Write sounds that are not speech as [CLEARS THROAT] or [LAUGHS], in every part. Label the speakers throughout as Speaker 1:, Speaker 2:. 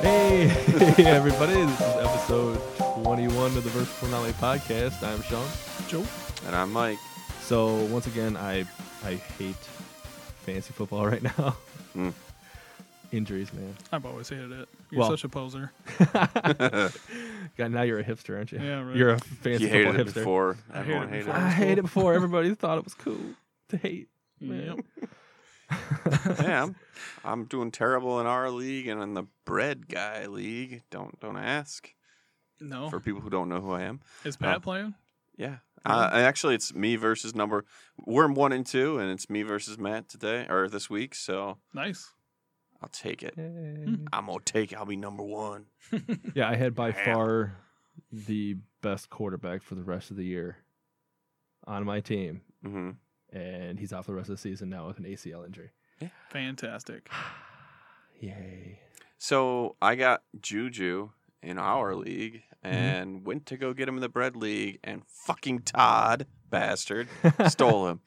Speaker 1: Hey, [LAUGHS] hey, everybody! This is episode 21 of the Versatile Finale Podcast. I'm Sean.
Speaker 2: Joe.
Speaker 3: And I'm Mike.
Speaker 1: So once again, I I hate fantasy football [LAUGHS] right now.
Speaker 3: Mm.
Speaker 1: Injuries,
Speaker 3: [LAUGHS]
Speaker 1: man. [LAUGHS]
Speaker 2: I've always hated it. You're
Speaker 1: Well-
Speaker 2: such a poser.
Speaker 1: God, now you're a hipster, aren't you?
Speaker 2: Yeah, right.
Speaker 1: You're a fantasy
Speaker 3: you hated
Speaker 1: football
Speaker 3: it
Speaker 1: hipster.
Speaker 3: before.
Speaker 2: I hated
Speaker 3: Everyone
Speaker 2: it
Speaker 3: hated
Speaker 2: before.
Speaker 1: I
Speaker 2: [LAUGHS]
Speaker 3: it.
Speaker 1: hated it before. Everybody thought it was cool to hate. Man.
Speaker 2: Yep.
Speaker 3: yeah, I'm, I'm doing terrible in our league and in the bread guy league. Don't don't ask
Speaker 2: No.
Speaker 3: for people who don't know who I am.
Speaker 2: Is Pat playing?
Speaker 3: Yeah, uh, and actually, it's me versus number. We're one and two, and it's me versus Matt today or this week. So
Speaker 2: Nice.
Speaker 3: I'll take it.
Speaker 1: Yay.
Speaker 2: Mm.
Speaker 3: I'm gonna take. it. I'll be number one.
Speaker 1: Yeah, I had by
Speaker 3: Yeah.
Speaker 1: far the best quarterback for the rest of the year on my team,
Speaker 2: Mm-hmm.
Speaker 3: hmm
Speaker 1: and he's off the rest of the season now with an ACL injury.
Speaker 2: Fantastic.
Speaker 1: [SIGHS]
Speaker 2: [LAUGHS]
Speaker 1: Yay.
Speaker 3: So I got Juju in our league
Speaker 2: Mm-hmm.
Speaker 3: and went to go get him in the bread league, and fucking Todd bastard stole him.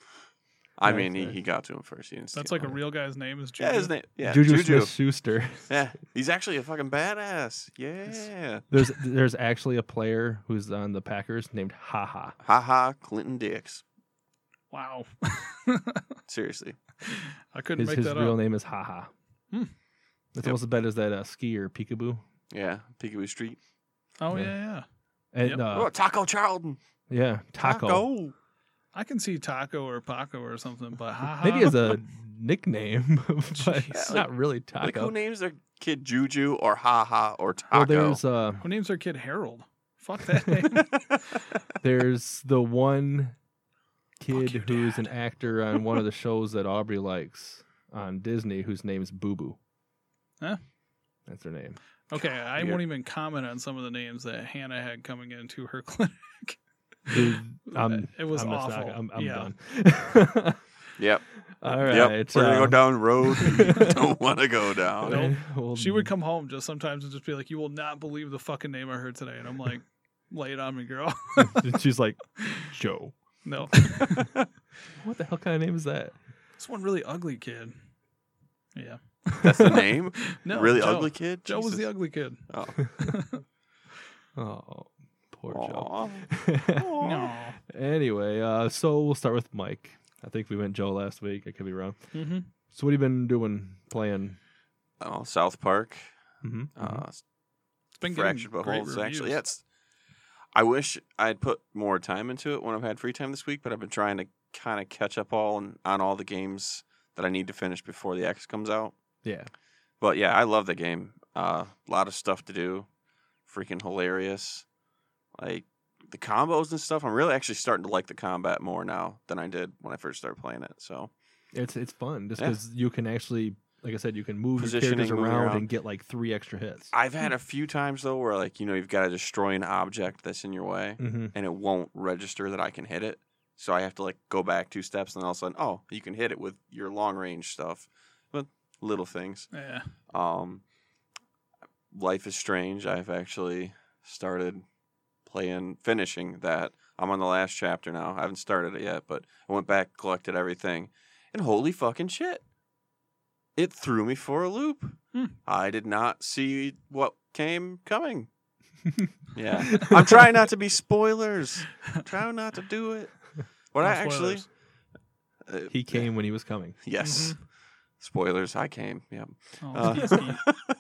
Speaker 3: I
Speaker 1: Nice,
Speaker 3: mean, he,
Speaker 1: nice.
Speaker 3: he got to him first. He didn't
Speaker 2: That's
Speaker 3: steal
Speaker 2: like a
Speaker 3: him.
Speaker 2: real guy's name is Juju.
Speaker 3: Yeah, his name. Yeah,
Speaker 1: Juju,
Speaker 3: Juju.
Speaker 1: Smith Schuster.
Speaker 3: Yeah, he's actually a fucking badass. Yeah.
Speaker 1: [LAUGHS] There's there's actually a player who's on the Packers named Haha.
Speaker 3: Haha, Clinton Dix.
Speaker 2: Wow. [LAUGHS]
Speaker 3: Seriously.
Speaker 2: I couldn't
Speaker 1: His,
Speaker 2: make
Speaker 1: his
Speaker 2: that
Speaker 1: real
Speaker 2: up.
Speaker 1: name is Haha.
Speaker 2: Hmm.
Speaker 1: That's
Speaker 3: Yep.
Speaker 1: almost as bad as that uh, skier Peekaboo.
Speaker 3: Yeah, Peekaboo Street.
Speaker 2: Oh
Speaker 1: Yeah.
Speaker 2: yeah, yeah.
Speaker 1: And
Speaker 2: Yep.
Speaker 1: uh,
Speaker 3: oh, Taco Charlton.
Speaker 1: yeah, Taco.
Speaker 2: I can see Taco or Paco or something, but haha.
Speaker 1: Maybe as
Speaker 2: [LAUGHS]
Speaker 1: a nickname, [LAUGHS] but
Speaker 2: Jeez.
Speaker 1: it's not really Taco.
Speaker 3: Like, who names their kid Juju or Haha or
Speaker 1: well,
Speaker 3: Taco?
Speaker 1: there's uh,
Speaker 2: Who names their kid Harold? Fuck that name.
Speaker 1: [LAUGHS] there's the one kid
Speaker 2: your
Speaker 1: who's an actor on one of the shows that Aubrey likes on Disney, whose name's Boo Boo.
Speaker 2: Huh?
Speaker 1: That's her name.
Speaker 2: Okay, I
Speaker 3: Weird.
Speaker 2: won't even comment on some of the names that Hannah had coming into her [LAUGHS] clinic.
Speaker 1: Dude, I'm,
Speaker 2: it was
Speaker 1: I'm just
Speaker 2: awful.
Speaker 1: not- I'm, I'm
Speaker 2: yeah.
Speaker 1: [LAUGHS] done.
Speaker 3: [LAUGHS] yep.
Speaker 1: All right.
Speaker 3: yep. We're going to go
Speaker 1: uh,
Speaker 3: down road
Speaker 1: [LAUGHS]
Speaker 3: we don't want to go down.
Speaker 2: Nope.
Speaker 1: um, Well,
Speaker 2: She would come home just sometimes and just be like, "You will not believe the fucking name I heard today," and I'm like, "Lay it on me, girl." [LAUGHS]
Speaker 1: and [LAUGHS] she's like, Joe.
Speaker 2: no,
Speaker 1: What the hell kind of name is that?
Speaker 2: this one really ugly kid. Yeah,
Speaker 3: That's
Speaker 1: [LAUGHS]
Speaker 3: the name?
Speaker 2: no,
Speaker 3: really
Speaker 2: Joe.
Speaker 3: ugly kid?
Speaker 2: Joe was the ugly kid.
Speaker 3: ugly
Speaker 1: Oh, poor Joe.
Speaker 3: Oh.
Speaker 2: No,
Speaker 1: [LAUGHS] anyway, uh, so we'll start with Mike. I think we went Joe last week. I could be wrong.
Speaker 2: hmm
Speaker 1: So what have you been doing playing?
Speaker 3: oh, South Park.
Speaker 1: Mm-hmm.
Speaker 3: Uh,
Speaker 2: it's been
Speaker 3: fractured
Speaker 2: getting
Speaker 3: but holds
Speaker 2: great
Speaker 3: actually.
Speaker 2: reviews.
Speaker 3: Yeah, it's, I wish I'd put more time into it when I've had free time this week, but I've been trying to kind of catch up all on, on all the games that I need to finish before the X comes out.
Speaker 1: yeah.
Speaker 3: But yeah, I love the game. A uh, lot of stuff to do, freaking hilarious. Like the combos and stuff. I'm really actually starting to like the combat more now than I did when I first started playing it. So
Speaker 1: It's it's fun just
Speaker 3: Yeah.
Speaker 1: because you can actually, like I said, you can move your
Speaker 3: Positioning,
Speaker 1: characters
Speaker 3: moving
Speaker 1: around,
Speaker 3: around.
Speaker 1: and get like three extra hits.
Speaker 3: I've
Speaker 2: Hmm.
Speaker 3: had a few times though where like you know you've got to destroy an object that's in your way.
Speaker 1: mm-hmm.
Speaker 3: and it won't register that I can hit it. So I have to like go back two steps, and then all of a sudden, oh, you can hit it with your long range stuff, but little things.
Speaker 2: Yeah,
Speaker 3: Um, Life is Strange. I've actually started playing, finishing that. I'm on the last chapter now. I haven't started it yet, but I went back, collected everything, and holy fucking shit, it threw me for a loop.
Speaker 2: Hmm.
Speaker 3: I did not see what came coming. yeah. [LAUGHS]
Speaker 1: [LAUGHS]
Speaker 3: I'm trying not to be spoilers. Try not to do it. What
Speaker 2: No
Speaker 3: I actually
Speaker 2: spoilers.
Speaker 3: uh,
Speaker 1: He came when he was coming.
Speaker 3: Yes. Spoilers. I came. Yep.
Speaker 2: Oh, [LAUGHS]
Speaker 3: Uh, [LAUGHS]
Speaker 2: Ski.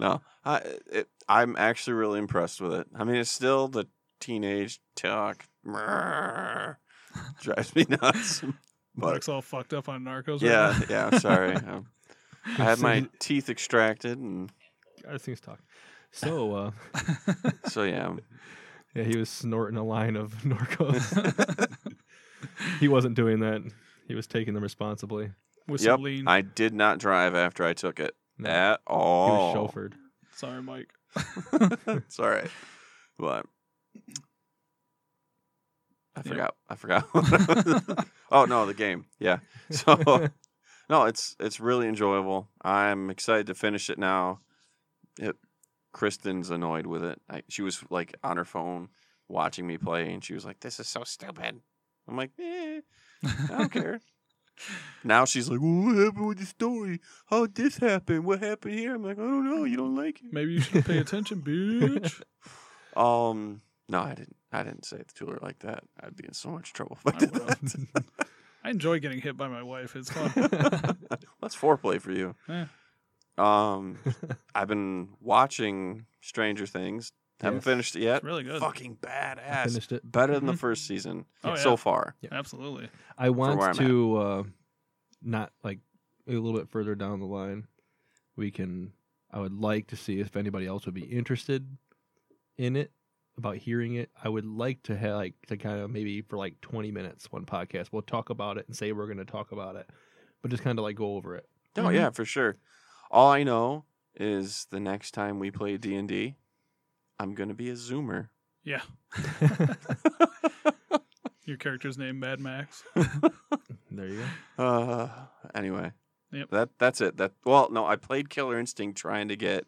Speaker 3: No. I. It, I'm actually really impressed with it. I mean, it's still the teenage talk. [LAUGHS] Brrr. Drives me nuts. But
Speaker 2: [LAUGHS] Mike's all fucked up on Narcos.
Speaker 3: yeah,
Speaker 2: right
Speaker 3: yeah. I'm sorry. Um, I had my
Speaker 1: So-
Speaker 3: teeth extracted, and
Speaker 1: Other things talk. So uh,
Speaker 2: now.
Speaker 3: so yeah. I'm-
Speaker 1: yeah, he was snorting a line of [LAUGHS] Norcos.
Speaker 3: [LAUGHS]
Speaker 1: he wasn't doing that. He was taking them responsibly.
Speaker 2: With
Speaker 3: Yep.
Speaker 2: some lean.
Speaker 3: I did not drive after I took it
Speaker 1: No,
Speaker 3: at
Speaker 1: he was
Speaker 3: all.
Speaker 1: chauffeured.
Speaker 2: [LAUGHS]
Speaker 3: [LAUGHS]
Speaker 2: Sorry, Mike.
Speaker 3: it's all right. But I
Speaker 2: Yep.
Speaker 3: forgot. I forgot. [LAUGHS] oh no, the game. Yeah. [LAUGHS] So no, it's it's really enjoyable. I'm excited to finish it now. It, Kristen's annoyed with it. I, she was like on her phone watching me play, and she was like, "This is so stupid." I'm like, eh, "I don't care." Now she's like, well, what happened with the story? How did this happen? What happened here? I'm like, I don't know. You don't like it?
Speaker 2: Maybe you should pay attention, bitch.
Speaker 3: Um, no, I didn't. I didn't say it to her like that. I'd be in so much trouble if I
Speaker 2: I
Speaker 3: did
Speaker 2: would've.
Speaker 3: that. [LAUGHS]
Speaker 2: I enjoy getting hit by my wife. It's fun.
Speaker 3: [LAUGHS]
Speaker 1: [LAUGHS]
Speaker 3: That's foreplay for you.
Speaker 2: Eh.
Speaker 3: Um, I've been watching Stranger Things. Haven't
Speaker 1: Yes.
Speaker 3: finished it yet.
Speaker 2: really good.
Speaker 3: Fucking
Speaker 1: I
Speaker 3: badass.
Speaker 1: finished it.
Speaker 3: Better than the
Speaker 2: Mhm.
Speaker 3: first season
Speaker 2: Oh, yeah.
Speaker 3: so far.
Speaker 2: Absolutely.
Speaker 1: I
Speaker 3: where I'm
Speaker 1: want
Speaker 3: at.
Speaker 1: to uh, not like a little bit further down the line. We can. I would like to see if anybody else would be interested in it about hearing it. I would like to have like to kind of maybe for like twenty minutes one podcast. We'll talk about it and say we're going to talk about it, but just kind of like go
Speaker 3: [LAUGHS]
Speaker 1: over it.
Speaker 3: Oh
Speaker 2: Mhm.
Speaker 3: yeah, for sure. All I know is the next time we play D and D, I'm gonna be a zoomer.
Speaker 2: Yeah. Your character's name Mad Max.
Speaker 1: There you go.
Speaker 3: Uh, [SIGHS] anyway,
Speaker 2: Yep.
Speaker 3: that that's it. That well, no, I played Killer Instinct trying to get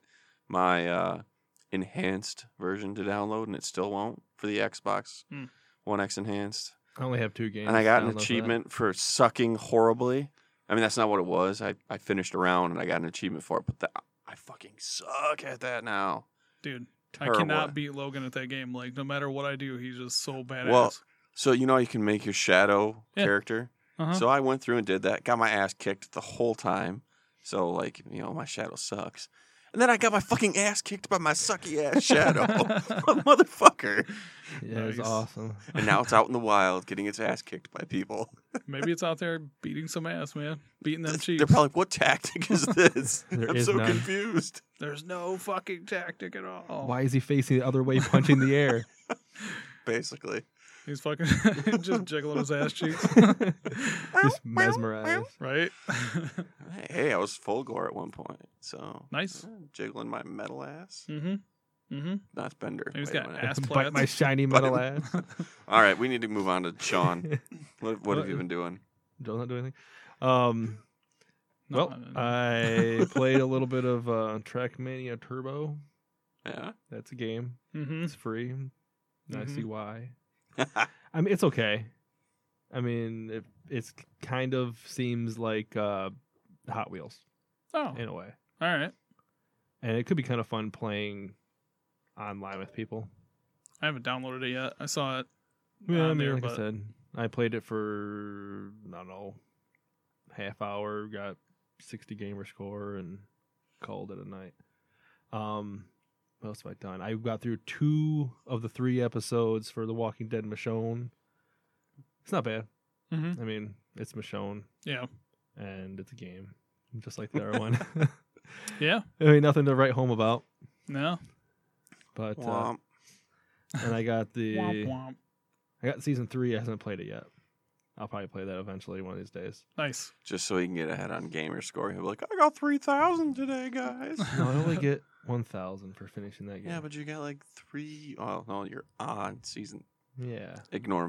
Speaker 3: my uh, enhanced version to download, and it still won't for the Xbox
Speaker 2: Hmm.
Speaker 3: One X enhanced.
Speaker 1: I only have two games.
Speaker 3: and I got
Speaker 1: downloaded
Speaker 3: an
Speaker 1: for that.
Speaker 3: achievement for sucking horribly. I mean, that's not what it was. I, I finished around and I got an achievement for it, but the, I fucking suck at that now.
Speaker 2: Dude,
Speaker 3: Terrible.
Speaker 2: I cannot beat Logan at that game. Like, no matter what I do, he's just so badass.
Speaker 3: Well, So you know how you can make your shadow
Speaker 2: Yeah.
Speaker 3: character.
Speaker 2: uh-huh.
Speaker 3: So I went through and did that. Got my ass kicked the whole time. So like you know my shadow sucks. And then I got my fucking ass kicked by my sucky ass shadow, [LAUGHS] motherfucker.
Speaker 1: Yeah, it's
Speaker 2: Nice.
Speaker 1: awesome.
Speaker 3: And now it's out in the wild, getting its ass kicked by people.
Speaker 2: Maybe it's out there beating some ass, man. Beating them
Speaker 3: They're
Speaker 2: cheeks.
Speaker 3: probably like, "What tactic is this?"
Speaker 1: There
Speaker 3: I'm
Speaker 1: is
Speaker 3: so
Speaker 1: none.
Speaker 3: confused.
Speaker 2: There's no fucking tactic at all.
Speaker 1: Why is he facing the other way, punching the
Speaker 3: [LAUGHS]
Speaker 1: air? [LAUGHS]
Speaker 3: Basically,
Speaker 2: He's fucking [LAUGHS] just jiggling his
Speaker 1: [LAUGHS]
Speaker 2: ass cheeks, [LAUGHS]
Speaker 1: Just mesmerized.
Speaker 2: right? [LAUGHS]
Speaker 3: Hey, I was full gore at one point, so
Speaker 2: Nice.
Speaker 3: jiggling my metal ass.
Speaker 2: mm-hmm. Mm-hmm.
Speaker 3: That's Bender.
Speaker 2: He's
Speaker 3: Wait a
Speaker 2: got
Speaker 3: minute.
Speaker 1: [LAUGHS]
Speaker 2: ass
Speaker 1: Bite
Speaker 2: plats.
Speaker 1: my shiny
Speaker 3: Bite
Speaker 1: metal
Speaker 3: my-
Speaker 1: ass.
Speaker 3: All right, we need to move on to
Speaker 1: [LAUGHS]
Speaker 3: Sean. what, what have you been doing?
Speaker 1: Don't not do anything. Um, [LAUGHS]
Speaker 2: No,
Speaker 1: well, uh,
Speaker 2: no, no. [LAUGHS]
Speaker 1: I played a little bit of uh, Trackmania Turbo.
Speaker 3: Yeah.
Speaker 1: That's a game.
Speaker 2: mm-hmm.
Speaker 1: It's free. I
Speaker 2: Mhm.
Speaker 1: see why. I mean, it's okay. I mean, it it's kind of seems like uh, Hot Wheels
Speaker 2: Oh,
Speaker 1: in a way,
Speaker 2: all right.
Speaker 1: and it could be kind of fun playing online with people.
Speaker 2: I haven't downloaded it yet. I saw it.
Speaker 1: Yeah, I mean,
Speaker 2: on there,
Speaker 1: like I
Speaker 2: but-
Speaker 1: said, I played it for I don't know, half hour, got sixty gamer score, and called it a night. Um, what else have I done? I got through two of the three episodes for The Walking Dead Michonne. It's not bad.
Speaker 2: Mm-hmm.
Speaker 1: I mean, it's Michonne,
Speaker 2: Yeah.
Speaker 1: and it's a game, just like the
Speaker 2: [LAUGHS]
Speaker 1: other one. [LAUGHS]
Speaker 2: Yeah.
Speaker 1: I mean, nothing to write home about,
Speaker 2: No.
Speaker 1: but uh,
Speaker 3: [LAUGHS] Womp.
Speaker 1: and I got
Speaker 2: Womp
Speaker 1: the
Speaker 2: womp.
Speaker 1: I got season three. I haven't played it yet. I'll probably play that eventually one of these days.
Speaker 2: Nice.
Speaker 3: Just so he can get ahead on gamer score, he'll be like, "I got three thousand today,
Speaker 1: [LAUGHS]
Speaker 3: guys."
Speaker 1: [LAUGHS] No, I
Speaker 2: [LAUGHS]
Speaker 1: only get one thousand for finishing that game.
Speaker 3: yeah, but you got like three oh no, you're on season.
Speaker 1: Yeah.
Speaker 3: Ignore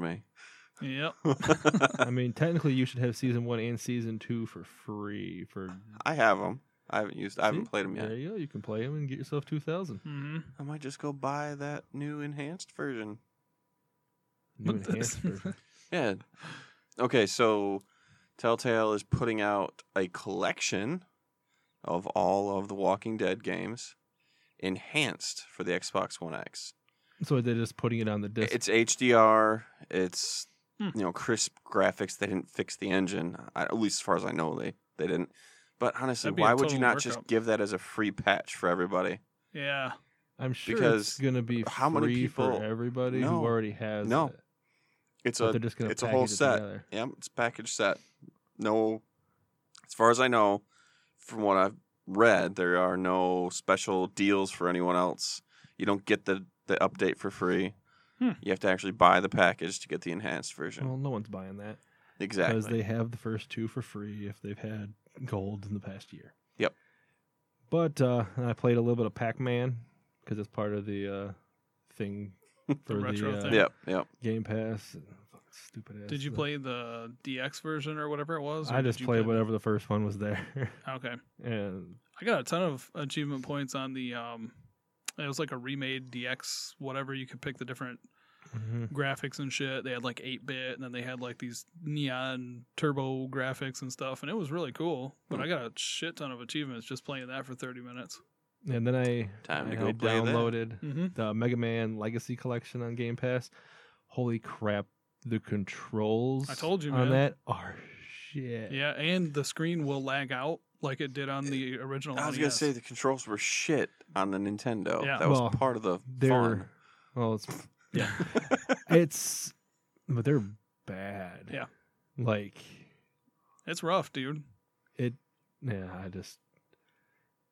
Speaker 1: [LAUGHS]
Speaker 3: me. [LAUGHS]
Speaker 2: Yep.
Speaker 1: I mean, technically, you should have season one and season two for free. For
Speaker 3: I have them. I haven't used. I haven't
Speaker 1: See?
Speaker 3: played them yet.
Speaker 1: there you go, you can play them and get yourself two
Speaker 3: [LAUGHS]
Speaker 1: thousand.
Speaker 2: Mm-hmm.
Speaker 3: I might just go buy that new enhanced version.
Speaker 1: New
Speaker 2: What the-
Speaker 1: enhanced
Speaker 3: [LAUGHS]
Speaker 1: version.
Speaker 3: Yeah. Okay, so Telltale is putting out a collection of all of the Walking Dead games enhanced for the Xbox One X.
Speaker 1: So they're just putting it on the disc.
Speaker 3: It's HDR, it's
Speaker 2: Hmm.
Speaker 3: you know, crisp graphics. They didn't fix the engine. I, at least as far as I know they they didn't. But honestly,
Speaker 2: That'd be a
Speaker 3: why would you
Speaker 2: total
Speaker 3: not just
Speaker 2: workup.
Speaker 3: give that as a free patch for everybody?
Speaker 2: Yeah.
Speaker 1: I'm sure
Speaker 3: because
Speaker 1: it's gonna be
Speaker 3: how
Speaker 1: free
Speaker 3: many people-
Speaker 1: for everybody
Speaker 3: No.
Speaker 1: who already has
Speaker 3: No.
Speaker 1: it.
Speaker 3: It's
Speaker 1: but
Speaker 3: a
Speaker 1: they're just gonna
Speaker 3: it's a whole
Speaker 1: package it
Speaker 3: set.
Speaker 1: together.
Speaker 3: Yeah, it's package set. No, as far as I know, from what I've read, there are no special deals for anyone else. You don't get the, the update for free.
Speaker 2: Hmm.
Speaker 3: You have to actually buy the package to get the enhanced version.
Speaker 1: Well, no one's buying that because
Speaker 3: exactly.
Speaker 1: they have the first two for free if they've had gold in the past year.
Speaker 3: Yep.
Speaker 1: But uh, I played a little bit of Pac-Man because it's part of the uh,
Speaker 3: [LAUGHS]
Speaker 1: thing for the,
Speaker 2: retro
Speaker 1: uh,
Speaker 2: thing.
Speaker 3: Yep, yep.
Speaker 1: Game Pass. and fucking Stupid ass.
Speaker 2: Did you
Speaker 1: stuff.
Speaker 2: play the DX version or whatever it was? or
Speaker 1: uh, I
Speaker 2: did
Speaker 1: just
Speaker 2: you
Speaker 1: played
Speaker 2: play-
Speaker 1: whatever the first one was there, [LAUGHS]
Speaker 2: Okay.
Speaker 1: and
Speaker 2: I got a ton of achievement points on the um it was like a remade DX whatever you could pick the different
Speaker 1: Mhm.
Speaker 2: graphics and shit. They had like 8 bit and then they had like these neon turbo graphics and stuff. And it was really cool. But I got a shit ton of achievements just playing that for 30 minutes.
Speaker 1: And then I,
Speaker 3: Time to
Speaker 1: I
Speaker 3: go play that. Hmm?
Speaker 1: downloaded
Speaker 2: Mm-hmm.
Speaker 1: the Mega Man Legacy Collection on Game Pass. Holy crap, the controls
Speaker 2: I told you, man.
Speaker 1: on that are shit.
Speaker 2: Yeah. And the screen will lag out like it did on the original. E
Speaker 3: I was gonna
Speaker 2: NES.
Speaker 3: say the controls were shit on the Nintendo.
Speaker 2: Yeah.
Speaker 3: that was
Speaker 1: Well,
Speaker 3: part of the fun.
Speaker 1: They're well, it's
Speaker 2: [LAUGHS] Yeah.
Speaker 1: it's but they're bad.
Speaker 2: Yeah.
Speaker 1: Like
Speaker 2: it's rough, dude.
Speaker 1: it yeah, I just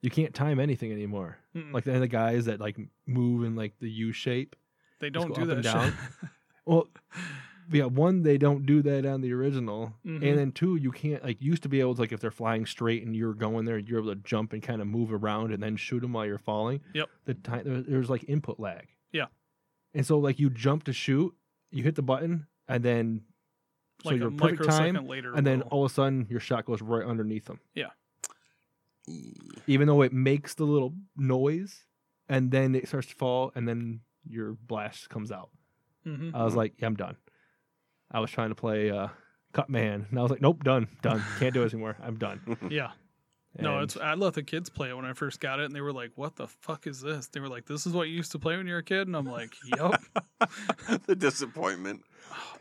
Speaker 1: you can't time anything anymore.
Speaker 2: Mm-mm.
Speaker 1: Like the, the guys that like move in like the U shape.
Speaker 2: They
Speaker 1: just
Speaker 2: don't
Speaker 1: go
Speaker 2: do
Speaker 1: up
Speaker 2: that
Speaker 1: and
Speaker 2: shit. [LAUGHS]
Speaker 1: Well, yeah, one they don't do that on the original,
Speaker 2: Mhm.
Speaker 1: and then two you can't like used to be able to like if they're flying straight and you're going there, you're able to jump and kind of move around and then shoot them while you're falling.
Speaker 2: Yep.
Speaker 1: The time there, there's like input lag.
Speaker 2: Yeah.
Speaker 1: and so like you jump to shoot, you hit the button, and then so
Speaker 2: like
Speaker 1: your
Speaker 2: a
Speaker 1: perfect
Speaker 2: microsecond
Speaker 1: time,
Speaker 2: later.
Speaker 1: and then
Speaker 2: will-
Speaker 1: all of a sudden your shot goes right underneath them,
Speaker 3: E-
Speaker 1: even though it makes the little noise, and then it starts to fall, and then your blast comes out.
Speaker 2: Mhm.
Speaker 1: I was
Speaker 3: Mhm.
Speaker 1: like, yeah, I'm done. I was trying to play uh, Cut Man, and I was like, nope, done, done. Can't do it anymore. I'm done.
Speaker 2: yeah. No,
Speaker 1: And
Speaker 2: it's I let the kids play it when I first got it, and they were like, "What the fuck is this?" They were like, "This is what you used to play when you were a kid," and
Speaker 3: [LAUGHS]
Speaker 2: I'm like, "Yep."
Speaker 3: [LAUGHS] the disappointment.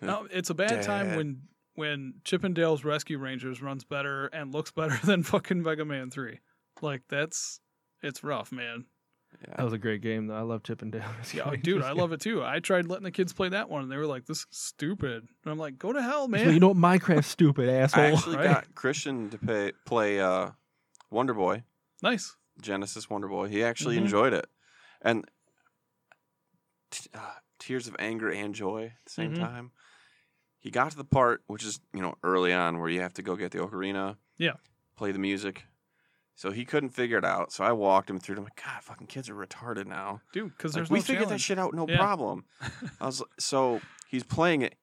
Speaker 2: no, it's a bad time
Speaker 3: Dad.
Speaker 2: when when Chippendale's Rescue Rangers runs better and looks better [LAUGHS] than fucking Mega Man Three. Like that's it's
Speaker 3: [LAUGHS]
Speaker 2: rough, man.
Speaker 1: that
Speaker 3: Yeah.
Speaker 1: was a great game, though. I love Chippendale. [LAUGHS]
Speaker 2: Yeah, dude, I love it too. I tried letting the kids play that one, and they were like, "This is stupid," and I'm like, "Go to hell, man."
Speaker 1: you know what, Minecraft, stupid asshole.
Speaker 3: I actually
Speaker 2: right?
Speaker 1: [LAUGHS]
Speaker 3: got Christian to pay, play uh, Wonder Boy,
Speaker 2: nice.
Speaker 3: Genesis Wonder Boy. He actually
Speaker 2: Mhm.
Speaker 3: enjoyed it, and t- uh, tears of anger and joy at the same
Speaker 2: Mhm.
Speaker 3: time. He got to the part which is you know early on where you have to go get the ocarina.
Speaker 2: Yeah.
Speaker 3: Play the music. So he couldn't figure it out. So I walked him through. it. I'm like, God, fucking kids are retarded now.
Speaker 2: Dude, because
Speaker 3: Like,
Speaker 2: there's
Speaker 3: we
Speaker 2: no
Speaker 3: figured that
Speaker 2: challenge.
Speaker 3: shit out, no
Speaker 2: Yeah.
Speaker 3: problem.
Speaker 2: [LAUGHS]
Speaker 3: I was like- so he's playing it,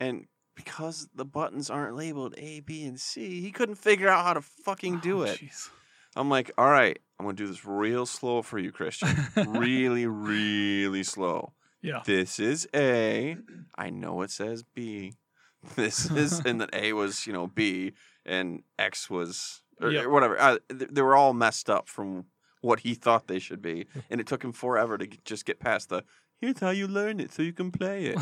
Speaker 3: and because the buttons aren't labeled A, B, and C, he couldn't figure out how to fucking do
Speaker 2: Oh,
Speaker 3: it.
Speaker 2: jeez. [LAUGHS]
Speaker 3: I'm like, all right, I'm gonna do this real slow for you, Christian. really, [LAUGHS] really slow.
Speaker 2: yeah. [LAUGHS]
Speaker 3: This is A. I know it says B. This is, and then A was, you know, B, and X was, or,
Speaker 2: Yep.
Speaker 3: or whatever. I, th- they were all messed up from what he thought they should be. And it took him forever to g- just get past the, here's how you learn it so you can play
Speaker 2: [LAUGHS]
Speaker 3: it.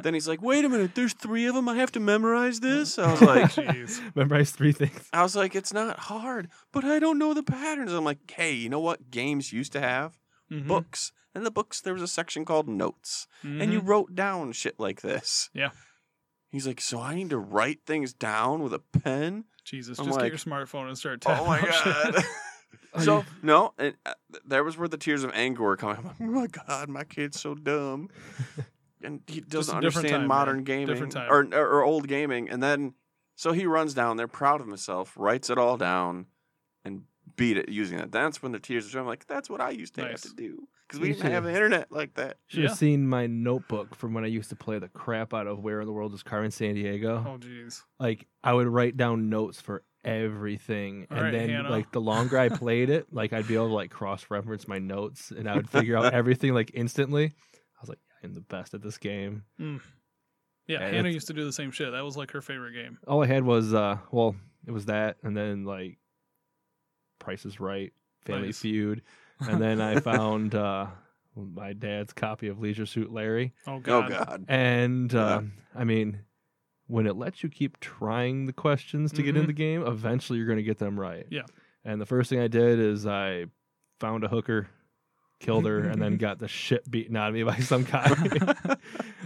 Speaker 3: then he's like, wait a minute, there's three of them. I have to memorize this. I
Speaker 1: [LAUGHS]
Speaker 3: was like,
Speaker 2: Jeez.
Speaker 1: Memorize three
Speaker 2: [LAUGHS]
Speaker 1: things.
Speaker 3: I was like, it's not hard, but I don't know the patterns. I'm like, hey, you know what games used to have?
Speaker 2: Mhm.
Speaker 3: Books. And the books, there was a section called notes, and you
Speaker 2: Mhm.
Speaker 3: wrote down shit like this.
Speaker 2: Yeah.
Speaker 3: He's like, so I need to write things down with a
Speaker 2: [LAUGHS]
Speaker 3: pen?
Speaker 2: Jesus,
Speaker 3: I'm
Speaker 2: just
Speaker 3: like,
Speaker 2: get your smartphone and start
Speaker 3: [LAUGHS]
Speaker 2: tapping.
Speaker 3: Oh my
Speaker 2: on shit.
Speaker 3: God. so, no, and uh, th- there was where the tears of anger were coming. I'm like, oh my God, my kid's
Speaker 1: [LAUGHS]
Speaker 3: so dumb. And he doesn't
Speaker 2: a different
Speaker 3: understand
Speaker 2: time,
Speaker 3: modern
Speaker 2: man.
Speaker 3: gaming
Speaker 2: Different time.
Speaker 3: Or, or, or old gaming. And then, so he runs down there proud of himself, writes it all down, and beat it using it. That's when the tears are showing. I'm like, that's what I used to
Speaker 2: Nice.
Speaker 3: have to do because
Speaker 1: Me
Speaker 3: we didn't have
Speaker 1: too.
Speaker 3: the internet like that.
Speaker 1: Should have
Speaker 2: Yeah.
Speaker 1: seen my notebook from when I used to play the crap out of Where in the World is Carmen San Diego.
Speaker 2: [LAUGHS] Oh jeez.
Speaker 1: like I would write down notes for everything,
Speaker 2: All
Speaker 1: and
Speaker 2: right,
Speaker 1: then
Speaker 2: Hannah.
Speaker 1: like the longer I played it, like I'd be able to like cross reference my notes, and I would figure
Speaker 2: [LAUGHS]
Speaker 1: out everything like instantly. I was like, I'm the best at this game.
Speaker 2: Yeah,
Speaker 1: Yeah,
Speaker 2: Hannah
Speaker 1: that's-
Speaker 2: used to do the same shit. That was like her favorite game.
Speaker 1: All I had was uh, well, it was that, and then like Price is Right, Family
Speaker 2: Nice.
Speaker 1: Feud, and then
Speaker 2: [LAUGHS]
Speaker 1: I found uh my dad's copy of Leisure Suit Larry,
Speaker 2: Oh god.
Speaker 3: Oh, God.
Speaker 1: and uh, I mean. When it lets you keep trying the questions to get in
Speaker 2: Mhm.
Speaker 1: the game, eventually you're going to get them right.
Speaker 2: Yeah.
Speaker 1: And the first thing I did is I found a hooker, killed her, and
Speaker 2: [LAUGHS]
Speaker 1: then got the shit beaten out of me by some guy.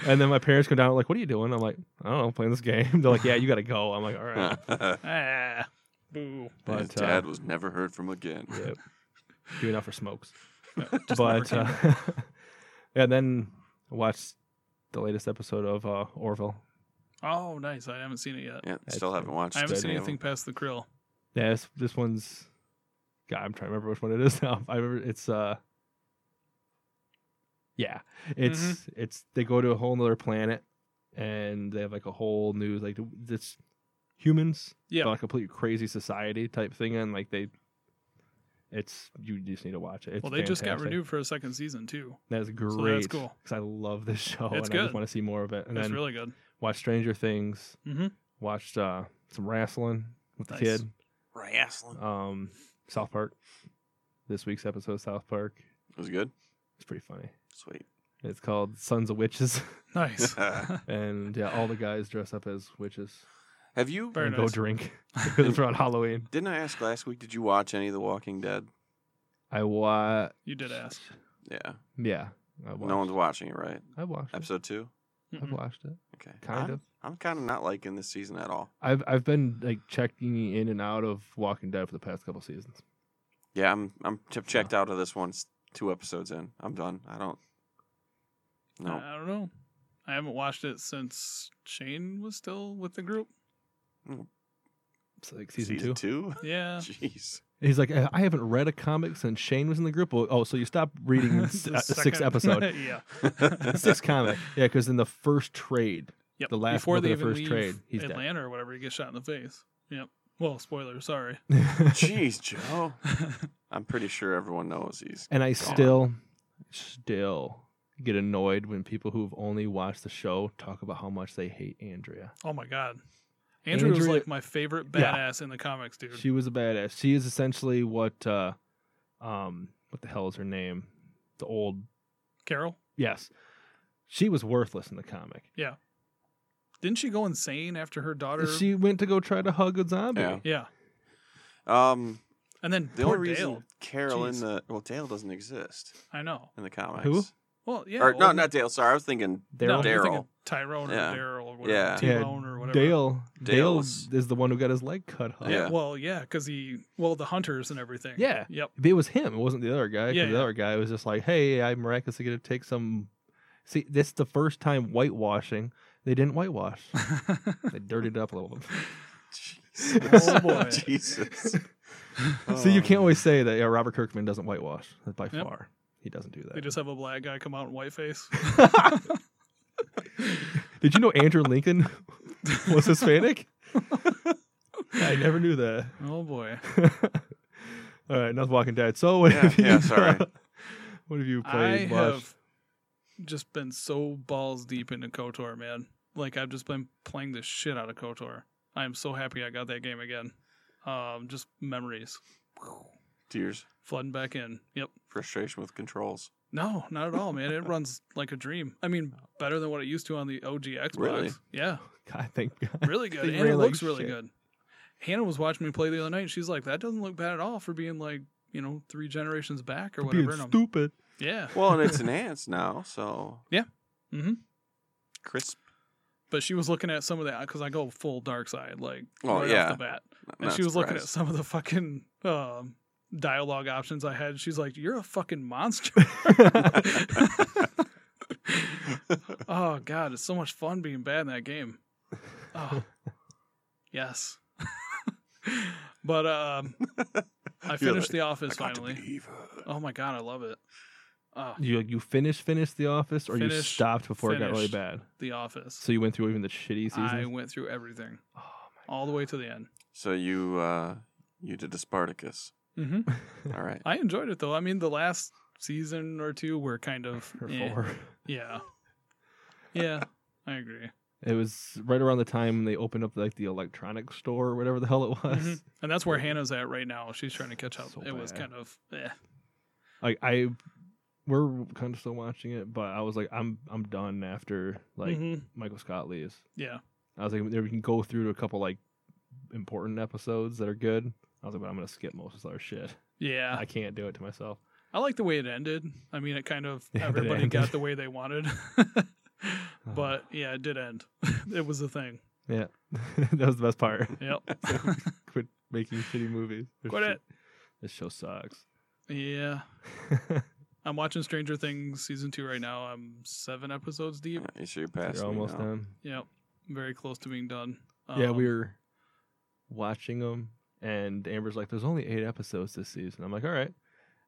Speaker 1: and then my parents come down, like, "What are you doing?" I'm like, "I don't know, playing this game." [LAUGHS] They're like, "Yeah, you got to go." I'm like, "All right."
Speaker 3: [LAUGHS]
Speaker 2: Ah, boo.
Speaker 1: But
Speaker 3: His
Speaker 1: uh,
Speaker 3: dad was never heard from again.
Speaker 1: yeah, doing that for smokes. [LAUGHS]
Speaker 2: Just
Speaker 1: but
Speaker 2: never
Speaker 1: uh,
Speaker 2: came.
Speaker 1: [LAUGHS] and then I watched the latest episode of uh, Orville.
Speaker 2: oh nice. I haven't seen it yet.
Speaker 3: Yeah,
Speaker 1: That's
Speaker 3: still
Speaker 1: true.
Speaker 3: haven't watched.
Speaker 2: I haven't seen
Speaker 3: any of
Speaker 2: anything past the krill.
Speaker 1: Yeah, this, this one's. God, I'm trying to remember which one it is [LAUGHS] now. I remember it's uh. Yeah, it's
Speaker 2: Mm-hmm.
Speaker 1: it's they go to a whole other planet, and they have like a whole new like it's humans,
Speaker 2: Yeah.
Speaker 1: but a complete crazy society type thing, and like they It's you just need to watch it. It's
Speaker 2: well, they just got
Speaker 1: fantastic.
Speaker 2: renewed for a second season too.
Speaker 1: That's great.
Speaker 2: cool.
Speaker 1: Because I love this [LAUGHS] show. and
Speaker 2: It's
Speaker 1: I just
Speaker 2: good.
Speaker 1: want to see more of it. And
Speaker 2: That's
Speaker 1: then
Speaker 2: really good.
Speaker 1: watched Stranger Things.
Speaker 2: Mhm.
Speaker 1: Watched uh, some wrestling with
Speaker 2: Nice.
Speaker 1: the kid.
Speaker 3: Wrestling.
Speaker 1: Um, South Park. This week's episode of South Park.
Speaker 3: It was good.
Speaker 1: It's pretty funny.
Speaker 3: Sweet. [LAUGHS]
Speaker 1: It's called Sons of Witches, [LAUGHS]
Speaker 2: Nice.
Speaker 1: and yeah, all the guys dress up as witches
Speaker 3: Have you?
Speaker 2: Very
Speaker 1: and
Speaker 2: nice.
Speaker 1: go
Speaker 2: [LAUGHS]
Speaker 1: drink because it's around Halloween.
Speaker 3: Didn't I ask last week? Did you watch any of The Walking Dead?
Speaker 1: I watched.
Speaker 2: you did ask.
Speaker 3: Yeah.
Speaker 1: Yeah, I watched.
Speaker 3: No one's watching it, right?
Speaker 1: I watched. It.
Speaker 3: Episode two.
Speaker 1: I've
Speaker 2: Mm-mm.
Speaker 1: watched it.
Speaker 3: Okay.
Speaker 1: Kind
Speaker 3: I'm,
Speaker 1: of.
Speaker 3: I'm kind of not liking this season at all.
Speaker 1: I've I've been like checking in and out of Walking Dead for the past couple seasons.
Speaker 3: Yeah, I'm I'm ch- checked out of this one. s- Two episodes in, I'm done. I don't. No,
Speaker 2: I I don't know. I haven't watched it since Shane was still with the group.
Speaker 1: It's like season, two.
Speaker 3: two.
Speaker 2: Yeah.
Speaker 3: Jeez.
Speaker 1: He's like, I I haven't read a comic since Shane was in the group. Well, Oh, so you stopped
Speaker 2: [LAUGHS]
Speaker 1: reading s-
Speaker 2: The
Speaker 1: uh, sixth
Speaker 2: second-
Speaker 1: episode,
Speaker 2: [LAUGHS] yeah.
Speaker 3: [LAUGHS]
Speaker 1: sixth comic. Yeah, because in the first trade,
Speaker 2: Yep.
Speaker 1: The last
Speaker 2: Before
Speaker 1: book of
Speaker 2: they
Speaker 1: the
Speaker 2: even
Speaker 1: first
Speaker 2: leave
Speaker 1: trade, he's dead.
Speaker 2: Atlanta or whatever, he gets shot in the face. Yep. Well,
Speaker 1: [LAUGHS]
Speaker 2: spoiler. Sorry.
Speaker 3: Jeez, Joe. I'm pretty sure everyone knows he's.
Speaker 1: and I still, still get annoyed when people who've only watched the show talk about how much they hate Andrea.
Speaker 2: oh my god. Andrew was
Speaker 1: Andrea-
Speaker 2: like my favorite
Speaker 1: Yeah.
Speaker 2: badass in the comics, dude.
Speaker 1: She was a badass. She is essentially what, uh, um, what the hell is her name? The old
Speaker 2: Carol,
Speaker 1: yes, she was worthless in the comic.
Speaker 2: didn't she go insane after her daughter?
Speaker 1: She went to go try to hug a zombie.
Speaker 3: Yeah.
Speaker 2: yeah.
Speaker 3: Um,
Speaker 2: And then
Speaker 3: the
Speaker 2: poor
Speaker 3: only reason
Speaker 2: Dale.
Speaker 3: Carol
Speaker 2: Jeez.
Speaker 3: in the well, Dale doesn't exist
Speaker 2: I know.
Speaker 3: in the comics.
Speaker 1: Who?
Speaker 2: Well, yeah.
Speaker 3: or, no,
Speaker 2: well,
Speaker 3: not Dale. Sorry, I was thinking
Speaker 2: no,
Speaker 1: Daryl.
Speaker 2: you're thinking
Speaker 3: Daryl.
Speaker 2: Tyrone
Speaker 3: Yeah.
Speaker 2: or Daryl or
Speaker 3: Yeah.
Speaker 2: whatever.
Speaker 1: Yeah,
Speaker 2: Tyrone or whatever.
Speaker 1: Dale. Dale
Speaker 3: Dale's-
Speaker 1: is the one who got his leg cut off.
Speaker 3: Yeah.
Speaker 2: Well, yeah, because he well the hunters and everything.
Speaker 1: Yeah. [LAUGHS]
Speaker 2: Yep.
Speaker 1: But it was him. It wasn't the other guy. 'cause
Speaker 2: Yeah,
Speaker 1: the
Speaker 2: yeah.
Speaker 1: other guy was just like, "Hey, I miraculously get to take some." See, this is the first time whitewashing. They didn't whitewash. they dirtied it up a little. bit.
Speaker 2: [LAUGHS]
Speaker 3: Jesus.
Speaker 2: Oh, boy.
Speaker 3: [LAUGHS] Jesus.
Speaker 1: [LAUGHS] See, you
Speaker 3: Um,
Speaker 1: can't always say that yeah, Robert Kirkman doesn't whitewash. By
Speaker 2: Oh. Yep.
Speaker 1: far, he doesn't do
Speaker 2: They
Speaker 1: that.
Speaker 2: just have a black guy come out in whiteface.
Speaker 1: [LAUGHS] Did you know Andrew
Speaker 2: [LAUGHS]
Speaker 1: Lincoln was Hispanic? I never knew that. [LAUGHS]
Speaker 2: oh boy.
Speaker 1: All right, enough Walking Dead. So, what
Speaker 3: Yeah,
Speaker 1: have you,
Speaker 3: yeah, sorry.
Speaker 1: [LAUGHS] what have you
Speaker 2: I
Speaker 1: played? watched?
Speaker 2: have just been so balls deep into KOTOR, man. Like I've just been playing the shit out of KOTOR. I am so happy I got that game again. Um, just memories
Speaker 3: Tears.
Speaker 2: flooding back in. Yep.
Speaker 3: Frustration with controls.
Speaker 2: No, not at all, man. It runs like a dream. I mean, better than what it used to on the OG Xbox.
Speaker 3: Really?
Speaker 2: Yeah.
Speaker 1: God, thank God.
Speaker 2: really good,
Speaker 1: They
Speaker 2: and it
Speaker 1: ran like
Speaker 2: looks really
Speaker 1: shit.
Speaker 2: good. Hannah was watching me play the other night. And she's like, "That doesn't look bad at all for being like you know three generations back or
Speaker 1: Being
Speaker 2: whatever." And I'm-
Speaker 1: stupid.
Speaker 2: yeah,
Speaker 3: Well, and it's enhanced now, so.
Speaker 2: Yeah. Mhm.
Speaker 3: Crisp.
Speaker 2: but she was looking at some of that because I go full dark side, like
Speaker 3: Well,
Speaker 2: right
Speaker 3: Oh, yeah.
Speaker 2: off the bat,
Speaker 3: Not
Speaker 2: and she was looking at
Speaker 3: surprised.
Speaker 2: some of the fucking um, dialogue options I had. She's like, "You're a fucking
Speaker 3: [LAUGHS]
Speaker 2: monster." [LAUGHS] oh god, it's so much fun being bad in that game. Oh, yes. [LAUGHS] but um, I
Speaker 3: You're
Speaker 2: finished The Office
Speaker 3: like, "I got to
Speaker 2: finally.
Speaker 3: be evil."
Speaker 2: Oh my god, I love it. Oh,
Speaker 1: You you finished finished The Office, or you
Speaker 2: Finished,
Speaker 1: stopped before it got really
Speaker 2: finished.
Speaker 1: bad.
Speaker 2: The Office.
Speaker 1: So you went through even the shitty
Speaker 2: I
Speaker 1: seasons.
Speaker 2: went through everything
Speaker 1: Oh
Speaker 2: all the way to the end.
Speaker 3: So you uh you did
Speaker 1: [LAUGHS]
Speaker 3: a Spartacus.
Speaker 2: Mm-hmm.
Speaker 1: my
Speaker 3: All
Speaker 2: [LAUGHS]
Speaker 3: right.
Speaker 2: I enjoyed it though. I mean, the last season or two were kind of
Speaker 1: [LAUGHS] or
Speaker 2: eh.
Speaker 1: four.
Speaker 2: Yeah, yeah, I agree.
Speaker 1: It was right around the time when they opened up like the electronics store or whatever the hell it was.
Speaker 2: Mhm. And that's where Hannah's at right now. She's trying to catch up.
Speaker 1: So
Speaker 2: it was
Speaker 1: bad.
Speaker 2: kind of eh.
Speaker 1: [LAUGHS] Like I, we're kind of still watching it, but I was like, I'm I'm done after like
Speaker 2: Mhm.
Speaker 1: Michael Scott leaves.
Speaker 2: yeah,
Speaker 1: I was like, there we can go through to a couple like important episodes that are good. I was like, but I'm gonna skip most of this other shit.
Speaker 2: yeah.
Speaker 1: I can't do it to myself. [LAUGHS]
Speaker 2: I like the way it ended. I mean, it kind of
Speaker 1: Yeah, that it Uh-huh.
Speaker 2: everybody
Speaker 1: ended.
Speaker 2: got the way they
Speaker 1: [LAUGHS]
Speaker 2: wanted, but yeah, it did end. [LAUGHS] it was a thing.
Speaker 1: yeah, that was the best part.
Speaker 2: Yep.
Speaker 1: Quit making shitty movies. This
Speaker 2: [LAUGHS] Quit
Speaker 1: shit-
Speaker 2: it.
Speaker 1: This show
Speaker 3: [LAUGHS]
Speaker 1: sucks.
Speaker 2: yeah. I'm watching Stranger Things season two right now. I'm seven episodes deep.
Speaker 3: Uh, You sure you're past
Speaker 1: You're
Speaker 3: me
Speaker 1: almost
Speaker 3: now.
Speaker 1: done.
Speaker 2: Yep, very close to being done.
Speaker 1: yeah,
Speaker 2: Um,
Speaker 1: we were watching them, and Amber's like, "There's only eight episodes this season." I'm like, "All right,"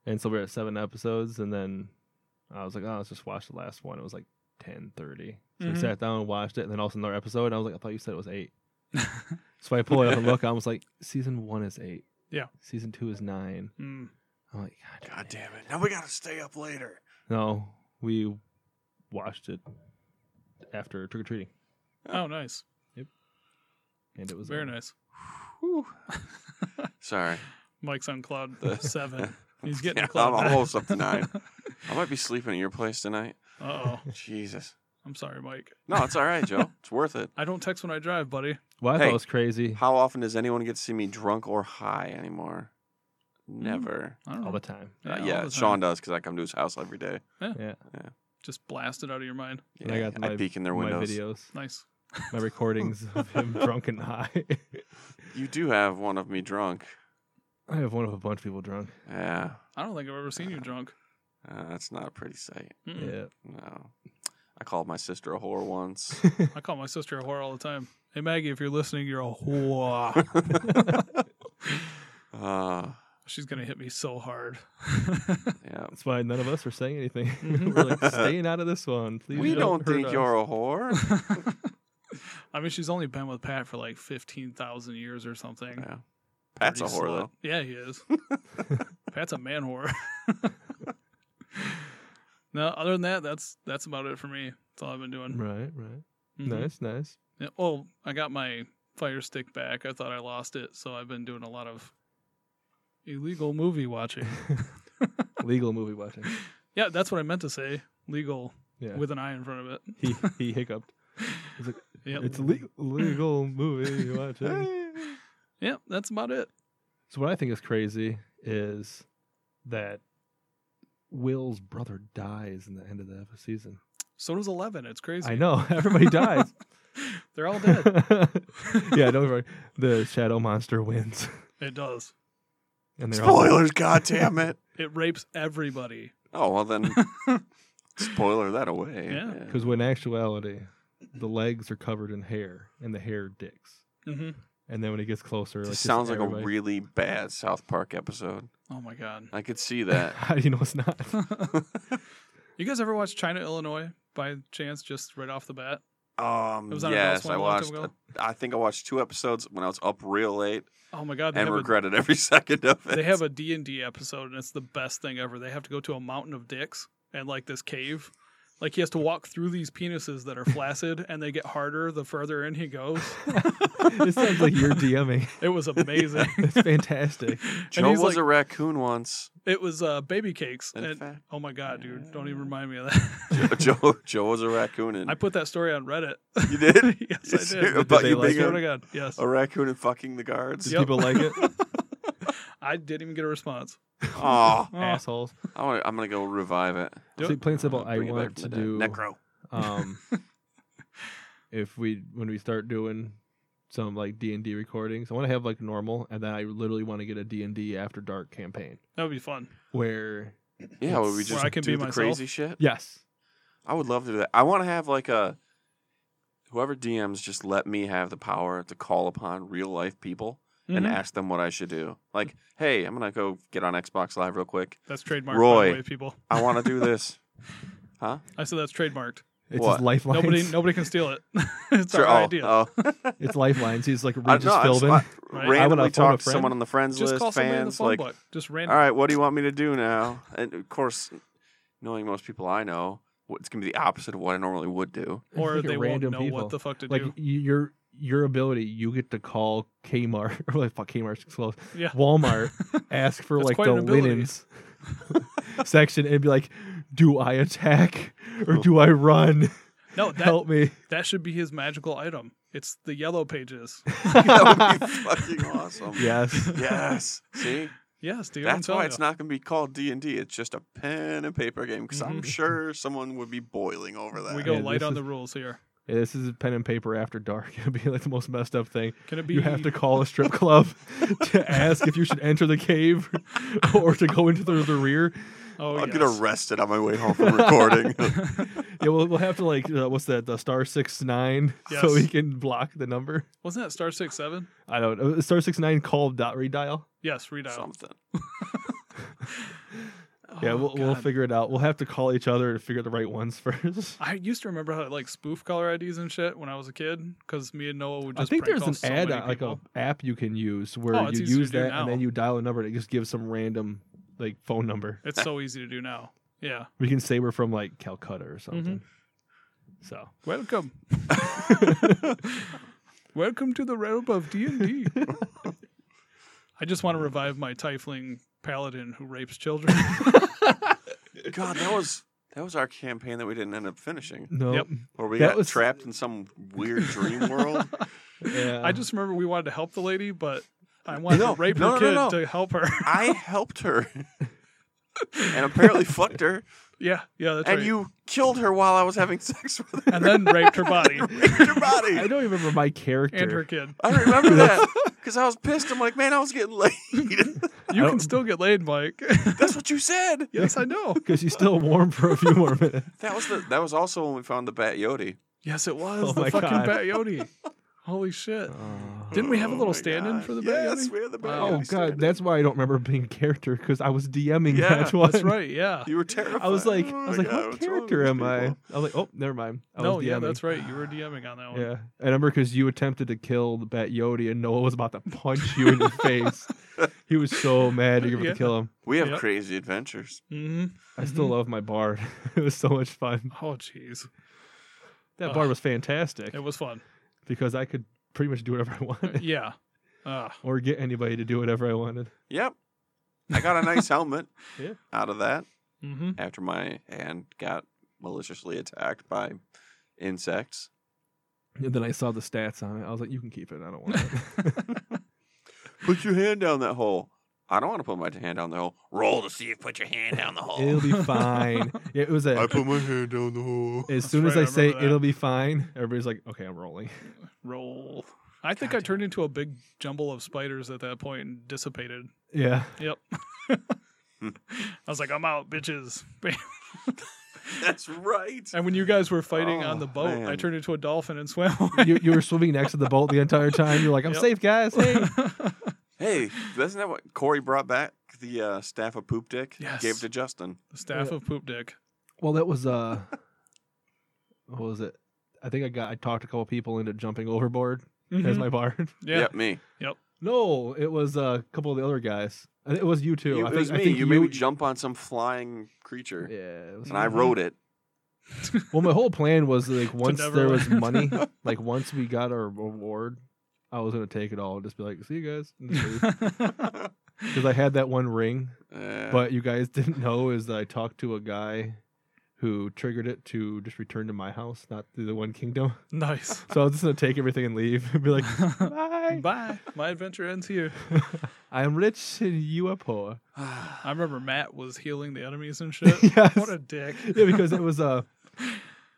Speaker 1: and so we're at seven episodes, and then I was like, "Oh, let's just watch the last one." It was like ten thirty. So
Speaker 2: Mhm.
Speaker 1: we sat down and watched it, and then also another episode, and I was like, "I thought you said it was eight.
Speaker 2: [LAUGHS]
Speaker 1: So I pull it up and look. I was like, "Season one is eight.
Speaker 2: Yeah.
Speaker 1: Season two is nine.
Speaker 2: [LAUGHS] mm,
Speaker 1: I'm like, God,
Speaker 3: God damn it! Now we gotta stay up later.
Speaker 1: No, we watched it after trick or treating,
Speaker 2: Oh, nice.
Speaker 1: and it was uh,
Speaker 2: Very
Speaker 1: on.
Speaker 2: nice.
Speaker 3: Whew. Sorry,
Speaker 2: [LAUGHS] Mike's
Speaker 3: [LAUGHS]
Speaker 2: on cloud
Speaker 3: The-
Speaker 2: seven.
Speaker 3: [LAUGHS]
Speaker 2: He's getting
Speaker 3: Yeah,
Speaker 2: to cloud
Speaker 3: I'm
Speaker 2: nine.
Speaker 3: almost up to
Speaker 2: [LAUGHS]
Speaker 3: nine. I might be sleeping at your
Speaker 1: [LAUGHS]
Speaker 3: place tonight.
Speaker 2: Uh oh.
Speaker 3: Jesus.
Speaker 2: I'm sorry, Mike.
Speaker 3: No, it's all right, Joe. It's worth it.
Speaker 2: I don't text when I drive, buddy.
Speaker 1: Well, I
Speaker 3: Hey.
Speaker 1: thought it was crazy
Speaker 3: How often does anyone get to see me drunk or high anymore? Never.
Speaker 2: I don't know.
Speaker 1: Mm, all the time.
Speaker 3: Uh,
Speaker 2: all
Speaker 3: yeah,
Speaker 2: the time.
Speaker 3: Sean does because I come to his house every day.
Speaker 2: Just blast it out of your mind.
Speaker 1: And I
Speaker 3: Yeah,
Speaker 1: got
Speaker 3: I
Speaker 1: my-
Speaker 3: peek in their
Speaker 1: my
Speaker 3: windows.
Speaker 2: [LAUGHS]
Speaker 1: videos,
Speaker 2: Nice.
Speaker 1: my recordings of
Speaker 2: [LAUGHS]
Speaker 1: him drunk and high. [LAUGHS]
Speaker 3: You do have one of me drunk.
Speaker 1: I have one of a bunch of people drunk.
Speaker 3: Yeah,
Speaker 2: I don't think I've ever seen you drunk.
Speaker 3: uh, that's not a pretty sight.
Speaker 2: Mm-mm.
Speaker 3: No, I called my sister a whore
Speaker 1: [LAUGHS]
Speaker 3: once.
Speaker 1: Yeah.
Speaker 2: I call my sister a whore all the time. Hey Maggie, if you're listening, you're a whore.
Speaker 3: [LAUGHS] uh,
Speaker 2: She's gonna hit me so hard. [LAUGHS]
Speaker 3: yeah,
Speaker 1: That's why none of us are saying anything.
Speaker 2: Mhm.
Speaker 1: We're like [LAUGHS]
Speaker 3: [LAUGHS]
Speaker 1: staying out of this one. Please
Speaker 3: we
Speaker 1: don't,
Speaker 3: don't think
Speaker 1: hurt
Speaker 3: you're
Speaker 1: us. [LAUGHS]
Speaker 3: a whore.
Speaker 2: I mean, she's only been with Pat for like fifteen thousand years or something.
Speaker 3: Yeah. Pat's a
Speaker 2: Dirty
Speaker 3: whore
Speaker 2: slut.
Speaker 3: though.
Speaker 2: Yeah, he
Speaker 3: [LAUGHS]
Speaker 2: is. Pat's a man whore. [LAUGHS] no, other than that, that's that's about it for me. That's all I've been doing.
Speaker 1: Right, right.
Speaker 2: Mhm.
Speaker 1: Nice, nice.
Speaker 2: Yeah, oh, I got my fire stick back. I thought I lost it, so I've been doing a lot of illegal
Speaker 1: [LAUGHS]
Speaker 2: movie watching.
Speaker 1: Legal movie
Speaker 2: [LAUGHS]
Speaker 1: watching.
Speaker 2: yeah, that's what I meant to say. Legal
Speaker 1: Yeah.
Speaker 2: with an I in front of it. [LAUGHS]
Speaker 1: he he hiccuped. He's like,
Speaker 2: Yep.
Speaker 1: It's legal, legal
Speaker 2: [LAUGHS]
Speaker 1: movie watching.
Speaker 2: Yep, that's about it.
Speaker 1: So what I think is crazy is that Will's brother dies in the end of the season.
Speaker 2: So does Eleven. It's crazy.
Speaker 1: I know [LAUGHS]
Speaker 2: [LAUGHS]
Speaker 1: everybody dies.
Speaker 2: They're all dead.
Speaker 1: [LAUGHS] yeah, don't worry. The shadow monster wins, [LAUGHS]
Speaker 2: It does.
Speaker 1: and they're all [LAUGHS]
Speaker 3: Spoilers, god damn it.
Speaker 2: [LAUGHS] It rapes everybody.
Speaker 3: Oh
Speaker 1: [LAUGHS]
Speaker 3: well then spoiler that away.
Speaker 2: Yeah.
Speaker 1: because when in actuality, the legs are covered in hair, and the hair dicks.
Speaker 2: hmm
Speaker 1: And then when it gets closer,
Speaker 3: This
Speaker 1: like just
Speaker 3: sounds like
Speaker 1: everybody-
Speaker 3: a really bad South Park episode.
Speaker 2: Oh my god. [LAUGHS]
Speaker 3: I could see that.
Speaker 1: [LAUGHS] How do you know it's not?
Speaker 2: you guys ever watch China Illinois by chance? Just right off the bat.
Speaker 3: [LAUGHS] Um
Speaker 2: It was on our
Speaker 3: yes,
Speaker 2: house one
Speaker 3: I
Speaker 2: a long
Speaker 3: watched
Speaker 2: time ago.
Speaker 3: I think I watched two episodes when I was up real late
Speaker 2: Oh my god. They
Speaker 3: and
Speaker 2: have a-
Speaker 3: regretted every [LAUGHS] second of it.
Speaker 2: they have a d&d episode and it's the best thing ever they have to go to a mountain of dicks and like this cave like he has to walk through these penises that are flaccid and they get harder the further in
Speaker 1: [LAUGHS]
Speaker 2: he goes
Speaker 1: it sounds like
Speaker 3: [LAUGHS]
Speaker 1: you're DMing.
Speaker 2: [LAUGHS]
Speaker 1: [LAUGHS]
Speaker 2: it was amazing
Speaker 1: It's fantastic.
Speaker 3: Joe
Speaker 2: he's
Speaker 3: was
Speaker 2: like-
Speaker 3: a raccoon once.
Speaker 2: it was uh, baby cakes
Speaker 3: In
Speaker 2: and
Speaker 3: fact,
Speaker 2: oh my god dude don't even remind me of
Speaker 3: [LAUGHS]
Speaker 2: that [LAUGHS]
Speaker 3: Joe Joe was a raccoon and
Speaker 2: i put that story on reddit
Speaker 3: you did You
Speaker 2: [LAUGHS] yes i
Speaker 3: serious?
Speaker 2: did
Speaker 3: About
Speaker 1: they
Speaker 3: you
Speaker 1: like
Speaker 3: being
Speaker 1: it?
Speaker 2: Swear to
Speaker 3: a,
Speaker 2: Oh God, yes
Speaker 3: a raccoon and fucking the guards.
Speaker 1: Does
Speaker 2: Yep.
Speaker 1: people like it?
Speaker 2: i didn't even get a response
Speaker 3: [LAUGHS] Aw.
Speaker 2: [LAUGHS] Oh,
Speaker 1: Assholes.
Speaker 3: I wanna, I'm gonna go revive it.
Speaker 2: Yep.
Speaker 1: See, plain and simple.
Speaker 3: Uh,
Speaker 1: I
Speaker 3: bring it back
Speaker 1: want
Speaker 3: from
Speaker 1: to
Speaker 3: the dead.
Speaker 1: do
Speaker 3: Necro.
Speaker 1: [LAUGHS] um, if we when we start doing some like D and D recordings, I want to have like normal, and then I literally want to get a D and D after dark campaign
Speaker 2: that would be fun
Speaker 1: where
Speaker 3: Yeah,
Speaker 1: It's-
Speaker 3: would we
Speaker 1: Where
Speaker 3: just
Speaker 2: I can
Speaker 3: do
Speaker 2: be
Speaker 3: the
Speaker 2: myself.
Speaker 3: crazy shit?
Speaker 1: yes,
Speaker 3: I would love to do that. I want to have like a whoever DMs just let me have the power to call upon real life people and
Speaker 2: Mhm.
Speaker 3: ask them what I should do. Like,
Speaker 2: Mm-hmm.
Speaker 3: hey, I'm gonna go get on Xbox Live real quick.
Speaker 2: that's trademarked by
Speaker 3: Roy.
Speaker 2: the way people
Speaker 3: I want to do this.
Speaker 2: i said that's trademarked
Speaker 1: it's
Speaker 3: What?
Speaker 1: his lifelines. [LAUGHS]
Speaker 2: Nobody, nobody can steal it. [LAUGHS] [LAUGHS] it's
Speaker 3: Sure,
Speaker 2: our
Speaker 3: oh,
Speaker 2: idea. [LAUGHS]
Speaker 3: oh.
Speaker 1: It's lifelines. He's like
Speaker 3: I,
Speaker 1: Regis
Speaker 3: no, I just,
Speaker 1: Philbin.
Speaker 3: I [LAUGHS]
Speaker 2: Right. I
Speaker 1: would
Speaker 3: randomly
Speaker 1: have phoned a
Speaker 3: talk to someone
Speaker 1: friend.
Speaker 3: on the friends
Speaker 2: Just
Speaker 3: list,
Speaker 2: call somebody in the
Speaker 3: fans
Speaker 2: phone
Speaker 3: like,
Speaker 2: book. Just
Speaker 3: all
Speaker 2: random.
Speaker 3: right, what do you want me to do now? And of course, knowing most people I know, wh- it's gonna be the opposite of what I normally would do. [LAUGHS]
Speaker 1: I
Speaker 2: Or
Speaker 1: think
Speaker 2: they
Speaker 1: it
Speaker 2: won't
Speaker 1: random
Speaker 2: know
Speaker 1: people.
Speaker 2: what the fuck to
Speaker 1: like
Speaker 2: do.
Speaker 1: y- your your ability, you get to call Kmart [LAUGHS] or like fuck Kmart's close.
Speaker 2: Yeah.
Speaker 1: [LAUGHS] Walmart, ask for
Speaker 2: That's
Speaker 1: like
Speaker 2: quite
Speaker 1: the
Speaker 2: an ability.
Speaker 1: linens [LAUGHS] section and be like, do I attack or do I run?
Speaker 2: No, that,
Speaker 1: Help me.
Speaker 2: that should be his magical item. It's the
Speaker 3: [LAUGHS]
Speaker 2: yellow pages.
Speaker 3: [LAUGHS] that would
Speaker 2: [LAUGHS]
Speaker 3: be fucking awesome.
Speaker 1: [LAUGHS] yes.
Speaker 3: Yes. See,
Speaker 2: Yes, [LAUGHS] dude.
Speaker 3: That's
Speaker 2: I'm
Speaker 3: why
Speaker 2: telling
Speaker 3: it's
Speaker 2: you.
Speaker 3: not going to be called D and D. It's just a pen and paper game because I'm
Speaker 2: Mhm.
Speaker 3: sure someone would be boiling over that.
Speaker 2: We go
Speaker 1: Yeah,
Speaker 2: light
Speaker 1: this
Speaker 2: on
Speaker 1: is-
Speaker 2: the rules here.
Speaker 1: Yeah, This is pen and paper after dark. [LAUGHS] It'd be like the most messed up thing.
Speaker 2: Can it be?
Speaker 1: You have to call a strip club [LAUGHS] to ask if you should enter the cave [LAUGHS] or to go into the, the rear.
Speaker 2: Oh,
Speaker 3: I'll
Speaker 2: yes.
Speaker 3: get arrested on my way home from
Speaker 2: [LAUGHS]
Speaker 3: recording. [LAUGHS]
Speaker 1: Yeah, we'll, we'll have to like uh, what's that? The star six nine, [LAUGHS] so
Speaker 2: Yes.
Speaker 1: we can block the number.
Speaker 2: Wasn't that Star Six Seven?
Speaker 1: I don't know. Star six nine call dot redial.
Speaker 2: Yes,
Speaker 1: [LAUGHS]
Speaker 2: redial.
Speaker 3: Something.
Speaker 1: Yeah,
Speaker 2: Oh,
Speaker 1: we'll, we'll
Speaker 2: God.
Speaker 1: figure it out. We'll have to call each other to figure the right ones [LAUGHS] first.
Speaker 2: I used to remember how to like spoof caller IDs and shit when I was a kid because me and Noah would
Speaker 1: I
Speaker 2: just.
Speaker 1: think
Speaker 2: prank
Speaker 1: there's
Speaker 2: call
Speaker 1: an
Speaker 2: so
Speaker 1: ad, uh,
Speaker 2: many
Speaker 1: like
Speaker 2: people.
Speaker 1: a app you can use where
Speaker 2: Oh, it's
Speaker 1: you
Speaker 2: easy to
Speaker 1: use
Speaker 2: do
Speaker 1: that
Speaker 2: now.
Speaker 1: and then you dial a number and it just gives some random like phone number.
Speaker 2: It's so easy to do now. Yeah.
Speaker 1: We can say we're from like Calcutta or
Speaker 2: Mm-hmm.
Speaker 1: something.
Speaker 2: [LAUGHS]
Speaker 1: So [LAUGHS]
Speaker 2: Welcome. Welcome to the realm
Speaker 1: [LAUGHS]
Speaker 2: of D&D. I just want to revive my tiefling paladin who rapes children.
Speaker 3: God, that was that was our campaign that we didn't end up finishing,
Speaker 1: no,
Speaker 2: Yep.
Speaker 3: where we
Speaker 1: That
Speaker 3: got
Speaker 1: was-
Speaker 3: trapped in some weird
Speaker 1: [LAUGHS]
Speaker 3: dream world.
Speaker 1: yeah.
Speaker 2: I just remember we wanted to help the lady, but I wanted
Speaker 3: No,
Speaker 2: to rape
Speaker 3: no,
Speaker 2: her
Speaker 3: no,
Speaker 2: kid
Speaker 3: no, no.
Speaker 2: to help her. [LAUGHS]
Speaker 3: I helped her,
Speaker 1: [LAUGHS]
Speaker 3: and apparently fucked her,
Speaker 2: yeah, yeah, that's
Speaker 3: and
Speaker 2: right.
Speaker 3: you killed her while I was having sex [LAUGHS] with her.
Speaker 2: and then raped her
Speaker 3: [LAUGHS]
Speaker 2: body
Speaker 3: Raped
Speaker 1: [LAUGHS]
Speaker 3: her body.
Speaker 1: I don't even remember my character.
Speaker 2: and her kid.
Speaker 1: [LAUGHS]
Speaker 3: I remember that because I was pissed. I'm like, man, I was getting laid. [LAUGHS]
Speaker 2: You
Speaker 1: don't-
Speaker 2: can still get laid, Mike. [LAUGHS]
Speaker 3: That's what you said.
Speaker 2: yes, I know.
Speaker 1: because she's still warm for a few more
Speaker 2: [LAUGHS]
Speaker 1: minutes.
Speaker 3: That was the, that was also when we found the Bat Yodi.
Speaker 2: Yes, it was
Speaker 1: Oh
Speaker 2: the
Speaker 1: my
Speaker 2: fucking
Speaker 1: God.
Speaker 2: Bayoni. Holy shit!
Speaker 1: [LAUGHS] Oh.
Speaker 2: Didn't we have a
Speaker 3: Oh
Speaker 2: little
Speaker 3: my
Speaker 2: stand-in
Speaker 3: God.
Speaker 2: for the Bat
Speaker 3: Yes,
Speaker 2: Yodi?
Speaker 3: we had the Bat
Speaker 2: Wow.
Speaker 1: Oh
Speaker 3: Yodi
Speaker 1: god,
Speaker 3: stand-in.
Speaker 1: that's why I don't remember being character because I was DMing.
Speaker 3: Yeah,
Speaker 1: that's why.
Speaker 2: That's right. Yeah.
Speaker 3: you were terrified.
Speaker 1: I was like,
Speaker 3: Oh
Speaker 1: I was
Speaker 3: my
Speaker 1: like,
Speaker 3: God,
Speaker 1: what
Speaker 3: what's wrong with
Speaker 1: character
Speaker 3: these
Speaker 1: am I? I
Speaker 3: people?
Speaker 1: was like, oh, never mind. I
Speaker 2: no,
Speaker 1: was DMing.
Speaker 2: yeah, that's right. You were DMing on that one.
Speaker 1: Yeah, I remember because you attempted to kill the Bat Yodi, and Noah was about to punch you in the
Speaker 2: [LAUGHS]
Speaker 1: face. He was so mad you were
Speaker 2: Yeah.
Speaker 1: to kill him.
Speaker 3: We have
Speaker 2: Yep.
Speaker 3: crazy adventures.
Speaker 2: hmm
Speaker 1: I still love my bard. [LAUGHS] it was so much fun.
Speaker 2: Oh, jeez,
Speaker 1: That
Speaker 2: Ugh.
Speaker 1: bard was fantastic
Speaker 2: it
Speaker 1: [LAUGHS]
Speaker 2: was fun.
Speaker 1: because I could pretty much do whatever I [LAUGHS]
Speaker 2: Uh,
Speaker 1: wanted,
Speaker 2: yeah. Uh,
Speaker 1: or get anybody to do whatever I wanted.
Speaker 3: Yep. I got a nice helmet
Speaker 1: [LAUGHS] Yeah.
Speaker 3: out of that
Speaker 2: hmm
Speaker 3: after my hand got maliciously attacked by insects.
Speaker 1: And then I saw the stats on it. I was like, you can keep it. I don't want
Speaker 2: [LAUGHS]
Speaker 1: it.
Speaker 3: Put your hand down that hole. I don't want to put my hand down the hole. Roll to see if put your hand down the hole.
Speaker 1: It'll be fine. Yeah, it was a.
Speaker 3: put my hand down
Speaker 1: [LAUGHS]
Speaker 3: the hole.
Speaker 1: As
Speaker 2: That's
Speaker 1: soon as
Speaker 2: right,
Speaker 1: I,
Speaker 2: I
Speaker 1: say
Speaker 2: remember that.
Speaker 1: it'll be fine, everybody's like, okay, I'm rolling.
Speaker 2: Roll. I think I turned into a big jumble of spiders at that point and dissipated.
Speaker 1: Yeah.
Speaker 2: Yep. I was like, I'm out, bitches. [LAUGHS] Bam.
Speaker 3: [LAUGHS] That's right.
Speaker 2: and when you guys were fighting on
Speaker 3: Oh,
Speaker 2: the boat, I
Speaker 3: man.
Speaker 2: turned into a dolphin and swam
Speaker 1: [LAUGHS]
Speaker 2: away. [LAUGHS]
Speaker 1: You, you were swimming next to the boat the entire time. You're like, I'm
Speaker 2: Yep.
Speaker 1: safe, guys.
Speaker 2: [LAUGHS]
Speaker 1: Hey.
Speaker 3: Hey, isn't that what Corey brought back? The uh, staff of poop dick
Speaker 2: Yes.
Speaker 3: gave to Justin.
Speaker 2: The staff
Speaker 1: Yeah.
Speaker 2: of poop dick.
Speaker 1: Well, that was uh, what was it? I think I got I talked a couple people into jumping overboard as
Speaker 2: Mhm.
Speaker 1: my bard.
Speaker 2: yeah.
Speaker 3: Yep, me.
Speaker 1: [LAUGHS] No, it was uh, a couple of the other guys. I think It was you too.
Speaker 3: You-
Speaker 1: I
Speaker 3: it
Speaker 1: think,
Speaker 3: was
Speaker 1: I
Speaker 3: me.
Speaker 1: think
Speaker 3: you made me jump on some flying creature,
Speaker 1: Yeah, it was
Speaker 3: and I
Speaker 1: you.
Speaker 3: rode it.
Speaker 1: [LAUGHS]
Speaker 2: [LAUGHS]
Speaker 1: Well, my whole plan was like once there was money,
Speaker 2: Neverland.
Speaker 1: like once we got our reward, I was gonna take it all and just be like, "See you guys,"
Speaker 2: [LAUGHS]
Speaker 1: because I had that one ring
Speaker 3: Uh,
Speaker 1: But you guys [LAUGHS] didn't know is that I talked to a guy who triggered it to just return to my house, not to the One Kingdom. [LAUGHS]
Speaker 2: nice.
Speaker 1: So I was just gonna take everything and leave and be
Speaker 2: [LAUGHS]
Speaker 1: like, "Bye,
Speaker 2: Bye. My adventure ends here.
Speaker 1: [LAUGHS] I am rich and you are poor."
Speaker 2: I remember Matt was healing the enemies and
Speaker 1: [LAUGHS]
Speaker 2: shit.
Speaker 1: Yes.
Speaker 2: [LAUGHS] What a dick.
Speaker 1: Yeah,
Speaker 2: [LAUGHS]
Speaker 1: because it was uh,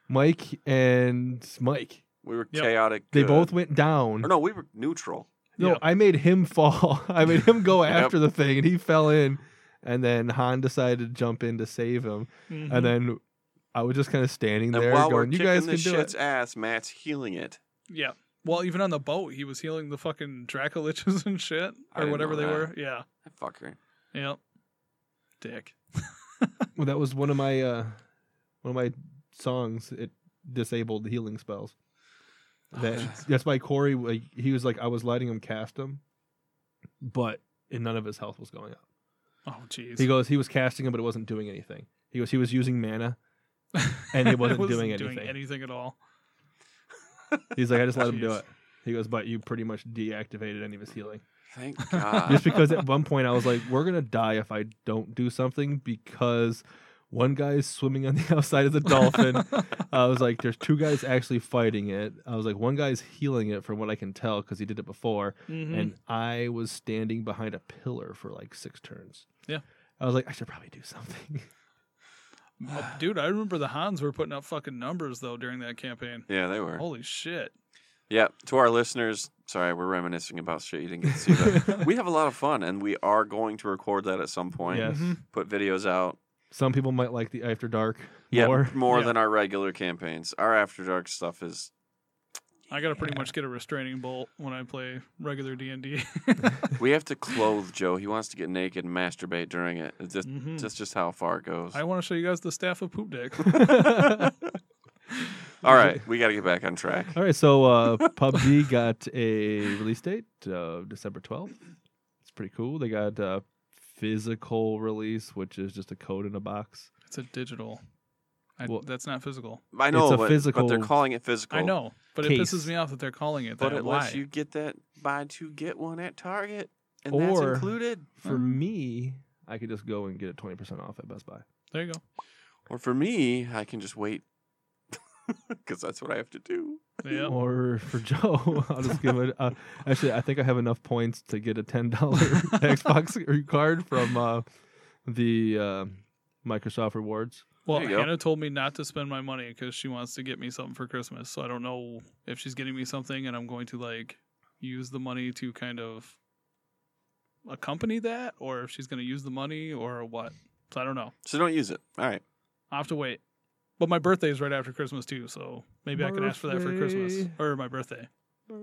Speaker 1: Mike and Mike.
Speaker 3: [SIGHS] we were
Speaker 2: Yep.
Speaker 3: chaotic.
Speaker 1: They
Speaker 3: good.
Speaker 1: both went down.
Speaker 3: Or no, we were neutral.
Speaker 1: No,
Speaker 2: Yep.
Speaker 1: I made him [LAUGHS] fall. I made him go
Speaker 3: Yep.
Speaker 1: after the thing, and he fell in. And then Han decided to jump in to save him.
Speaker 2: Mhm.
Speaker 1: And then I was just kind of standing
Speaker 3: And
Speaker 1: there,
Speaker 3: while
Speaker 1: going,
Speaker 3: we're
Speaker 1: "You
Speaker 3: kicking
Speaker 1: guys can
Speaker 3: this
Speaker 1: do it."
Speaker 3: shit's ass, Matt's healing it.
Speaker 2: yeah. Well, even on the boat, he was healing the fucking Dracoliches and shit,
Speaker 3: I
Speaker 2: or
Speaker 3: didn't
Speaker 2: whatever
Speaker 3: know
Speaker 2: they
Speaker 3: that.
Speaker 2: were. Yeah.
Speaker 3: That fucker.
Speaker 2: Yep. Dick.
Speaker 1: Well, that was one of my uh, one of my songs. It disabled the healing spells.
Speaker 3: Oh,
Speaker 1: That
Speaker 3: nice.
Speaker 1: that's why Corey. Like, he was like, I was letting him cast them, but and none of his health was going up.
Speaker 2: Oh, jeez.
Speaker 1: He goes, he was casting them, but it wasn't doing anything. He goes, he was using mana. and
Speaker 2: [LAUGHS]
Speaker 1: he
Speaker 2: It
Speaker 1: wasn't doing anything.
Speaker 2: at all.
Speaker 1: He's like, I just let him do
Speaker 2: Jeez.
Speaker 1: it. He goes, but you pretty much deactivated any of his healing.
Speaker 3: [LAUGHS] Thank
Speaker 1: [LAUGHS]
Speaker 3: God.
Speaker 1: Just because at one point I was like, we're gonna die if I don't do something because one guy is swimming on the [LAUGHS] outside of the
Speaker 2: [LAUGHS]
Speaker 1: dolphin. I was like, there's two guys actually fighting it. I was like, one guy's healing it from what I can tell because he did it before.
Speaker 2: Mhm.
Speaker 1: And I was standing behind a pillar for like six turns.
Speaker 2: Yeah.
Speaker 1: I was like, I should probably do something. [LAUGHS]
Speaker 2: Uh, dude, I remember the Hans were putting up fucking numbers though during that campaign.
Speaker 3: yeah, they were.
Speaker 1: [LAUGHS]
Speaker 2: Holy shit.
Speaker 3: Yeah, to our listeners, sorry, we're reminiscing about shit you didn't get to
Speaker 1: [LAUGHS]
Speaker 3: see. But we have a lot of fun, and we are going to record that at some point.
Speaker 1: Yes.
Speaker 2: Mhm.
Speaker 3: Put videos out.
Speaker 1: Some people might like the After Dark
Speaker 3: Yeah,
Speaker 1: more.
Speaker 3: [LAUGHS] more,
Speaker 2: Yeah.
Speaker 3: than our regular campaigns. Our After Dark stuff is
Speaker 2: I gotta pretty much get a restraining bolt when I play regular D and D.
Speaker 3: we have to clothe Joe. He wants to get naked and masturbate during it. It's just,
Speaker 2: Mm-hmm.
Speaker 1: Mm.
Speaker 3: that's just how far it goes.
Speaker 2: I want to show you guys the staff of poop dick.
Speaker 3: All
Speaker 1: [LAUGHS]
Speaker 3: right, we got to get back on track.
Speaker 1: All right, so uh,
Speaker 2: [LAUGHS]
Speaker 1: PUBG got a release date of December 12th. It's pretty cool. They got uh, physical release, which is just a code in a box.
Speaker 2: It's a digital. I,
Speaker 1: Well-
Speaker 2: that's not physical.
Speaker 3: I know,
Speaker 1: a
Speaker 3: but, but they're
Speaker 1: physical-
Speaker 3: calling it physical.
Speaker 2: I know, but it
Speaker 1: Case.
Speaker 2: pisses me off that they're calling it that.
Speaker 3: But unless
Speaker 2: Why?
Speaker 3: you get that buy two get one at Target, and that's
Speaker 1: Or-
Speaker 3: included.
Speaker 1: For
Speaker 2: Oh.
Speaker 1: me, I could just go and get it twenty percent off at Best Buy.
Speaker 2: There you go.
Speaker 3: Or for me, I can just wait [LAUGHS] because that's what I have to do.
Speaker 2: Yeah.
Speaker 1: Or for [LAUGHS] Joe, I'll just give it. Uh, actually, I think I have enough points to get a ten dollar
Speaker 2: [LAUGHS]
Speaker 1: Xbox card from uh, the uh, Microsoft rewards.
Speaker 2: Well,
Speaker 3: There you go.
Speaker 2: Hannah told me not to spend my money because she wants to get me something for Christmas. So I don't know if she's getting me something, and I'm going to like use the money to kind of accompany that, or if she's going to use the money, or what. So I don't know.
Speaker 3: So don't use it. All right.
Speaker 2: I will have to wait. But my birthday is right after Christmas too, so maybe I can ask for that for Christmas
Speaker 1: Birthday.
Speaker 2: or my birthday.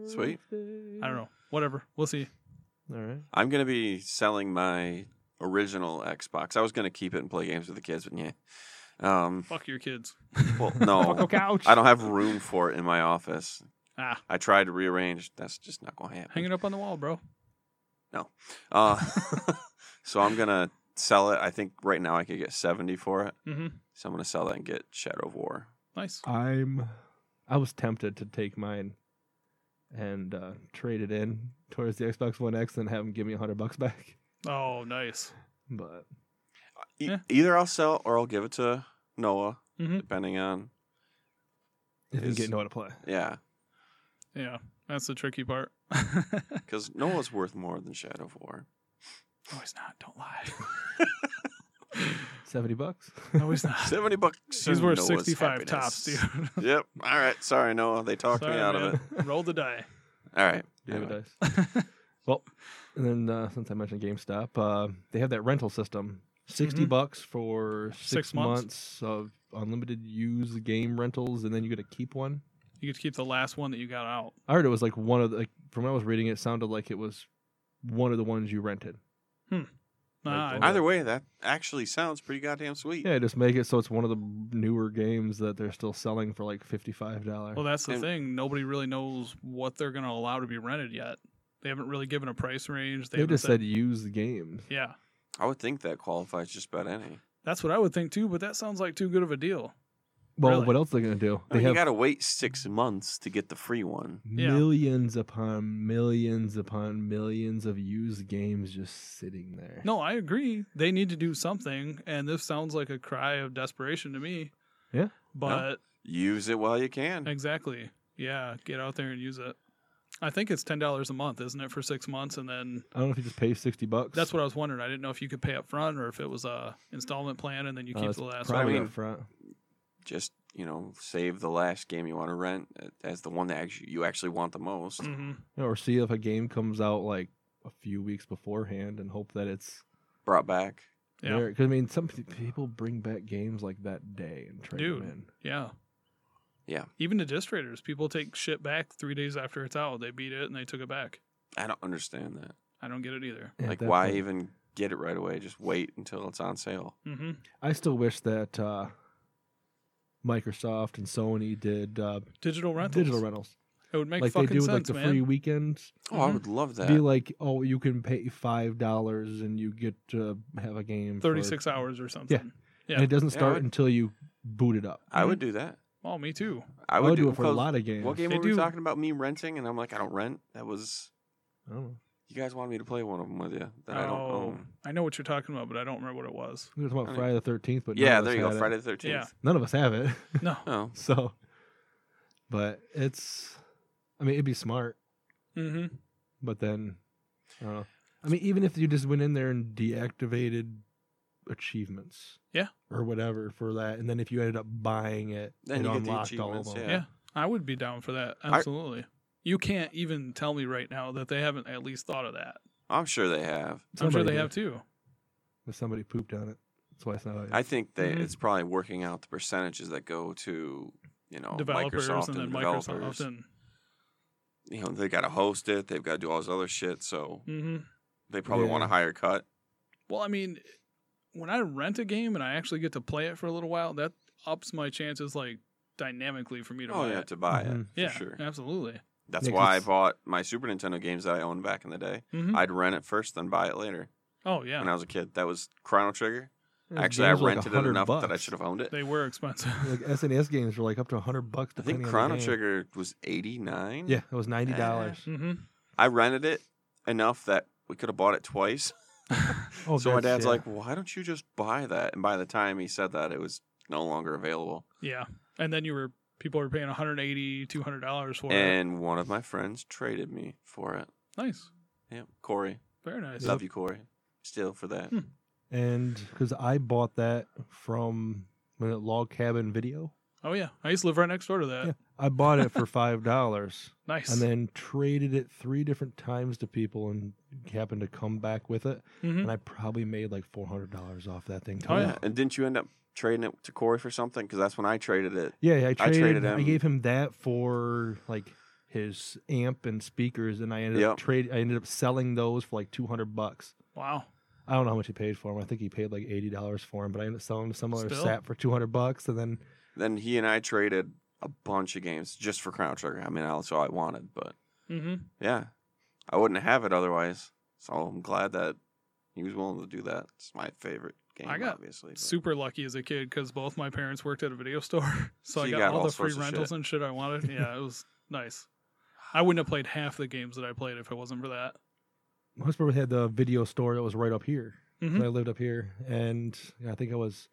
Speaker 3: Sweet.
Speaker 2: I don't know. Whatever. We'll see.
Speaker 1: All right.
Speaker 3: I'm gonna be selling my original Xbox. I was gonna keep it and play games with the kids, but yeah. Um,
Speaker 2: Fuck your kids. [LAUGHS]
Speaker 3: well,
Speaker 1: [LAUGHS]
Speaker 3: no,
Speaker 1: couch.
Speaker 3: I don't have room for it in my office.
Speaker 2: Ah,
Speaker 3: I tried to rearrange. That's just not gonna happen.
Speaker 2: hang it up on the wall, bro.
Speaker 3: Uh,
Speaker 2: [LAUGHS]
Speaker 3: [LAUGHS] so I'm gonna sell it. I think right now I could get seventy for it.
Speaker 2: Mm-hmm.
Speaker 3: So I'm gonna sell that and get Shadow of War.
Speaker 2: Nice.
Speaker 1: I'm. I was tempted to take mine and uh, trade it in towards the Xbox One X and have them give me a hundred bucks back, [LAUGHS]
Speaker 2: Oh, nice.
Speaker 1: but
Speaker 3: E-
Speaker 2: Yeah.
Speaker 3: Either I'll sell or I'll give it to Noah,
Speaker 2: Mhm.
Speaker 3: depending on
Speaker 1: I didn't
Speaker 3: Is-
Speaker 1: get no how to play.
Speaker 3: yeah,
Speaker 2: Yeah, that's the tricky part. [LAUGHS]
Speaker 3: because Noah's worth more than Shadow of
Speaker 2: [SIGHS]
Speaker 3: War.
Speaker 2: No, he's not. Don't lie.
Speaker 1: Seventy bucks. [LAUGHS]
Speaker 2: No, he's not.
Speaker 3: Seventy bucks.
Speaker 2: he's
Speaker 3: and
Speaker 2: worth
Speaker 3: Noah's
Speaker 2: 65
Speaker 3: happiness.
Speaker 2: tops, [LAUGHS] dude.
Speaker 3: yep. All right. Sorry, Noah. They talked
Speaker 2: Sorry,
Speaker 3: me out of it.
Speaker 2: man. Roll the [LAUGHS] die.
Speaker 3: All right.
Speaker 1: Do you have a
Speaker 3: Anyway.
Speaker 1: dice? well, and then uh, since I mentioned GameStop, uh, they have that rental system. 60
Speaker 2: Mhm.
Speaker 1: bucks for Mm-hmm. six,
Speaker 2: Six
Speaker 1: months.
Speaker 2: months.
Speaker 1: of unlimited use game rentals, and then you get to keep one.
Speaker 2: You get to keep the last one that you got out.
Speaker 1: I heard it was like one of the, like, from what I was reading, it sounded like it was one of the ones you rented.
Speaker 2: Nah,
Speaker 1: Like,
Speaker 2: I-
Speaker 3: Either way, that actually sounds pretty goddamn sweet.
Speaker 1: Yeah, just make it so it's one of the newer games that they're still selling for like $55.
Speaker 2: well, that's the
Speaker 3: And-
Speaker 2: thing. Nobody really knows what they're going to allow to be rented yet. They haven't really given a price range. They,
Speaker 1: they
Speaker 2: haven't
Speaker 1: just said used games.
Speaker 2: yeah.
Speaker 3: I would think that qualifies just about any.
Speaker 2: That's what I would think too, but that sounds like too good of a deal.
Speaker 1: Well,
Speaker 2: Really?
Speaker 1: what else are they going to do?
Speaker 3: I mean,
Speaker 1: They
Speaker 3: Oh, you
Speaker 1: have
Speaker 3: gotta wait six months to get the free one.
Speaker 2: Yeah.
Speaker 1: millions upon millions upon millions of used games just sitting there.
Speaker 2: No, I agree. They need to do something, and this sounds like a cry of desperation to me.
Speaker 1: Yeah.
Speaker 2: But
Speaker 3: Use it while you can.
Speaker 2: exactly. Yeah, get out there and use it. I think it's ten dollars a month, isn't it, for six months? And then
Speaker 1: I don't know if you just pay sixty bucks.
Speaker 2: that's what I was wondering. I didn't know if you could pay up front or if it was a installment plan and then you
Speaker 1: Uh,
Speaker 2: keep
Speaker 1: it's
Speaker 2: the last
Speaker 1: probably
Speaker 3: mean.
Speaker 1: up front.
Speaker 3: Just you know, save the last game you want to rent uh, as the one that actually you actually want the most.
Speaker 2: one. hmm
Speaker 1: You know, or see if a game comes out like a few weeks beforehand and hope that it's
Speaker 3: Brought back.
Speaker 2: Yeah.
Speaker 1: there. 'Cause, I mean, some pe- people bring back games like that day and trade
Speaker 2: Dude.
Speaker 1: them in.
Speaker 2: Yeah.
Speaker 3: Yeah.
Speaker 2: Even to disc traders, people take shit back three days after it's out. They beat it and they took it back.
Speaker 3: I don't understand that.
Speaker 2: I don't get it either.
Speaker 1: Yeah,
Speaker 3: like,
Speaker 1: that's
Speaker 3: why
Speaker 1: it.
Speaker 3: even get it right away? Just wait until it's on sale.
Speaker 2: hmm
Speaker 1: I still wish that uh, Microsoft and Sony did uh,
Speaker 2: Digital rentals.
Speaker 1: digital rentals,
Speaker 2: It would make
Speaker 1: like they
Speaker 2: fucking
Speaker 1: do with like
Speaker 2: sense,
Speaker 1: the
Speaker 2: man.
Speaker 1: free weekends.
Speaker 3: Oh, I
Speaker 2: Mhm.
Speaker 3: would love that.
Speaker 1: Mm-hmm. Be like, oh, you can pay five dollars and you get to have a game. for-
Speaker 2: 36 hours or something. Yeah.
Speaker 1: And it doesn't
Speaker 3: Yeah, I
Speaker 1: start
Speaker 3: would-
Speaker 1: until you boot it up.
Speaker 3: I would do that.
Speaker 2: Oh, me too.
Speaker 1: I
Speaker 3: I
Speaker 1: would,
Speaker 3: would
Speaker 1: do, it for a
Speaker 3: because
Speaker 1: lot of games.
Speaker 3: What game
Speaker 2: They
Speaker 3: were we
Speaker 2: do.
Speaker 3: talking about? Me renting, and I'm like, I don't rent. That was
Speaker 1: I don't know.
Speaker 3: you guys wanted me to play one of them with you that I don't
Speaker 2: Oh,
Speaker 3: own.
Speaker 2: I know what you're talking about, but I don't remember what it was.
Speaker 1: We were talking
Speaker 3: I
Speaker 1: about
Speaker 3: mean-
Speaker 1: Friday the Thirteenth, but none
Speaker 3: yeah,
Speaker 1: of
Speaker 3: there
Speaker 1: us
Speaker 3: you go.
Speaker 1: had it.
Speaker 3: Friday the Thirteenth.
Speaker 2: Yeah.
Speaker 1: None of us have it,
Speaker 3: [LAUGHS]
Speaker 2: No.
Speaker 3: Oh,
Speaker 1: [LAUGHS] so. But it's, I mean, it'd be smart,
Speaker 2: hmm
Speaker 1: but then, I don't know. I mean, even if you just went in there and deactivated achievements,
Speaker 2: Yeah.
Speaker 1: or whatever for that, and then if you ended up buying it,
Speaker 3: Then
Speaker 1: it
Speaker 3: you get the
Speaker 1: unlocked all of
Speaker 3: achievements,
Speaker 1: them.
Speaker 3: yeah.
Speaker 2: Yeah. I would be down for that.
Speaker 3: I-
Speaker 2: Absolutely. you can't even tell me right now that they haven't at least thought of that.
Speaker 3: I'm sure they have.
Speaker 2: I'm sure
Speaker 1: Somebody
Speaker 2: they
Speaker 1: did.
Speaker 2: have too.
Speaker 1: But somebody pooped on it. That's why it's not. out yet.
Speaker 3: I think they
Speaker 2: Mhm.
Speaker 3: it's probably working out the percentages that go to you know
Speaker 2: developers
Speaker 3: Oh, Microsoft
Speaker 2: and
Speaker 3: and,
Speaker 2: then
Speaker 3: developers.
Speaker 2: Microsoft and
Speaker 3: You know they got to host it. They've got to do all this other shit. So
Speaker 2: hmm
Speaker 3: they probably want a
Speaker 1: Mm. Yeah.
Speaker 3: higher cut.
Speaker 2: well, I mean, when I rent a game and I actually get to play it for a little while, that ups my chances like dynamically for me to
Speaker 3: Oh,
Speaker 2: buy
Speaker 3: you have
Speaker 2: it.
Speaker 3: to buy
Speaker 1: Mhm.
Speaker 3: it for
Speaker 2: yeah,
Speaker 3: sure.
Speaker 2: absolutely.
Speaker 3: That's
Speaker 1: Yeah,
Speaker 3: why I
Speaker 1: 'cause- Mm.
Speaker 3: bought my Super Nintendo games that I owned back in the day.
Speaker 2: Mhm.
Speaker 3: I'd rent it first, then buy it later.
Speaker 2: Oh yeah,
Speaker 3: when I was a kid. That was Chrono Trigger.
Speaker 1: Those
Speaker 3: Actually, I
Speaker 1: games were like
Speaker 3: rented it
Speaker 1: 100
Speaker 3: enough that I
Speaker 1: bucks.
Speaker 3: should [LAUGHS] have owned it.
Speaker 2: they were
Speaker 1: [LAUGHS]
Speaker 2: expensive.
Speaker 1: Like
Speaker 2: [LAUGHS]
Speaker 1: SNES games were like up to hundred bucks.
Speaker 3: I think
Speaker 1: depending on the
Speaker 3: Chrono
Speaker 1: game.
Speaker 3: Trigger Eh. was eighty nine.
Speaker 1: Yeah, it was ninety dollars.
Speaker 2: hmm
Speaker 3: [LAUGHS] I rented it enough that we could have bought it twice.
Speaker 1: Oh,
Speaker 3: so
Speaker 1: that's-
Speaker 3: my dad's
Speaker 1: yeah.
Speaker 3: like, "Why don't you just buy that?" And by the time he said that, it was no longer available.
Speaker 2: Yeah, and then you were people were paying 180 200 dollars for it.
Speaker 3: And one of my friends traded me for it.
Speaker 2: Nice,
Speaker 3: Yeah, Corey,
Speaker 2: very nice.
Speaker 3: love you, Corey. Still for that.
Speaker 2: Hmm.
Speaker 1: and because I bought that from when it log cabin video,
Speaker 2: Oh yeah, I used to live right next door to that.
Speaker 1: Yeah. I bought
Speaker 3: [LAUGHS]
Speaker 1: it for five dollars
Speaker 2: Nice.
Speaker 1: and then traded it three different times to people and happened to come back with it,
Speaker 2: Mhm.
Speaker 1: and I probably made like four hundred dollars off that thing.
Speaker 2: Oh,
Speaker 1: total.
Speaker 2: yeah.
Speaker 3: And didn't you end up trading it to Corey for something? Because that's when I traded it.
Speaker 1: Yeah, yeah, I traded. I,
Speaker 3: traded him-
Speaker 1: gave him that for like his amp and speakers, and I ended
Speaker 3: Yep.
Speaker 1: up trade. I ended up selling those for like two hundred bucks.
Speaker 2: Wow.
Speaker 1: I don't know how much he paid for them. I think he paid like eighty dollars for them, but I ended up selling them to some other
Speaker 2: Still.
Speaker 1: sap for two hundred bucks, and then
Speaker 3: Then he and I traded a bunch of games just for Crown Trigger. I mean, that's all I wanted, but
Speaker 2: hmm
Speaker 3: yeah, I wouldn't have it otherwise. So I'm glad that he was willing to do that. It's my favorite game,
Speaker 2: I got
Speaker 3: obviously. but-
Speaker 2: Super lucky as a kid because both my parents worked at a video store, [LAUGHS]
Speaker 3: So
Speaker 2: so, I
Speaker 3: you
Speaker 2: got,
Speaker 3: got
Speaker 2: all,
Speaker 3: all
Speaker 2: the free
Speaker 3: sorts of
Speaker 2: rentals
Speaker 3: shit.
Speaker 2: and shit I wanted. Yeah, it was nice. I wouldn't have played half the games that I played if it wasn't for that.
Speaker 1: my husband had the video store that was right up here.
Speaker 2: Mhm.
Speaker 1: So I lived up here, and I think I was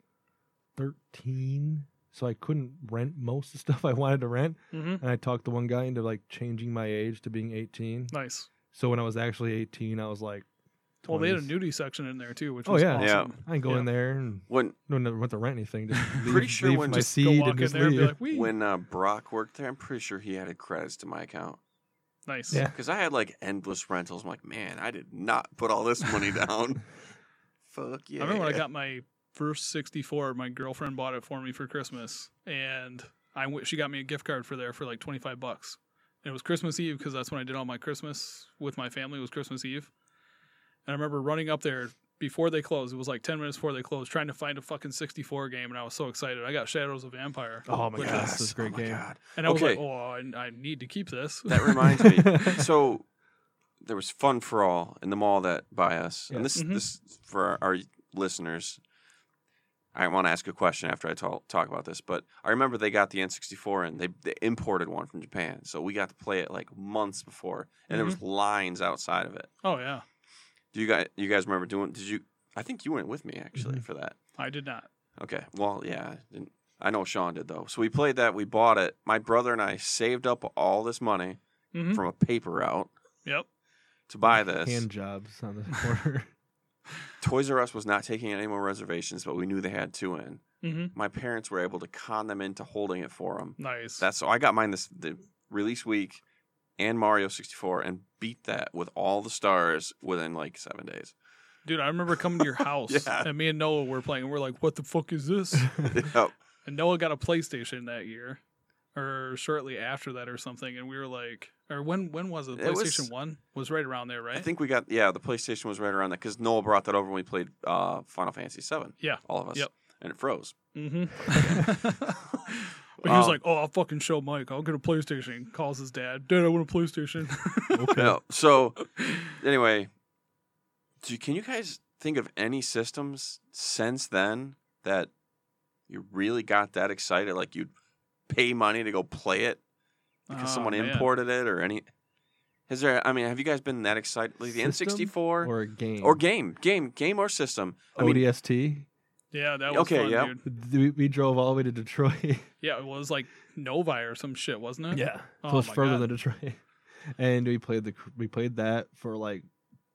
Speaker 1: thirteen, so I couldn't rent most of the [LAUGHS] stuff I wanted to rent.
Speaker 2: hmm
Speaker 1: And I talked the one guy into like changing my age to being eighteen.
Speaker 2: Nice.
Speaker 1: So when I was actually eighteen, I was like,
Speaker 2: Well, they had a
Speaker 1: 20s.
Speaker 2: nudie section in there too, which
Speaker 1: Oh,
Speaker 2: was
Speaker 1: yeah.
Speaker 3: Yeah.
Speaker 2: awesome.
Speaker 1: I can go
Speaker 2: Yeah.
Speaker 1: in there and
Speaker 3: When
Speaker 1: don't never want to rent anything.
Speaker 3: [LAUGHS]
Speaker 1: Just leave,
Speaker 3: Pretty sure
Speaker 1: leave
Speaker 3: when-
Speaker 1: my
Speaker 3: Just
Speaker 2: Go
Speaker 1: seed
Speaker 2: walk
Speaker 1: and
Speaker 2: in
Speaker 1: just
Speaker 2: there and
Speaker 1: leave.
Speaker 2: be like, "Wee."
Speaker 3: when uh, Brock worked there, I'm pretty sure he added credits to my account
Speaker 2: nice.
Speaker 1: Yeah.
Speaker 3: because I had like endless rentals. I'm like, man, I did not put all this
Speaker 1: [LAUGHS]
Speaker 3: money down. Fuck yeah!
Speaker 2: I remember when I got my first 64, my girlfriend bought it for me for Christmas, and I w- she got me a gift card for there for like 25 bucks. And it was Christmas Eve because that's when I did all my Christmas with my family was Christmas Eve. And I remember running up there before they closed. It was like 10 minutes before they closed, trying to find a fucking 64 game, and I was so excited. I got Shadows of Vampire.
Speaker 1: [LAUGHS] Oh my
Speaker 2: which
Speaker 1: God,
Speaker 2: was-
Speaker 1: this is a great
Speaker 3: my
Speaker 1: game.
Speaker 3: God.
Speaker 2: And I was like,
Speaker 3: Okay.
Speaker 2: oh, I, I need to keep this. [LAUGHS]
Speaker 3: That reminds me. so there was Fun for All in the mall that by us,
Speaker 1: Yeah.
Speaker 3: and this
Speaker 2: Mhm.
Speaker 3: this for our, our listeners. I want to ask a question after I talk talk about this, but I remember they got the N64 and they, they imported one from Japan, so we got to play it like months before, and there was lines outside of it.
Speaker 2: oh, yeah.
Speaker 3: Do you guys you guys remember doing? Did you? I think you went with me actually
Speaker 1: Mhm.
Speaker 3: for that.
Speaker 2: I did not.
Speaker 3: Okay. Well, yeah. I didn't- I know Sean did though. So we played that. We bought it. My brother and I saved up all this money
Speaker 2: hmm
Speaker 3: from a paper route
Speaker 2: Yep.
Speaker 3: to buy this.
Speaker 1: Hand jobs on
Speaker 3: [LAUGHS]
Speaker 1: the corner.
Speaker 3: Toys R Us was not taking any more reservations, but we knew they had two in.
Speaker 2: hmm
Speaker 3: My parents were able to con them into holding it for them.
Speaker 2: Nice.
Speaker 3: That's so I got mine this the release week and Mario 64 and beat that with all the stars within like seven days.
Speaker 2: Dude, I remember coming
Speaker 3: [LAUGHS]
Speaker 2: to your house
Speaker 3: Yeah.
Speaker 2: and me and Noah were playing. And we're like, what the fuck is this?
Speaker 3: Yep.
Speaker 2: and Noah got a PlayStation that year or shortly after that or something. And we were like, or when when was it? The
Speaker 3: It was-
Speaker 2: PlayStation 1 was right around there, right?
Speaker 3: I think we got yeah. The PlayStation was right around that because Noel brought that over when we played uh, Final Fantasy Seven.
Speaker 2: Yeah.
Speaker 3: all of us.
Speaker 2: Yep.
Speaker 3: and it froze.
Speaker 2: Mm-hmm. [LAUGHS] but he was
Speaker 3: Wow.
Speaker 2: like, oh, I'll fucking show Mike. I'll get a PlayStation. Calls his dad. Dad, I want a PlayStation.
Speaker 1: okay.
Speaker 3: No. So anyway, do you- can you guys think of any systems since then that you really got that excited? Like you'd pay money to go play it [LAUGHS] because
Speaker 2: Oh,
Speaker 3: someone
Speaker 2: man.
Speaker 3: imported it or any. Is there? I mean, have you guys been that excited? Like the N sixty
Speaker 1: System
Speaker 3: four
Speaker 1: [LAUGHS] or a game Oh,
Speaker 3: or game, game, game or system. I mean,
Speaker 1: ODST.
Speaker 2: Yeah, that was
Speaker 3: Okay,
Speaker 2: fun,
Speaker 3: yeah.
Speaker 2: dude.
Speaker 1: We, we drove all the way to Detroit.
Speaker 2: Yeah, it was like Novi or some shit, wasn't it?
Speaker 1: Yeah, so
Speaker 2: Oh
Speaker 1: it was
Speaker 2: my
Speaker 1: further
Speaker 2: God.
Speaker 1: than Detroit, and we played the we played that for like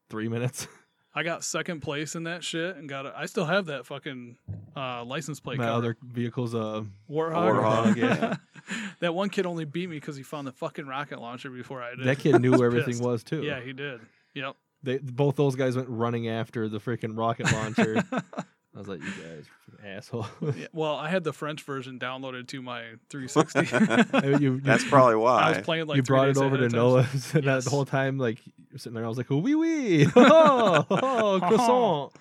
Speaker 1: three
Speaker 2: [LAUGHS]
Speaker 1: minutes.
Speaker 2: I got second place in that shit and got a, I still have that fucking uh, license plate
Speaker 1: My
Speaker 2: cover.
Speaker 1: other vehicles, uh,
Speaker 2: Warhog.
Speaker 1: Warhog, yeah.
Speaker 3: [LAUGHS]
Speaker 2: [LAUGHS] that one kid only beat me because he found the fucking rocket launcher before I did.
Speaker 1: that kid
Speaker 2: [LAUGHS]
Speaker 1: knew where
Speaker 2: Pissed.
Speaker 1: everything was too.
Speaker 2: Yeah, he did. Yep.
Speaker 1: they both those guys went running after the freaking rocket launcher. I was like, you guys, are assholes.
Speaker 2: [LAUGHS] Yeah, well, I had the French version downloaded to my
Speaker 3: [LAUGHS]
Speaker 2: 360.
Speaker 1: [LAUGHS] [LAUGHS]
Speaker 2: [LAUGHS]
Speaker 1: I mean, you, you-
Speaker 3: that's probably
Speaker 2: I
Speaker 3: why.
Speaker 2: was playing like
Speaker 1: you
Speaker 2: three
Speaker 1: brought it
Speaker 2: days
Speaker 1: over
Speaker 2: ahead
Speaker 1: to
Speaker 2: of time.
Speaker 1: Noah's, [LAUGHS] and
Speaker 2: Yes.
Speaker 1: the whole time, like sitting there, I was like, "Wee wee, [LAUGHS] oh,
Speaker 2: [LAUGHS]
Speaker 1: oh, croissant."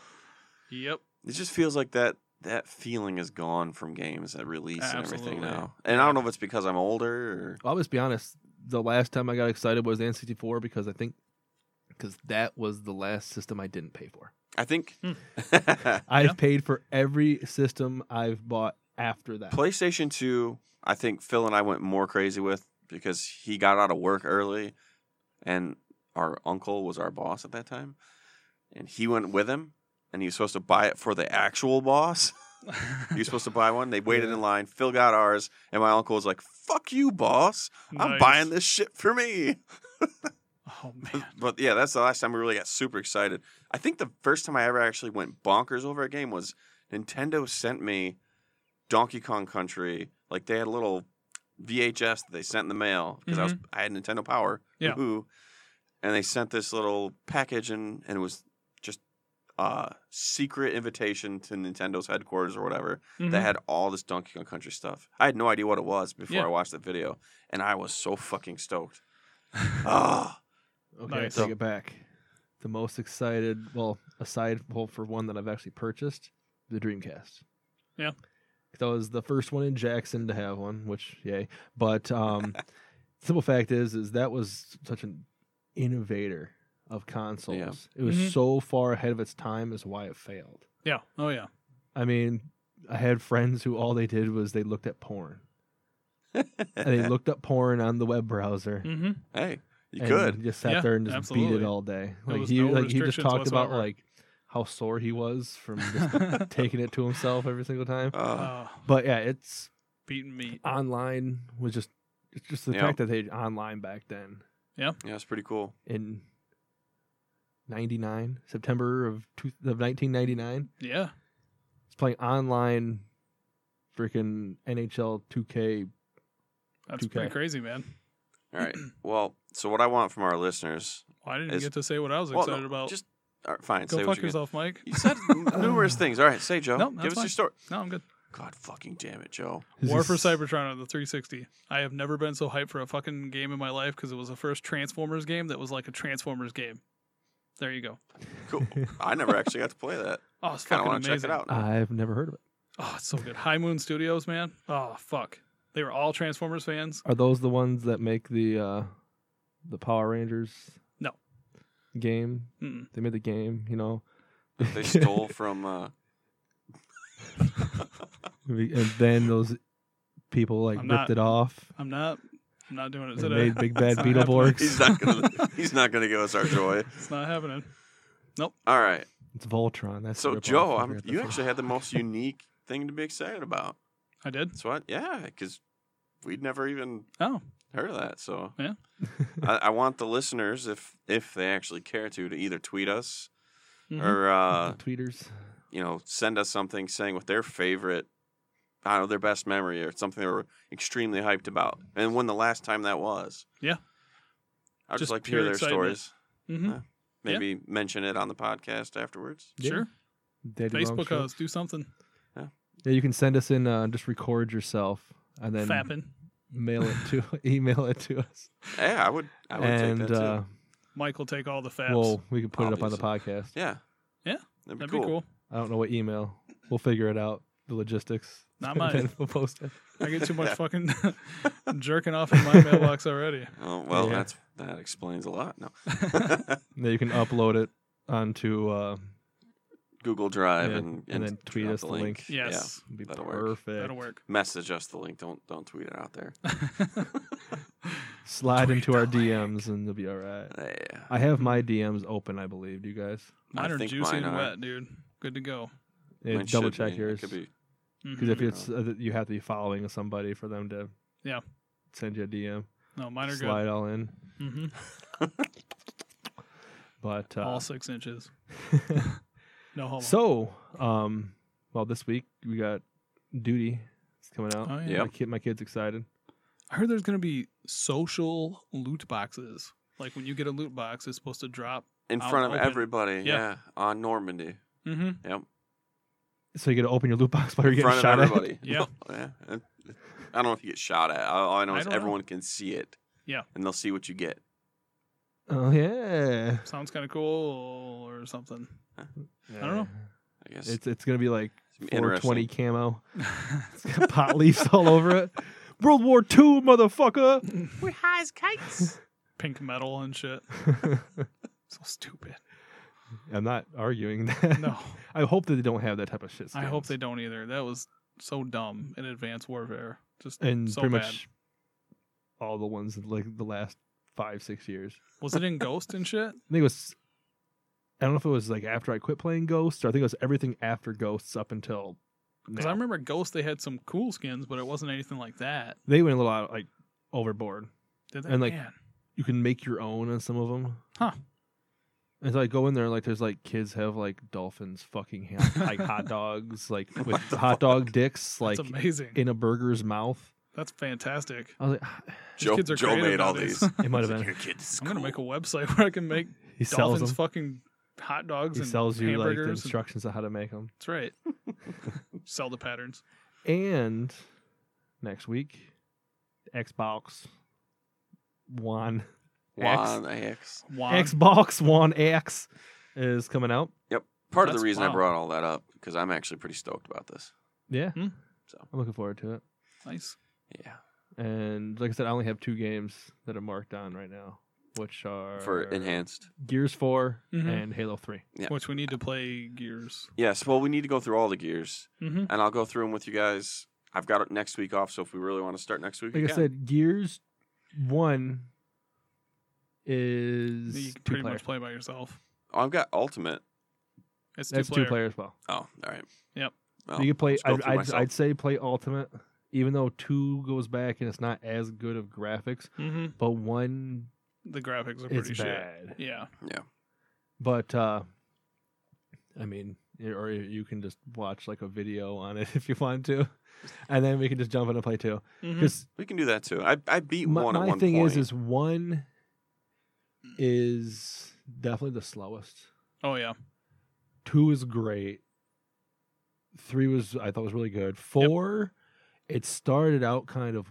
Speaker 2: Yep.
Speaker 3: it just feels like that that feeling is gone from games at release and everything
Speaker 2: Absolutely.
Speaker 3: now. And I don't know if it's because I'm older or
Speaker 1: I'll just be honest. The last time I got excited was the N64 because I think because that was the last system I didn't pay for.
Speaker 3: I think
Speaker 2: Hmm.
Speaker 3: [LAUGHS]
Speaker 1: I've
Speaker 2: Yeah.
Speaker 1: paid for every system I've bought after that.
Speaker 3: PlayStation 2, I think Phil and I went more crazy with because he got out of work early and our uncle was our boss at that time. And he went with him and he was supposed to buy it for the actual boss. he
Speaker 2: [LAUGHS]
Speaker 3: was supposed to buy one. They waited
Speaker 1: Yeah.
Speaker 3: in line. Phil got ours. And my uncle was like, fuck you, boss. I'm buying
Speaker 2: Nice.
Speaker 3: this shit for me.
Speaker 2: Oh
Speaker 3: [LAUGHS]
Speaker 2: man,
Speaker 3: But yeah, that's the last time we really got super excited. I think the first time I ever actually went bonkers over a game was Nintendo sent me Donkey Kong Country. Like they had a little VHS that they sent in the mail because I was I had Nintendo Power.
Speaker 2: Mm-hmm. Yeah.
Speaker 3: woohoo. And they sent this little package and and it was just a secret invitation to Nintendo's headquarters or whatever that
Speaker 2: Mhm.
Speaker 3: had all this Donkey Kong Country stuff. I had no idea what it was before
Speaker 2: Yeah.
Speaker 3: I watched the video, and I was so fucking
Speaker 2: [LAUGHS]
Speaker 3: stoked. Ah.
Speaker 1: Okay,
Speaker 2: Nice.
Speaker 1: I take it back. The most excited, well, aside well, for one that I've actually purchased, the Dreamcast.
Speaker 2: Yeah.
Speaker 1: That was the first one in Jackson to have one, which yay. But um simple fact is is that was such an innovator of consoles. It was
Speaker 2: Mhm.
Speaker 1: so far ahead of its time is why it failed.
Speaker 2: yeah. Oh yeah.
Speaker 1: I mean, I had friends who all they did was they looked at porn. And
Speaker 3: Eh.
Speaker 1: they looked up porn on the web browser [LAUGHS]
Speaker 2: hmm
Speaker 3: hey, you
Speaker 1: and
Speaker 3: could.
Speaker 1: just sat
Speaker 2: Yeah,
Speaker 1: there and just beat
Speaker 2: absolutely.
Speaker 1: it all day.
Speaker 2: There
Speaker 1: Like
Speaker 2: was
Speaker 1: he,
Speaker 2: no
Speaker 1: like he just
Speaker 2: restrictions
Speaker 1: talked about
Speaker 2: whatsoever.
Speaker 1: like how sore he was
Speaker 2: [LAUGHS]
Speaker 1: from just taking it to himself every single time.
Speaker 3: Uh,
Speaker 2: oh,
Speaker 1: But yeah, it's
Speaker 2: beating meat.
Speaker 1: online was just it's just the
Speaker 3: Yeah.
Speaker 1: fact that they did online back then
Speaker 3: yeah, it's pretty
Speaker 2: [CLEARS THROAT]
Speaker 3: cool.
Speaker 1: in '99, September of two, of 1999.
Speaker 2: Yeah.
Speaker 1: It's playing online, freaking NHL 2K.
Speaker 2: That's
Speaker 1: 2K.
Speaker 2: pretty crazy, man.
Speaker 3: All right. Well, so what I want from our listeners,
Speaker 2: Well, I didn't
Speaker 3: It's-
Speaker 2: get to say what I was
Speaker 3: well,
Speaker 2: excited
Speaker 3: no,
Speaker 2: about.
Speaker 3: just all right, fine.
Speaker 2: Go
Speaker 3: say
Speaker 2: fuck
Speaker 3: what you,
Speaker 2: yourself, Mike.
Speaker 3: you said
Speaker 2: [LAUGHS]
Speaker 3: numerous things. All right, say Joe.
Speaker 2: No,
Speaker 3: Give us
Speaker 2: that's
Speaker 3: your
Speaker 2: fine.
Speaker 3: story.
Speaker 2: No, I'm good.
Speaker 3: God fucking damn it, Joe.
Speaker 2: War
Speaker 1: This
Speaker 2: for
Speaker 1: is-
Speaker 2: Cybertron on the 360. I have never been so hyped for a fucking game in my life because it was the first Transformers game that was like a Transformers game. There you go.
Speaker 3: Cool. I never actually got to play
Speaker 2: [LAUGHS]
Speaker 3: that.
Speaker 2: Oh, it's
Speaker 3: Kind of
Speaker 2: fucking
Speaker 3: want to
Speaker 2: amazing.
Speaker 3: check it out.
Speaker 1: [LAUGHS]
Speaker 3: now.
Speaker 1: I've never heard of it.
Speaker 2: Oh, it's so good. High Moon Studios, man. Oh, fuck. They were all Transformers fans.
Speaker 1: Are those the ones that make the uh the Power Rangers?
Speaker 2: No.
Speaker 1: Game.
Speaker 2: Mm-mm.
Speaker 1: They made the game, you know. [LAUGHS]
Speaker 3: they stole from. Uh,
Speaker 1: and then those people like
Speaker 2: I'm
Speaker 1: ripped
Speaker 2: not-
Speaker 1: it off
Speaker 2: I'm not. I'm not doing it
Speaker 1: and
Speaker 2: today.
Speaker 1: made
Speaker 2: [LAUGHS]
Speaker 1: big bad
Speaker 2: not
Speaker 1: Beetleborgs.
Speaker 3: he's not gonna.
Speaker 1: [LAUGHS]
Speaker 3: he's not gonna give us our joy.
Speaker 2: [LAUGHS] It's not happening.
Speaker 3: All right.
Speaker 1: It's Voltron. That's
Speaker 3: So
Speaker 1: the ripoff.
Speaker 3: Joe,
Speaker 1: I
Speaker 3: I'm,
Speaker 1: forgot the
Speaker 3: you
Speaker 1: fuck.
Speaker 3: actually had
Speaker 1: [LAUGHS]
Speaker 3: the most unique thing to be excited about.
Speaker 2: I did.
Speaker 3: That's what. Yeah, because we'd never even
Speaker 2: Oh,
Speaker 3: heard of that. So
Speaker 2: Yeah.
Speaker 3: [LAUGHS] I, I want the listeners, if if they actually care to, to either tweet us
Speaker 1: Mm-hmm.
Speaker 2: Mhm.
Speaker 3: or uh,
Speaker 1: tweeters.
Speaker 3: you know send us something saying what their favorite, I don't know, their best memory or something they were extremely hyped about, and when the last time that was.
Speaker 2: Yeah.
Speaker 3: I'd just,
Speaker 2: Just
Speaker 3: like to hear
Speaker 2: pure
Speaker 3: their
Speaker 2: excitement.
Speaker 3: stories.
Speaker 2: Mhm. Yeah.
Speaker 3: Maybe mention it on the podcast afterwards.
Speaker 1: Yeah.
Speaker 2: sure.
Speaker 1: Daddy Long
Speaker 2: Facebook
Speaker 1: Show.
Speaker 2: us. Do something.
Speaker 1: Yeah, you can send us in. Uh, just record yourself and then
Speaker 2: Fapping.
Speaker 1: mail it to [LAUGHS] email it to us.
Speaker 3: Yeah, I would. I would
Speaker 1: and
Speaker 3: take that too.
Speaker 1: uh,
Speaker 2: Mike will take all the faps.
Speaker 1: well, we can put it up on the podcast.
Speaker 3: yeah.
Speaker 2: yeah,
Speaker 3: That'd be
Speaker 2: That'd
Speaker 3: cool.
Speaker 2: be cool.
Speaker 1: I don't know what email. We'll figure it out. The logistics. [LAUGHS]
Speaker 2: Not
Speaker 1: And
Speaker 2: mine.
Speaker 1: then we'll post it.
Speaker 2: I
Speaker 3: [LAUGHS]
Speaker 2: get too much fucking [LAUGHS] jerking off in my mailbox already.
Speaker 3: Oh well,
Speaker 1: Yeah.
Speaker 3: that's that explains a lot. No,
Speaker 1: And then you can upload it onto. Uh,
Speaker 3: Google Drive
Speaker 1: Yeah,
Speaker 3: and,
Speaker 1: and then tweet
Speaker 3: drop
Speaker 1: us the link.
Speaker 3: [LAUGHS] Yeah.
Speaker 2: Yes,
Speaker 1: it'll be
Speaker 3: That'll work.
Speaker 1: perfect.
Speaker 2: that'll work.
Speaker 3: Message us the link. Don't don't tweet it out
Speaker 2: [LAUGHS]
Speaker 3: there. Uh,
Speaker 1: Slide
Speaker 2: Tweet
Speaker 1: into
Speaker 2: the
Speaker 1: our
Speaker 2: link.
Speaker 1: DMs and you'll be all right.
Speaker 3: Yeah.
Speaker 1: I have my DMs open, I believe. Do you guys?
Speaker 2: Mine are
Speaker 3: think
Speaker 2: juicy
Speaker 3: mine
Speaker 2: and
Speaker 3: are.
Speaker 2: wet, dude. Good to go.
Speaker 1: Yeah,
Speaker 3: Mine
Speaker 1: double
Speaker 3: should
Speaker 1: check
Speaker 3: be. It
Speaker 1: yours
Speaker 3: Could
Speaker 1: because
Speaker 3: be.
Speaker 2: Mhm.
Speaker 1: if it's uh, you have to be following somebody for them to
Speaker 2: Yeah.
Speaker 1: send you a DM,
Speaker 2: no, mine are
Speaker 1: slide all in.
Speaker 2: good. hmm
Speaker 1: But uh, [LAUGHS]
Speaker 2: All six inches. No homo.
Speaker 1: so, um, well, this week we got Duty. It's coming out.
Speaker 2: Oh, yeah.
Speaker 1: My,
Speaker 3: Yep.
Speaker 1: kid, my kid's excited.
Speaker 2: I heard there's gonna be social loot boxes. Like when you get a loot box, it's supposed to drop.
Speaker 3: In
Speaker 2: Out
Speaker 3: front of
Speaker 2: open.
Speaker 3: everybody. Yeah.
Speaker 2: Yeah.
Speaker 3: On Normandy.
Speaker 2: Mm-hmm.
Speaker 3: Yep.
Speaker 1: So you got to open your loot box [LAUGHS] while you're
Speaker 3: In
Speaker 1: getting
Speaker 3: front of
Speaker 1: shot at.
Speaker 3: everybody.
Speaker 2: [LAUGHS] Yeah.
Speaker 3: [LAUGHS] yeah. And- I don't know if you get shot at. All all I know
Speaker 2: I
Speaker 3: is
Speaker 2: don't know.
Speaker 3: everyone can see it.
Speaker 2: Yeah.
Speaker 3: And they'll see what you get.
Speaker 1: Oh yeah.
Speaker 2: Sounds kind of cool
Speaker 1: [LAUGHS]
Speaker 2: or something.
Speaker 1: I
Speaker 2: don't know.
Speaker 3: I guess.
Speaker 1: It's it's gonna be like
Speaker 3: It's
Speaker 1: 420
Speaker 3: interesting.
Speaker 1: camo. [LAUGHS] It's got pot leaves all over it. World War II, motherfucker.
Speaker 2: Pink metal and shit. So
Speaker 1: [LAUGHS]
Speaker 2: stupid.
Speaker 1: [LAUGHS] I'm not arguing that.
Speaker 2: No,
Speaker 1: [LAUGHS] I hope that they don't have that type of shit.
Speaker 2: I hope they
Speaker 1: skins.
Speaker 2: don't either. That was so dumb in Advanced Warfare. Just
Speaker 1: And
Speaker 2: so
Speaker 1: pretty
Speaker 2: bad.
Speaker 1: much all the ones in, like the last five six years.
Speaker 2: Was it in Ghost and shit?
Speaker 1: I think it was. I don't know if it was like after I quit playing Ghosts, or I think it was everything after Ghosts up until.
Speaker 2: Because
Speaker 1: now.
Speaker 2: I remember Ghost, they had some cool skins, but it wasn't anything like that.
Speaker 1: they went a little out like overboard.
Speaker 2: Did they?
Speaker 1: And, like,
Speaker 2: Man.
Speaker 1: You can make your own on some of them.
Speaker 2: Huh.
Speaker 1: And so I go in there, like there's like kids have like dolphins fucking hand,
Speaker 2: [LAUGHS]
Speaker 1: like hot dogs, like with
Speaker 3: the
Speaker 1: hot dog dicks, like
Speaker 2: that's amazing.
Speaker 1: in a burger's mouth.
Speaker 2: that's fantastic.
Speaker 1: I was like, [SIGHS]
Speaker 2: These
Speaker 3: Joe,
Speaker 2: kids are
Speaker 3: Joe
Speaker 2: creative
Speaker 3: made all
Speaker 2: nowadays. [LAUGHS]
Speaker 3: these.
Speaker 1: it might have been.
Speaker 3: Your kid is
Speaker 2: I'm gonna
Speaker 3: cool.
Speaker 2: make a website [LAUGHS] where I can make
Speaker 1: He sells
Speaker 2: dolphins
Speaker 1: them.
Speaker 2: fucking hot dogs
Speaker 1: He
Speaker 2: and
Speaker 1: sells you like the
Speaker 2: hamburgers. and-
Speaker 1: instructions on how to make them. [LAUGHS]
Speaker 2: that's right. Sell the patterns.
Speaker 1: And next week, Xbox One
Speaker 3: Juan X.
Speaker 2: Juan,
Speaker 1: Xbox One X is coming out.
Speaker 3: Part of the
Speaker 2: That's-
Speaker 3: reason
Speaker 2: wow.
Speaker 3: I brought all that up because I'm actually pretty stoked about this.
Speaker 1: Yeah,
Speaker 2: Hmm.
Speaker 3: So.
Speaker 1: I'm looking forward to it.
Speaker 2: nice.
Speaker 3: Yeah.
Speaker 1: And like I said, I only have two games that are marked on right now, which are
Speaker 3: For
Speaker 2: Uh,
Speaker 3: enhanced.
Speaker 1: Gears 4
Speaker 2: Mhm.
Speaker 1: and Halo Three.
Speaker 3: Yeah.
Speaker 2: Which we need to play Gears.
Speaker 3: Yes. Well, we need to go through all the gears,
Speaker 2: Mm-hmm.
Speaker 3: and I'll go through them with you guys. I've got it next week off, so if we really want to start next week,
Speaker 1: Like
Speaker 3: we
Speaker 1: I
Speaker 3: can.
Speaker 1: said, Gears One is
Speaker 2: You
Speaker 1: two
Speaker 2: can pretty
Speaker 1: player.
Speaker 2: much play by yourself.
Speaker 3: Oh, I've got Ultimate.
Speaker 2: It's two
Speaker 1: That's
Speaker 2: player.
Speaker 1: two player as well.
Speaker 3: Oh, all right.
Speaker 2: Yep.
Speaker 3: Well,
Speaker 1: So you can play.
Speaker 3: let's go
Speaker 1: I'd,
Speaker 3: Oh, through
Speaker 1: I'd,
Speaker 3: myself.
Speaker 1: I'd say play Ultimate, even though two goes back and it's not as good of graphics,
Speaker 2: Mm-hmm.
Speaker 1: but one
Speaker 2: The graphics are
Speaker 1: is
Speaker 2: pretty shit.
Speaker 1: bad.
Speaker 2: Yeah.
Speaker 1: But uh I mean, or you can just watch like a video on it [LAUGHS] if you want to, and then we can just jump in and play two.
Speaker 2: Mhm.
Speaker 1: Because
Speaker 3: we can do that too. I, I beat
Speaker 1: my,
Speaker 3: one at
Speaker 1: my
Speaker 3: one
Speaker 1: thing
Speaker 3: point.
Speaker 1: is, is one is definitely the slowest.
Speaker 2: Oh yeah.
Speaker 1: Two is great. Three was I thought was really good. Four, it started out kind of,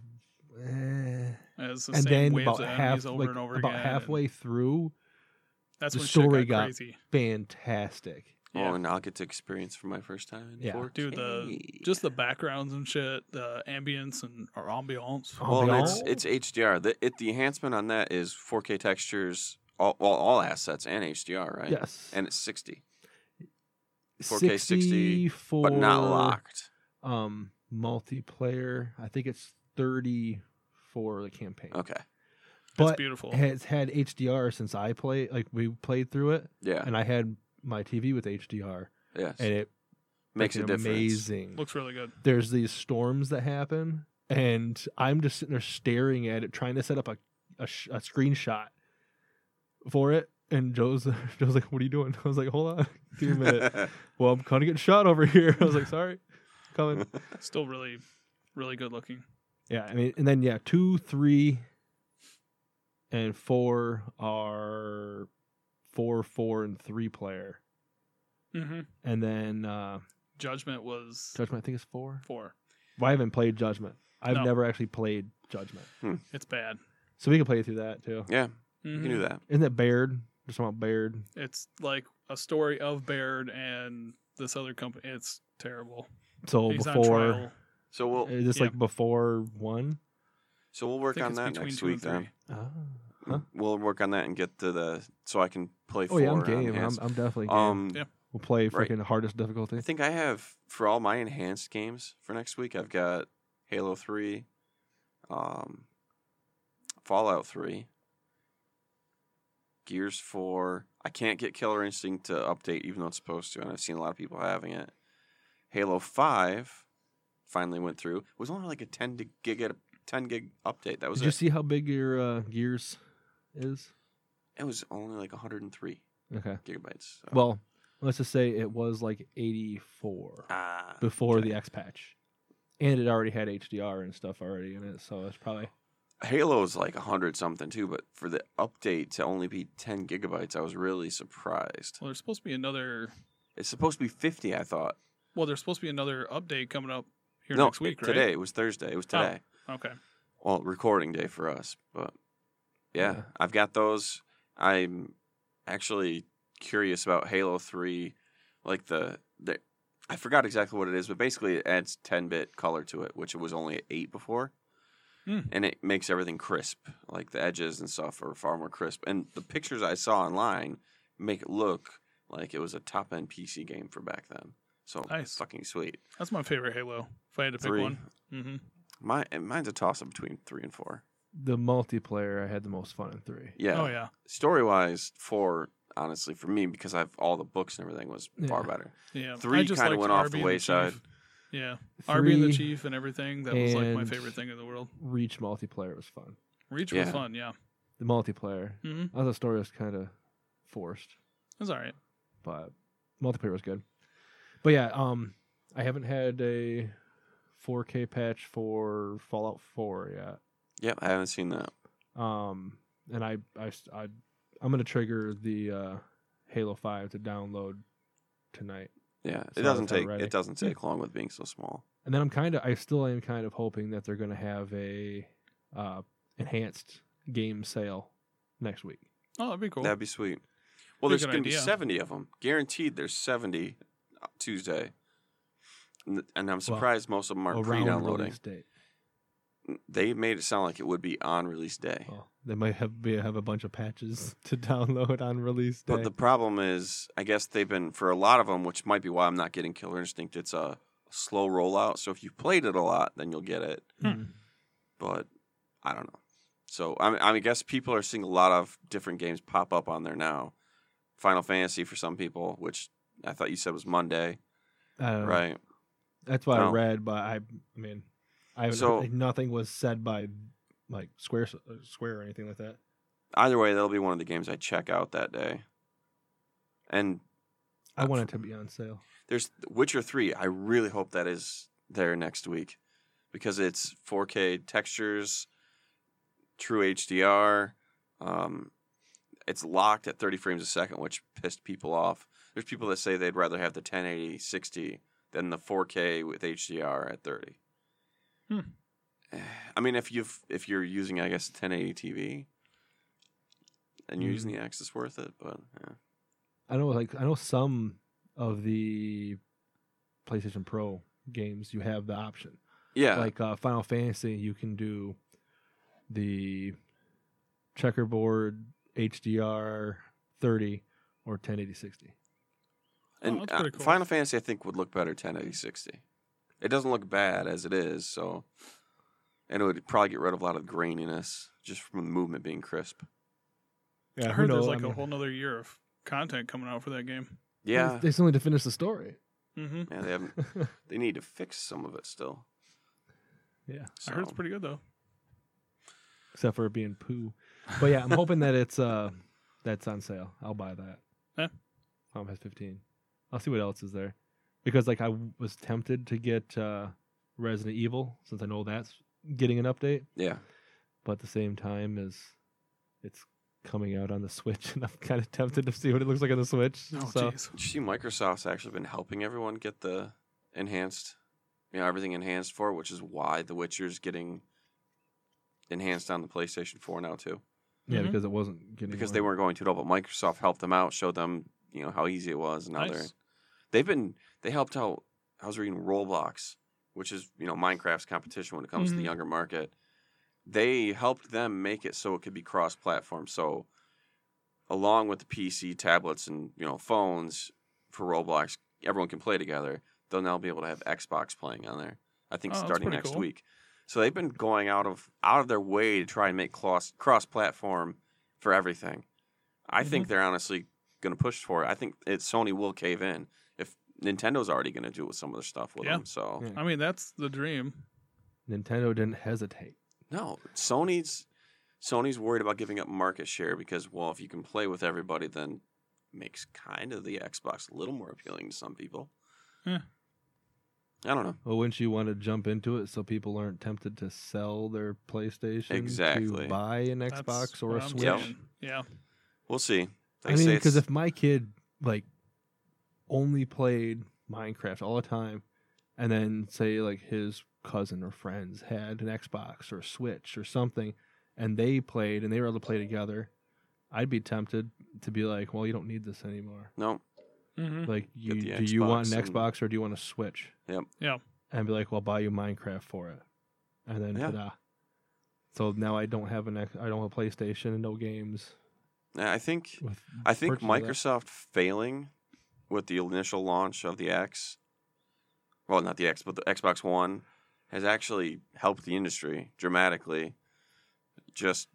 Speaker 1: eh,
Speaker 2: It's the
Speaker 1: and
Speaker 2: same
Speaker 1: then
Speaker 2: waves
Speaker 1: about
Speaker 2: of
Speaker 1: half,
Speaker 2: enemies over
Speaker 1: like,
Speaker 2: and over
Speaker 1: about
Speaker 2: again. and
Speaker 1: halfway through,
Speaker 2: that's
Speaker 1: the
Speaker 2: when shit
Speaker 1: story
Speaker 2: got
Speaker 1: got-
Speaker 2: crazy.
Speaker 1: fantastic.
Speaker 2: Yeah.
Speaker 3: Oh, and I'll get to experience for my first time. In
Speaker 1: Yeah.
Speaker 3: 4K.
Speaker 2: Dude, the just the backgrounds and shit, the ambience and or ambiance.
Speaker 1: Oh,
Speaker 3: well, and
Speaker 1: Ambiance.
Speaker 3: it's it's HDR. The it, the enhancement on that is 4K textures, all well, all assets and HDR, right?
Speaker 1: Yes,
Speaker 3: And it's 60, 4K 60,
Speaker 1: for
Speaker 3: but not locked.
Speaker 1: um multiplayer. I think it's 30 for the campaign.
Speaker 3: Okay.
Speaker 2: It's
Speaker 1: but
Speaker 2: beautiful.
Speaker 1: it's had HDR since I played like we played through it
Speaker 3: Yeah.
Speaker 1: and I had my TV with HDR
Speaker 3: Yes.
Speaker 1: and it
Speaker 3: Makes a
Speaker 1: freaking
Speaker 3: difference.
Speaker 1: amazing.
Speaker 2: Looks really good.
Speaker 1: There's these storms that happen and I'm just sitting there staring at it trying to set up a a, sh- a screenshot for it and Joe's [LAUGHS] Joe's like what are you doing? [LAUGHS] I was like hold on. Give me a
Speaker 3: [LAUGHS]
Speaker 1: minute. well, I'm kind of getting shot over here. [LAUGHS] I was like sorry. Coming.
Speaker 2: Still really, really good looking.
Speaker 1: Yeah, I mean, and then yeah, two, three, and four are four, four, and three player,
Speaker 2: Mm-hmm.
Speaker 1: and then uh
Speaker 2: Judgment was
Speaker 1: Judgment. I think is four.
Speaker 2: four.
Speaker 1: Well, I haven't played Judgment. I've
Speaker 2: No.
Speaker 1: never actually played Judgment,
Speaker 2: It's bad.
Speaker 1: so we can play through that too.
Speaker 3: yeah, you
Speaker 2: Mhm.
Speaker 3: can do that.
Speaker 1: Isn't that Baird? Just talking about Baird.
Speaker 2: It's like a story of Baird and this other company. It's terrible.
Speaker 1: So
Speaker 2: He's on
Speaker 1: before,
Speaker 2: trial.
Speaker 3: So we'll
Speaker 1: is this
Speaker 2: Yeah.
Speaker 1: like before one?
Speaker 3: so we'll
Speaker 2: I
Speaker 3: work
Speaker 2: think
Speaker 3: on
Speaker 2: it's
Speaker 3: that
Speaker 2: between
Speaker 3: next
Speaker 2: two and
Speaker 3: week then.
Speaker 2: three.
Speaker 1: Ah. Huh?
Speaker 3: We'll work on that and get to the so I can play
Speaker 1: Oh
Speaker 3: four.
Speaker 1: yeah, I'm
Speaker 3: on
Speaker 1: game. I'm,
Speaker 3: hands.
Speaker 1: I'm definitely game.
Speaker 3: um,
Speaker 2: Yeah.
Speaker 1: we'll play
Speaker 3: right.
Speaker 1: freaking hardest difficulty.
Speaker 3: I think I have for all my enhanced games for next week. I've got Halo Three, um, Fallout Three, Gears Four. I can't get Killer Instinct to update, even though it's supposed to, and I've seen a lot of people having it. Halo Five finally went through. It was only like a ten to gig, ten gig update. That was
Speaker 1: Did you
Speaker 3: it.
Speaker 1: see how big your uh, gears is?
Speaker 3: it was only like 103
Speaker 1: Okay.
Speaker 3: gigabytes. so-
Speaker 1: Well, let's just say it was like 84
Speaker 3: ah,
Speaker 1: before
Speaker 3: okay.
Speaker 1: the X patch. And it already had HDR and stuff already in it, so it's probably
Speaker 3: Halo's like 100 something too, but for the update to only be 10 gigabytes, I was really surprised.
Speaker 2: Well, there's supposed to be another.
Speaker 3: It's supposed to be 50, I thought.
Speaker 2: Well, there's supposed to be another update coming up here
Speaker 3: no,
Speaker 2: next week, right?
Speaker 3: today. It was Thursday. It was
Speaker 2: Oh.
Speaker 3: today.
Speaker 2: Okay.
Speaker 3: Well, recording day for us, but yeah,
Speaker 1: Yeah.
Speaker 3: I've got those. I'm actually curious about Halo 3 like the the I forgot exactly what it is, but basically it adds 10-bit color to it, which it was only 8 before.
Speaker 2: Hmm.
Speaker 3: and it makes everything crisp. Like the edges and stuff are far more crisp. And the pictures I saw online make it look like it was a top end PC game for back then. So
Speaker 2: Nice.
Speaker 3: fucking sweet.
Speaker 2: That's my favorite Halo. If I had to pick
Speaker 3: Three.
Speaker 2: one, mm-hmm.
Speaker 3: My and mine's a toss up between three and four.
Speaker 1: The multiplayer, I had the most fun in three.
Speaker 3: Yeah.
Speaker 2: oh yeah,
Speaker 3: Story wise, four honestly for me because I've all the books and everything was far
Speaker 1: Yeah.
Speaker 3: better.
Speaker 2: yeah.
Speaker 3: Three
Speaker 2: I just
Speaker 3: kinda
Speaker 2: liked
Speaker 3: went off
Speaker 2: Arby
Speaker 3: the
Speaker 2: and
Speaker 3: wayside.
Speaker 2: Chief. yeah,
Speaker 1: Three,
Speaker 2: Arby and the Chief and everything. That was like my
Speaker 1: and-
Speaker 2: favorite thing in the world.
Speaker 1: Reach multiplayer was fun.
Speaker 2: Reach was
Speaker 3: Yeah.
Speaker 2: fun. Yeah,
Speaker 1: The multiplayer,
Speaker 2: mm-hmm. it
Speaker 1: I thought the story was kind of forced,
Speaker 2: was all right.
Speaker 1: but multiplayer was good. But yeah, um, I haven't had a 4K patch for Fallout 4 yet.
Speaker 3: Yep, I haven't seen that.
Speaker 1: um and i i i i'm gonna trigger the uh halo 5 to download tonight
Speaker 3: Yeah.
Speaker 1: So
Speaker 3: it doesn't
Speaker 1: it's not
Speaker 3: take
Speaker 1: ready.
Speaker 3: it doesn't take long with being so small.
Speaker 1: and then i'm kind of i still am kind of hoping that they're gonna have a uh enhanced game sale next week
Speaker 2: Oh, that'd be cool.
Speaker 3: That'd be sweet. Well,
Speaker 2: Be a
Speaker 3: there's
Speaker 2: good
Speaker 3: going to be
Speaker 2: idea.
Speaker 3: 70 of them. Guaranteed there's 70 Tuesday. N- And I'm surprised most of them are pre
Speaker 1: around
Speaker 3: downloading.
Speaker 1: release date
Speaker 3: They made it sound like it would be on release day.
Speaker 1: oh, they might have be, have a bunch of patches [LAUGHS] to download on release day
Speaker 3: Hmm. But the problem is, I guess they've been, for a lot of them, which might be why I'm not getting Killer Instinct, it's a slow rollout. So if you played it a lot, then you'll get it.
Speaker 1: Mm.
Speaker 3: But I don't know. So I, mean, I mean, guess people are seeing a lot of different games pop up on there now. Final Fantasy for some people, which I thought you said was Monday,
Speaker 1: I don't know.
Speaker 3: right?
Speaker 1: Um, that's what i
Speaker 3: No.
Speaker 1: read but i i mean i haven't
Speaker 3: So-
Speaker 1: heard- nothing was said by like square uh, square or anything like that
Speaker 3: either way, that'll be one of the games I check out that day. And
Speaker 1: i
Speaker 3: Uh,
Speaker 1: want it
Speaker 3: f-
Speaker 1: to be on sale
Speaker 3: there's Witcher 3. I really hope that is there next week because it's 4K textures, true HDR. Um, it's locked at 30 frames a second, which pissed people off. There's people that say they'd rather have the 1080 60 than the 4K with HDR at 30.
Speaker 2: Hmm.
Speaker 3: I mean, if you've if you're using, I guess, 1080 TV, and you're using the X, it's worth it. But yeah.
Speaker 1: I know, like I know some of the PlayStation Pro games you have the option,
Speaker 3: yeah.
Speaker 1: like uh, Final Fantasy, you can do the checkerboard HDR 30 or 1080 60.
Speaker 3: And
Speaker 2: Oh, that's
Speaker 3: uh,
Speaker 2: pretty cool.
Speaker 3: Final Fantasy, I think, would look better 1080 60. It doesn't look bad as it is, so. And it would probably get rid of a lot of graininess just from the movement being crisp.
Speaker 1: Yeah,
Speaker 2: I heard there's like a whole nother year of content coming out for that game.
Speaker 3: Yeah.
Speaker 1: they still need to finish the story. [LAUGHS]
Speaker 2: Mm-hmm.
Speaker 3: Yeah, they haven't. They need to fix some of it still.
Speaker 1: yeah,
Speaker 3: So.
Speaker 2: I heard it's pretty good though.
Speaker 1: except for it being poo. But yeah, I'm hoping that it's uh that's on sale. I'll buy that.
Speaker 2: Yeah.
Speaker 1: Mom has 15. I'll see what else is there. Because like I was tempted to get uh Resident Evil since I know that's getting an update,
Speaker 3: Yeah.
Speaker 1: but at the same time as it's coming out on the [LAUGHS] Switch and I'm kind of tempted to see what it looks like on the Switch.
Speaker 2: Oh
Speaker 1: so
Speaker 2: jeez.
Speaker 3: Did you see Microsoft's actually been helping everyone get the enhanced, you know, everything enhanced for it, which is why The Witcher's getting enhanced on the PlayStation 4 now, too.
Speaker 1: yeah,
Speaker 2: Mhm.
Speaker 1: because it wasn't getting
Speaker 3: Because
Speaker 1: one.
Speaker 3: they weren't going to at all, but Microsoft helped them out, showed them, you know, how easy it was, and now they're
Speaker 2: Nice.
Speaker 3: they've been they helped out i was reading roblox which is you know minecraft's competition when it comes to
Speaker 2: Mhm.
Speaker 3: the younger market they helped them make it so it could be cross platform so along with the pc tablets and you know phones for roblox everyone can play together they'll now be able to have xbox playing on there i think
Speaker 2: Oh, that's
Speaker 3: starting
Speaker 2: pretty
Speaker 3: next
Speaker 2: cool.
Speaker 3: week so they've been going out of out of their way to try and make cross cross platform for everything i think
Speaker 2: Mm-hmm.
Speaker 3: they're honestly going to push for it i think it sony will cave in if nintendo's already going to do it with some of their stuff with
Speaker 2: Yeah.
Speaker 3: them so
Speaker 1: Yeah.
Speaker 2: I mean, that's the dream.
Speaker 1: Nintendo didn't hesitate.
Speaker 3: no sony's sony's worried about giving up market share because well if you can play with everybody then makes kind of the xbox a little more appealing to some people
Speaker 2: Yeah.
Speaker 3: i don't know
Speaker 1: Well, wouldn't you want to jump into it so people aren't tempted to sell their PlayStation
Speaker 3: Exactly.
Speaker 1: to buy an
Speaker 2: That's
Speaker 1: Xbox or
Speaker 2: what
Speaker 1: a
Speaker 2: I'm
Speaker 1: Switch?
Speaker 2: saying. Yeah.
Speaker 3: we'll see
Speaker 1: I mean, because if my kid like only played Minecraft all the time, and then say like his cousin or friends had an Xbox or a Switch or something, and they played and they were able to play together, I'd be tempted to be like, "Well, you don't need this anymore.
Speaker 3: no
Speaker 2: Mm-hmm.
Speaker 1: Like,
Speaker 3: [LAUGHS]
Speaker 1: you, do
Speaker 3: the
Speaker 1: you want
Speaker 3: Xbox
Speaker 1: an
Speaker 3: and-
Speaker 1: Xbox or do you want a Switch?"
Speaker 3: Yep.
Speaker 2: Yeah.
Speaker 1: And be like, "Well, I'll buy you Minecraft for it," and then
Speaker 3: Yeah.
Speaker 1: ta-da. So now I don't have an X- I don't have a PlayStation and no games.
Speaker 3: I think
Speaker 1: With
Speaker 3: I think
Speaker 1: virtually that.
Speaker 3: Microsoft failing with the initial launch of the X, well, not the X, but the Xbox One, has actually helped the industry dramatically. Just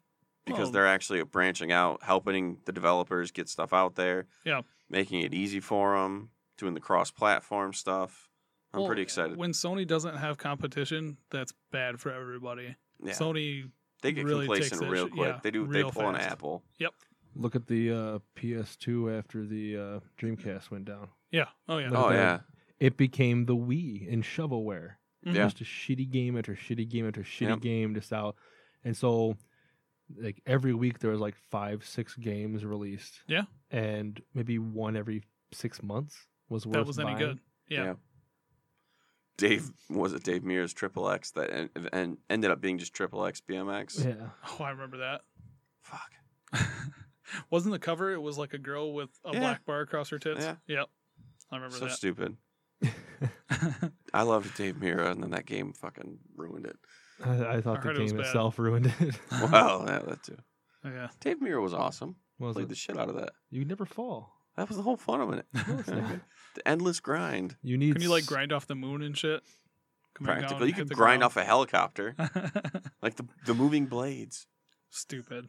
Speaker 3: because
Speaker 2: Well-
Speaker 3: they're actually branching out, helping the developers get stuff out there.
Speaker 2: Yeah.
Speaker 3: making it easy for them, doing the cross-platform stuff. I'm
Speaker 2: Well, uh,
Speaker 3: pretty excited.
Speaker 2: When Sony doesn't have competition, that's bad for everybody.
Speaker 3: yeah,
Speaker 2: Sony,
Speaker 3: they get
Speaker 2: really takes
Speaker 3: complacent
Speaker 2: that
Speaker 3: real
Speaker 2: shit-
Speaker 3: quick.
Speaker 2: yeah,
Speaker 3: they do. They
Speaker 2: real
Speaker 3: pull an
Speaker 2: fast.
Speaker 3: Apple.
Speaker 1: Look at the uh, PS2 after the uh, Dreamcast went down.
Speaker 2: yeah, oh yeah,
Speaker 1: Look at
Speaker 3: Oh
Speaker 1: that.
Speaker 3: yeah,
Speaker 1: It became the Wii in shovelware.
Speaker 2: Mhm.
Speaker 3: Yeah.
Speaker 1: Just a shitty game after shitty game after shitty
Speaker 3: Yep.
Speaker 1: game just out. And so like every week there was like five, six games released.
Speaker 2: Yeah.
Speaker 1: And maybe one every six months was worth
Speaker 2: that was any
Speaker 1: buying.
Speaker 2: good. Yeah.
Speaker 3: Yeah. Dave was it Dave Mears Triple X that and, and ended up being just Triple X BMX.
Speaker 1: Yeah.
Speaker 2: Oh, I remember that.
Speaker 3: Fuck.
Speaker 2: [LAUGHS] Wasn't the cover? It was like a girl with a
Speaker 3: Yeah.
Speaker 2: black bar across her tits.
Speaker 3: Yeah.
Speaker 2: Yep, I remember
Speaker 3: so stupid.
Speaker 2: that. [LAUGHS]
Speaker 3: I loved Dave Mira, and then that game fucking ruined it.
Speaker 1: [LAUGHS] I, I
Speaker 2: I
Speaker 1: thought
Speaker 2: heard it
Speaker 1: the
Speaker 2: was
Speaker 1: game
Speaker 2: bad.
Speaker 1: itself ruined it. [LAUGHS]
Speaker 3: Wow, yeah, that too.
Speaker 2: yeah,
Speaker 3: Dave Mira was awesome.
Speaker 1: was
Speaker 3: Played
Speaker 1: it?
Speaker 3: the shit out of that.
Speaker 1: you never
Speaker 3: [LAUGHS]
Speaker 1: fall.
Speaker 3: That was the whole fun of it.
Speaker 1: No, it's not.
Speaker 3: The endless grind,
Speaker 1: You need
Speaker 2: Can you like
Speaker 1: s-
Speaker 2: grind off the moon and shit? Come on down
Speaker 3: practically.
Speaker 2: and
Speaker 3: You
Speaker 2: hit
Speaker 3: could
Speaker 2: the
Speaker 3: grind
Speaker 2: ground.
Speaker 3: off a helicopter, like the the moving blades.
Speaker 2: [LAUGHS]
Speaker 1: [LAUGHS]
Speaker 2: Stupid.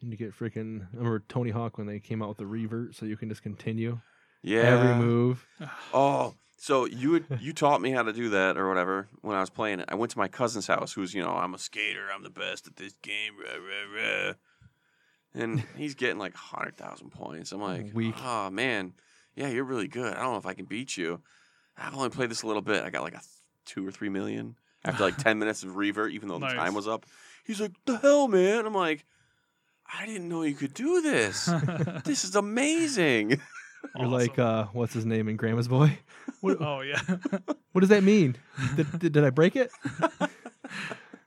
Speaker 1: You get freaking. I remember Tony Hawk when they came out with the revert, so you can just continue
Speaker 3: Yeah.
Speaker 1: every move.
Speaker 3: Oh, so you would you taught me how to do that or whatever when I was playing it. I went to my cousin's house, who's you know I'm a skater, I'm the best at this game, rah, rah, rah. and he's getting like hundred thousand points. I'm like,
Speaker 1: Weak.
Speaker 3: oh man, yeah, you're really good. I don't know if I can beat you. I've only played this a little bit. I got like a th- two or three million after like ten minutes of revert, even though
Speaker 2: Nice.
Speaker 3: the time was up. He's like, the hell, man. I'm like, I didn't know you could do
Speaker 2: [LAUGHS]
Speaker 3: this. this is amazing. [LAUGHS]
Speaker 1: You're like, uh, what's his name in Grandma's Boy? [LAUGHS] What,
Speaker 2: oh yeah, [LAUGHS]
Speaker 1: what does that mean? Did, [LAUGHS] did, did I break it?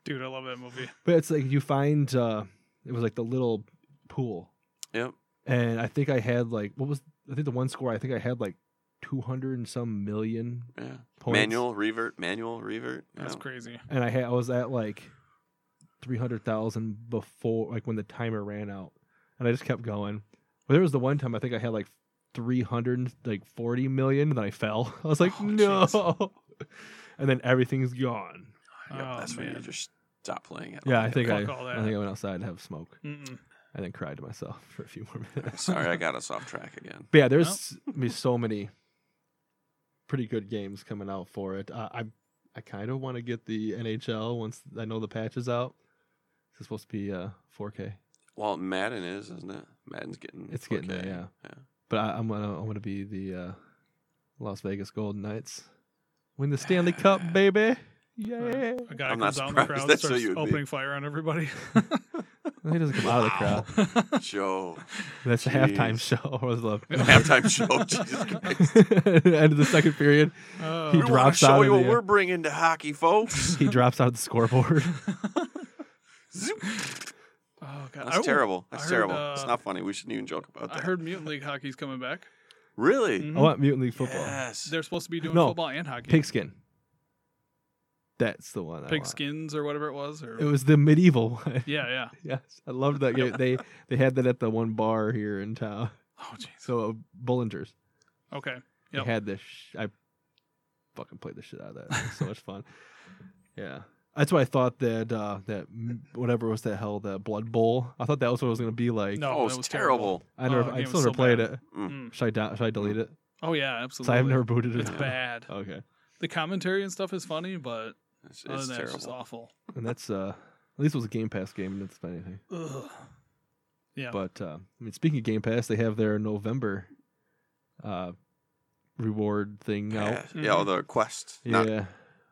Speaker 2: dude, I love that movie.
Speaker 1: But it's like you find uh, it was like the little pool,
Speaker 3: yep.
Speaker 1: and I think I had like what was I think the one score I think I had like two hundred and some million
Speaker 3: Yeah.
Speaker 1: points.
Speaker 3: Manual revert, manual revert.
Speaker 2: That's
Speaker 3: yeah.
Speaker 2: crazy.
Speaker 1: and I had I was at like three hundred thousand before like when the timer ran out, and I just kept going. But there was the one time I think I had like three hundred like forty million, and then I fell. [LAUGHS] I was like,
Speaker 2: Oh,
Speaker 1: no, [LAUGHS]
Speaker 2: jeez.
Speaker 1: and then everything's gone.
Speaker 3: Yeah,
Speaker 2: Oh,
Speaker 3: that's when you
Speaker 2: man.
Speaker 3: just stop playing it.
Speaker 1: Yeah, I think I,
Speaker 2: Fuck all that.
Speaker 1: I think I went outside to have a smoke,
Speaker 2: Mm-mm.
Speaker 1: and then cried to myself [LAUGHS] for a few more minutes.
Speaker 3: [LAUGHS] Sorry, I got us off track again.
Speaker 1: But yeah, there's be so many pretty good games coming out for it. Uh, I I kind of want to get the NHL once I know the patch is out. It's supposed to be uh, 4K,
Speaker 3: Well, Madden is, isn't it? Madden's getting.
Speaker 1: It's getting there,
Speaker 3: 4K.
Speaker 1: yeah.
Speaker 3: yeah.
Speaker 1: but I, I'm gonna I'm gonna be the uh, Las Vegas Golden Knights, win the Stanley Cup, baby! Yeah,
Speaker 2: A guy
Speaker 3: I'm not
Speaker 2: comes out in the
Speaker 3: surprised
Speaker 2: crowd,
Speaker 3: that's who
Speaker 2: starts
Speaker 3: you would be.
Speaker 2: opening fire on
Speaker 3: [LAUGHS]
Speaker 2: everybody. [LAUGHS]
Speaker 1: he doesn't come out of the crowd. [LAUGHS]
Speaker 3: Joe.
Speaker 1: That's the halftime
Speaker 3: Jeez.
Speaker 1: show. [LAUGHS] I was love.
Speaker 3: Halftime show. [LAUGHS] Jesus
Speaker 1: [LAUGHS]
Speaker 3: Christ.
Speaker 1: End of the second period,
Speaker 2: Oh,
Speaker 1: He
Speaker 3: We want to
Speaker 1: drops out
Speaker 3: show
Speaker 1: of
Speaker 3: you what
Speaker 1: the, uh,
Speaker 3: we're bringing to
Speaker 1: [LAUGHS]
Speaker 3: hockey, folks.
Speaker 1: he drops out of the
Speaker 2: [LAUGHS]
Speaker 1: scoreboard.
Speaker 3: Zoop.
Speaker 2: [LAUGHS] oh, God.
Speaker 3: That's
Speaker 2: I-
Speaker 3: terrible.
Speaker 2: I
Speaker 3: That's
Speaker 2: heard,
Speaker 3: terrible.
Speaker 2: uh,
Speaker 3: it's not funny. We shouldn't even joke about that.
Speaker 2: I heard Mutant League hockey's coming back.
Speaker 3: really?
Speaker 2: Mhm.
Speaker 1: I want Mutant League football.
Speaker 3: Yes.
Speaker 2: They're supposed to be doing
Speaker 1: No.
Speaker 2: football and hockey.
Speaker 1: Pigskin. That's the
Speaker 3: Oh,
Speaker 1: one. I
Speaker 2: Pig
Speaker 1: want.
Speaker 2: skins or whatever it was. Or
Speaker 1: It was the medieval [LAUGHS] one.
Speaker 2: yeah, yeah.
Speaker 1: Yes, I loved that game. They they had that at the one bar here in town. [LAUGHS]
Speaker 2: Oh, jeez.
Speaker 1: So uh, Bullinger's.
Speaker 2: Okay.
Speaker 1: They
Speaker 2: Yep.
Speaker 1: had this. Sh- I fucking played the shit out of that. It was so much fun. [LAUGHS] Yeah, that's why I thought that uh, that m- whatever was that hell that Blood Bowl. I thought that was what it was gonna be like.
Speaker 2: No,
Speaker 3: oh,
Speaker 2: that
Speaker 3: it's
Speaker 2: was
Speaker 3: terrible.
Speaker 1: I
Speaker 2: Oh,
Speaker 1: never.
Speaker 2: that
Speaker 1: I
Speaker 2: game
Speaker 1: still
Speaker 2: was
Speaker 1: never
Speaker 2: so
Speaker 1: played
Speaker 2: bad.
Speaker 1: it.
Speaker 2: Mm.
Speaker 1: Should I do- should I delete it?
Speaker 2: Oh yeah,
Speaker 1: So
Speaker 2: absolutely.
Speaker 1: I've never booted it.
Speaker 2: It's
Speaker 1: up.
Speaker 2: bad.
Speaker 1: [LAUGHS] Okay,
Speaker 2: The commentary and stuff is funny, but
Speaker 3: It's,
Speaker 1: Oh,
Speaker 2: other
Speaker 3: it's
Speaker 2: than that, it's just
Speaker 3: terrible.
Speaker 2: awful.
Speaker 1: and that's uh at least it was a Game Pass game and it's not anything.
Speaker 2: Ugh. Yeah.
Speaker 1: But uh, I mean, speaking of Game Pass, they have their November uh, reward thing
Speaker 3: Yeah,
Speaker 1: out.
Speaker 3: yeah, all the quest. Not,
Speaker 1: Mm-hmm. yeah,
Speaker 3: well,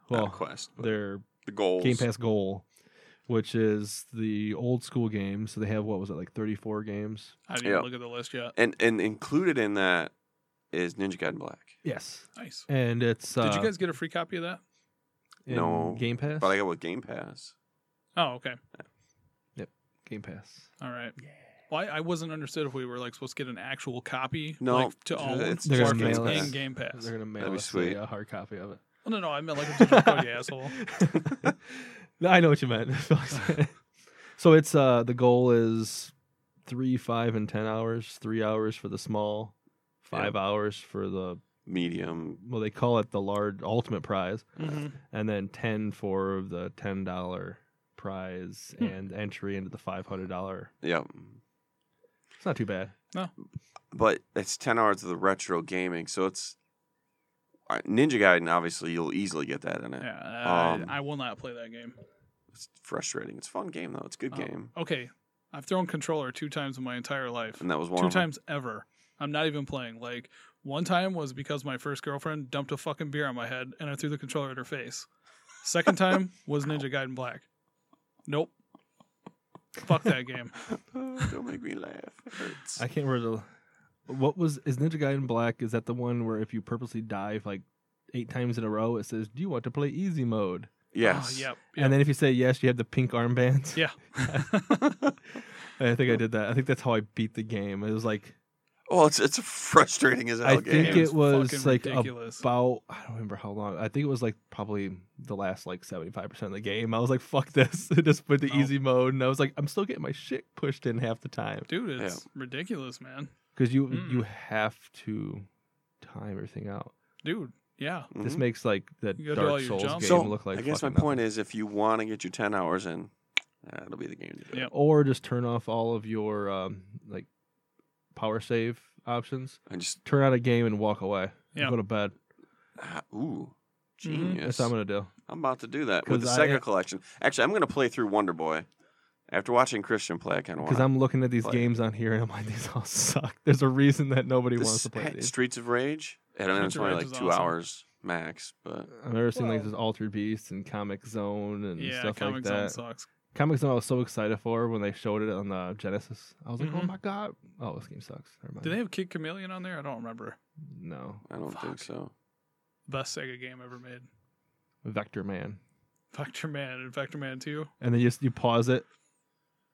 Speaker 1: well,
Speaker 3: not quest. But
Speaker 1: their
Speaker 3: the goals.
Speaker 1: Game Pass goal, which is the old school games. So they have what was it like thirty four games?
Speaker 2: I didn't
Speaker 3: Yeah.
Speaker 2: look at the list yet.
Speaker 3: And and included in that is Ninja Gaiden Black.
Speaker 1: Yes,
Speaker 2: Nice.
Speaker 1: and it's uh,
Speaker 2: Did you guys get a free copy of that?
Speaker 1: in
Speaker 3: No,
Speaker 1: Game Pass?
Speaker 3: But I got with Game Pass.
Speaker 2: Oh, okay.
Speaker 1: Game Pass.
Speaker 2: All right. Why I wasn't understood if we were like supposed to get an actual copy
Speaker 3: No,
Speaker 2: like, to own
Speaker 3: it's
Speaker 1: They're
Speaker 2: or
Speaker 1: gonna
Speaker 2: if it's
Speaker 1: mail us.
Speaker 2: in Game Pass.
Speaker 1: They're gonna mail
Speaker 3: That'd be
Speaker 1: us
Speaker 3: sweet.
Speaker 1: a uh, hard copy of it. [LAUGHS]
Speaker 2: Oh, no, no, I meant like a digital code, you asshole.
Speaker 1: [LAUGHS] No, I know what you meant. So it's uh the goal is three, five, and ten hours. Three hours for the small, five hours for the
Speaker 3: Medium.
Speaker 1: well they call it the large ultimate prize,
Speaker 3: Mm-hmm.
Speaker 1: and then ten for the ten dollar prize
Speaker 2: Hmm.
Speaker 1: and entry into the five hundred dollar.
Speaker 3: Yep.
Speaker 1: It's not too bad.
Speaker 3: But it's 10 hours of the retro gaming. So it's uh, Ninja Gaiden, obviously, you'll easily get that in it.
Speaker 2: Yeah, I-
Speaker 3: Um,
Speaker 2: I will not play that game.
Speaker 3: It's frustrating. It's a fun game, though. It's a
Speaker 1: Oh.
Speaker 3: good
Speaker 2: Um,
Speaker 3: game.
Speaker 2: Okay, I've thrown controller two times in my entire life.
Speaker 3: And that was one
Speaker 2: Two
Speaker 3: of 'em.
Speaker 2: times ever. I'm not even playing. Like one time was because my first girlfriend dumped a fucking beer on my head and I threw the controller at her face.
Speaker 3: [LAUGHS]
Speaker 2: Second time was Ninja Gaiden Black. Nope. Fuck that game.
Speaker 3: [LAUGHS] Oh, don't make me laugh. It hurts.
Speaker 1: I oh, can't remember the what was is Ninja Gaiden Black. Is that the one where if you purposely dive like eight times in a row, it says, "Do you want to play easy mode?"
Speaker 3: [LAUGHS] yes.
Speaker 2: Oh, yep.
Speaker 1: And then if you say yes, you have the pink armbands.
Speaker 2: yep. [LAUGHS] yeah.
Speaker 1: [LAUGHS] I think I did that. I think that's how I beat the game. It was like
Speaker 3: Well, it's it's a frustrating as hell
Speaker 1: I
Speaker 3: game.
Speaker 1: think it was
Speaker 2: fucking
Speaker 1: like
Speaker 2: ridiculous.
Speaker 1: about I don't remember how long. I think it was like probably the last like seventy five percent of the game. I was like, "Fuck this!" [LAUGHS] I just put the
Speaker 2: Oh.
Speaker 1: easy mode, and I was like, "I'm still getting my shit pushed in half the time
Speaker 2: Dude, it's ridiculous, man.
Speaker 1: because you
Speaker 2: Mm.
Speaker 1: you have to time everything out."
Speaker 2: Dude, yeah.
Speaker 1: This
Speaker 3: Mhm.
Speaker 1: makes like the
Speaker 2: You gotta do all
Speaker 1: Dark
Speaker 2: your
Speaker 1: Souls game
Speaker 2: jumps.
Speaker 1: look like.
Speaker 3: I guess my
Speaker 1: fucking nothing.
Speaker 3: point is, if you want to get your ten hours in, that'll be the game to do. it.
Speaker 2: Yep.
Speaker 1: or just turn off all of your um, like power save options.
Speaker 3: I just
Speaker 1: Turn out a game and walk away.
Speaker 2: Yeah.
Speaker 1: Go to bed.
Speaker 3: ah, ooh,
Speaker 1: Mm-hmm. That's
Speaker 3: genius!
Speaker 1: what I'm gonna do.
Speaker 3: I'm about to do that with the
Speaker 1: 'Cause I-
Speaker 3: Sega collection. Actually, I'm going to play through Wonder Boy. After watching Christian play, I kind of want.
Speaker 1: Because I'm looking at these
Speaker 3: Play.
Speaker 1: games on here and I'm like, [LAUGHS] these all suck. There's a reason that nobody wants to play these.
Speaker 3: Streets of Rage. I don't know,
Speaker 2: Streets
Speaker 3: it's
Speaker 2: of
Speaker 3: only
Speaker 2: Rage
Speaker 3: like
Speaker 2: is
Speaker 3: two
Speaker 2: awesome.
Speaker 3: hours max, but
Speaker 1: I've never seen like
Speaker 2: Well-
Speaker 1: this Altered Beast and Comic Zone and
Speaker 2: Yeah,
Speaker 1: stuff
Speaker 2: Comic
Speaker 1: like that.
Speaker 2: Zone sucks.
Speaker 1: Comic Zone I was so excited for when they showed it on the Genesis. I was like, oh
Speaker 2: Mhm.
Speaker 1: my god. Oh, this game sucks. Never mind.
Speaker 2: Do they have Kid Chameleon on there? I don't remember.
Speaker 1: No.
Speaker 3: I don't think
Speaker 2: Fuck.
Speaker 3: so.
Speaker 2: Best Sega game ever made.
Speaker 1: Vector Man.
Speaker 2: Vector Man and Vector Man 2.
Speaker 1: and then you just you pause it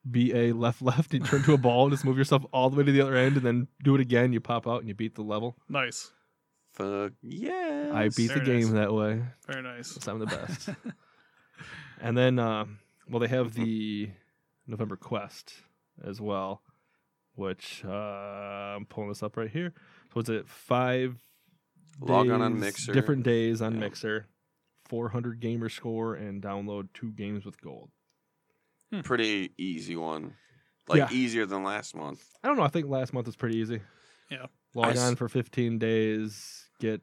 Speaker 1: B A left [LAUGHS] left you turn to a ball and just move yourself all the way to the other end and then do it again you pop out and you beat the level
Speaker 2: Nice.
Speaker 3: Fuck yeah!
Speaker 1: i beat
Speaker 2: There
Speaker 1: the
Speaker 2: it
Speaker 1: game
Speaker 2: is.
Speaker 1: that way [LAUGHS]
Speaker 2: Very nice.
Speaker 1: so i'm the best and then uh, well they
Speaker 3: Mm-hmm.
Speaker 1: have the november quest as well which uh, i'm pulling this up right here so it's at five
Speaker 3: Log on on
Speaker 1: days-
Speaker 3: Mixer.
Speaker 1: different days on
Speaker 3: Yeah.
Speaker 1: mixer 400 gamer score and download two games with gold
Speaker 3: Pretty easy one, like
Speaker 1: Yeah.
Speaker 3: easier than last month.
Speaker 1: I don't know. I think last month was pretty easy.
Speaker 2: Yeah.
Speaker 3: I
Speaker 1: Log
Speaker 3: s-
Speaker 1: on for 15 days, get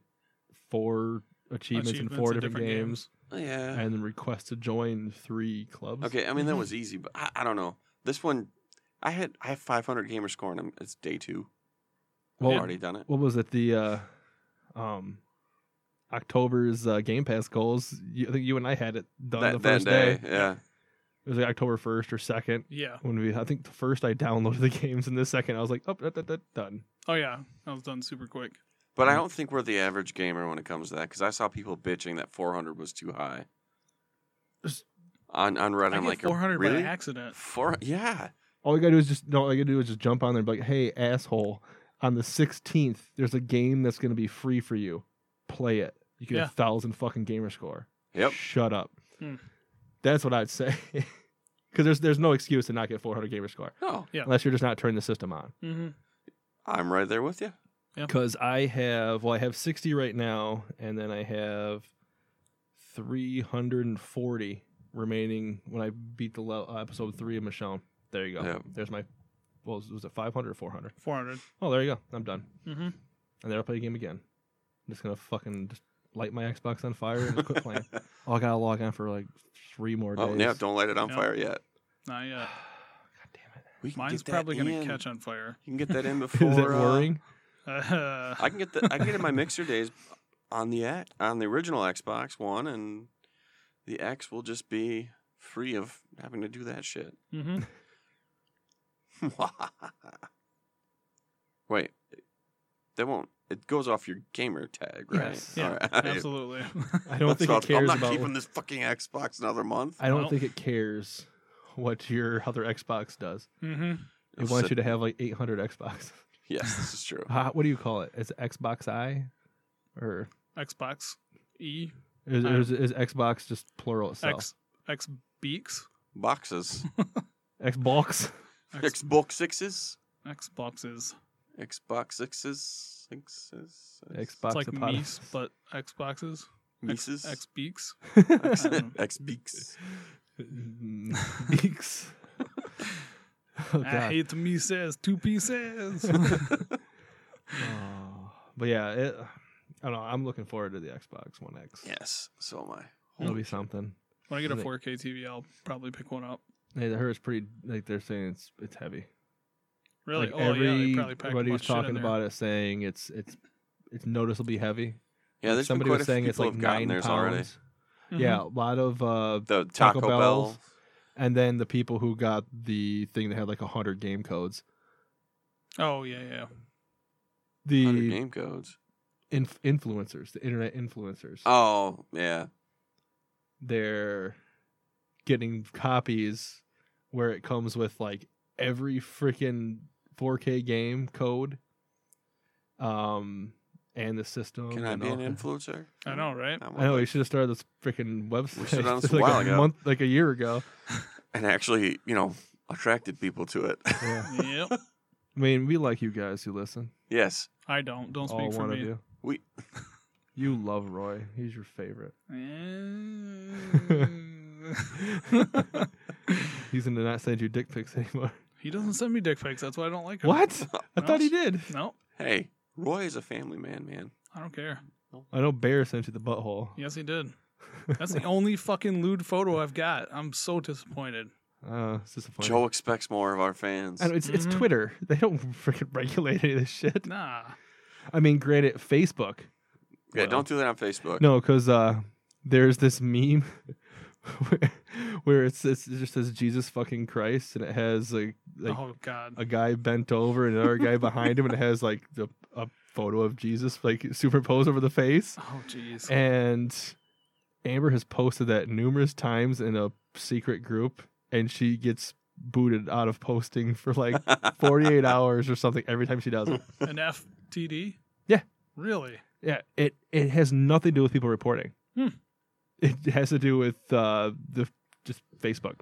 Speaker 1: four achievements, in four
Speaker 2: Achievements in
Speaker 1: different, games,
Speaker 3: Oh, Yeah.
Speaker 1: and then request to join three clubs.
Speaker 3: Okay, I mean that
Speaker 2: Mhm.
Speaker 3: was easy, but I, I don't know. This one, I had I have 500 gamer score, and I'm, it's day two. I've
Speaker 1: Well,
Speaker 3: already done it.
Speaker 1: what was it? The uh, um, October's uh, Game Pass goals. You, I think you and I had it done the
Speaker 3: That, that
Speaker 1: first
Speaker 3: day,
Speaker 1: day.
Speaker 3: yeah.
Speaker 1: It was like October 1st or 2nd.
Speaker 2: Yeah.
Speaker 1: When we, I think the first I downloaded [LAUGHS] the games, and the second I was like, oh, that, that, that, done.
Speaker 2: Oh yeah. That was done super quick.
Speaker 3: But
Speaker 2: Mm.
Speaker 3: I don't think we're the average gamer when it comes to that, because I saw people bitching that 400 was too high.
Speaker 1: Just-
Speaker 3: On on Reddit,
Speaker 2: I
Speaker 3: I'm
Speaker 2: get
Speaker 3: like,
Speaker 2: 400
Speaker 3: really?
Speaker 2: by accident.
Speaker 3: Four? Yeah.
Speaker 1: All you gotta do is just no. All you gotta do is just jump on there and be like, "Hey, asshole! On the 16th, there's a game that's gonna be free for you. Play it. You get
Speaker 2: Yeah.
Speaker 1: a thousand fucking gamer score.
Speaker 3: Yep.
Speaker 1: Shut up.
Speaker 2: Hmm.
Speaker 1: That's what I'd say. [LAUGHS] Because there's there's no excuse to not get 400 gamer score
Speaker 3: No,
Speaker 2: Yeah.
Speaker 1: unless you're just not turning the system on.
Speaker 2: Mm-hmm.
Speaker 3: Oh, I'm right there with you. [LAUGHS]
Speaker 2: Yep.
Speaker 1: Because I have well, I have 60 right now, and then I have 340 remaining when I beat the le- uh, episode three of Michonne. There you go.
Speaker 3: Yep.
Speaker 1: There's my. Well, was it 500 or 400?
Speaker 2: 400.
Speaker 1: Oh, there you go. I'm done.
Speaker 2: Mm-hmm.
Speaker 1: And then I'll play the game again. I'm just gonna fucking just light my Xbox on fire and just quit
Speaker 3: [LAUGHS]
Speaker 1: playing. oh, I gotta log on for like three more days.
Speaker 3: Oh, yeah. Don't light it on
Speaker 2: Yep.
Speaker 3: fire yet.
Speaker 2: Not
Speaker 1: [SIGHS] God
Speaker 2: yet.
Speaker 1: damn it.
Speaker 3: We can
Speaker 2: Mine's
Speaker 3: get that
Speaker 2: probably gonna
Speaker 3: in.
Speaker 2: catch on fire. [LAUGHS]
Speaker 3: You can get that in before.
Speaker 1: Is it
Speaker 3: uh,
Speaker 1: worrying?
Speaker 2: Uh,
Speaker 3: I can get the I can get in my mixer days on the a- on the original Xbox One, and the X will just be free of having to do that shit. [LAUGHS]
Speaker 2: hmm
Speaker 3: [LAUGHS] Wait, that won't. It goes off your gamer tag, right?
Speaker 1: Yes.
Speaker 2: Yeah,
Speaker 3: All right. [LAUGHS]
Speaker 2: Absolutely. [LAUGHS]
Speaker 1: I don't think
Speaker 3: So
Speaker 1: it cares
Speaker 3: I'm not
Speaker 1: about.
Speaker 3: keeping this fucking Xbox another month.
Speaker 1: I don't
Speaker 2: Well.
Speaker 1: think it cares what your other Xbox does.
Speaker 2: mm-hmm.
Speaker 1: It wants you to have like 800 Xbox.
Speaker 3: [LAUGHS]
Speaker 1: [LAUGHS]
Speaker 3: Yes, this is true.
Speaker 1: Uh, what do you call it? Is it Xbox I, or
Speaker 2: Xbox E
Speaker 1: is,
Speaker 2: I-
Speaker 1: is, is Xbox just plural itself? [LAUGHS]
Speaker 2: X X Beaks.
Speaker 3: Boxes.
Speaker 2: [LAUGHS]
Speaker 1: Xbox. [LAUGHS]
Speaker 2: X-
Speaker 3: Xbox sixes.
Speaker 2: Xboxes.
Speaker 3: Xbox sixes. Sixes.
Speaker 1: Xbox.
Speaker 2: It's like
Speaker 1: upon
Speaker 2: Meese,
Speaker 1: us.
Speaker 2: but Xboxes.
Speaker 3: Mises. [LAUGHS]
Speaker 2: X Beaks.
Speaker 3: X,
Speaker 2: I don't
Speaker 3: X beaks.
Speaker 1: Mm, Beaks. [LAUGHS] oh, God.
Speaker 2: I hate the Mises. Two pieces.
Speaker 1: [LAUGHS] Oh, but yeah, it, I don't know. I'm looking forward to the Xbox One X.
Speaker 3: Yes. So am I.
Speaker 1: It'll be something.
Speaker 2: when I get a
Speaker 1: Like-
Speaker 2: 4K TV, I'll probably pick one up.
Speaker 1: Hey, the hers pretty like they're saying it's it's heavy.
Speaker 2: Really?
Speaker 1: Like
Speaker 2: oh yeah, they probably packed a
Speaker 1: everybody was
Speaker 2: bunch of shit in
Speaker 1: talking
Speaker 2: there.
Speaker 1: about it, saying it's it's it's noticeably heavy.
Speaker 3: Yeah, there's
Speaker 1: Somebody
Speaker 3: been quite
Speaker 1: was
Speaker 3: a few
Speaker 1: saying it's
Speaker 3: people
Speaker 1: like
Speaker 3: have gotten
Speaker 1: nine
Speaker 3: theirs
Speaker 1: pounds.
Speaker 3: already.
Speaker 2: Mhm.
Speaker 1: Yeah,
Speaker 3: Mm-hmm.
Speaker 1: a lot of uh,
Speaker 3: The
Speaker 1: Taco
Speaker 3: Taco,
Speaker 1: Bells.
Speaker 3: Bell.
Speaker 1: and then the people who got the thing that had like hundred game codes.
Speaker 2: Oh yeah, yeah.
Speaker 3: Hundred
Speaker 1: The
Speaker 3: game codes.
Speaker 1: inf- influencers, the internet influencers,
Speaker 3: Oh yeah.
Speaker 1: they're getting copies where it comes with like every freaking 4K game code, um, and the system.
Speaker 3: Can I
Speaker 1: and
Speaker 3: be
Speaker 1: all
Speaker 3: an
Speaker 1: that.
Speaker 3: influencer?
Speaker 2: I know, right?
Speaker 3: I'm
Speaker 1: I know
Speaker 3: like-
Speaker 1: we should have started this freaking website [LAUGHS]
Speaker 3: should've done this a
Speaker 1: like
Speaker 3: while
Speaker 1: a
Speaker 3: ago.
Speaker 1: month, like a year ago.
Speaker 3: And actually, you know, attracted people to it.
Speaker 1: Yeah.
Speaker 2: yep.
Speaker 1: I mean, we like you guys who listen.
Speaker 3: [LAUGHS] yes.
Speaker 2: I don't.
Speaker 1: [LAUGHS]
Speaker 2: Don't
Speaker 1: all
Speaker 2: speak for
Speaker 1: one
Speaker 2: me.
Speaker 1: of you.
Speaker 3: We
Speaker 1: [LAUGHS] You love Roy. He's your favorite. He's gonna not send you dick pics anymore.
Speaker 2: [LAUGHS] he doesn't send me dick pics. That's why I don't like him.
Speaker 1: What? I thought he did.
Speaker 2: No,
Speaker 3: hey, Roy is a family man, man.
Speaker 2: I don't care.
Speaker 1: I know Bear sent you the butthole.
Speaker 2: Yes, he did. That's the only fucking lewd photo I've got. I'm so disappointed.
Speaker 1: Uh, it's disappointing.
Speaker 3: Joe expects more of our fans.
Speaker 1: I know, it's it's
Speaker 2: Mhm.
Speaker 1: Twitter. [LAUGHS] They don't freaking regulate any of this shit.
Speaker 2: Nah.
Speaker 1: I mean, granted, Facebook.
Speaker 3: Yeah,
Speaker 1: Well,
Speaker 3: don't do that on Facebook.
Speaker 1: No, because uh, there's this meme [LAUGHS] where, where it's, it's it just says Jesus fucking Christ, and it has like like
Speaker 2: oh God.
Speaker 1: a guy bent over and another guy behind him, and it has like the, a photo of Jesus like superposed over the face.
Speaker 2: oh jeez.
Speaker 1: And Amber has posted that numerous times in a secret group, and she gets booted out of posting for
Speaker 2: [LAUGHS]
Speaker 1: like 48 hours or something every time she does it.
Speaker 2: An FTD.
Speaker 1: Yeah.
Speaker 2: Really?
Speaker 1: Yeah, it it has nothing to do with people reporting.
Speaker 2: Hmm.
Speaker 1: It has to do with uh, the just Facebook.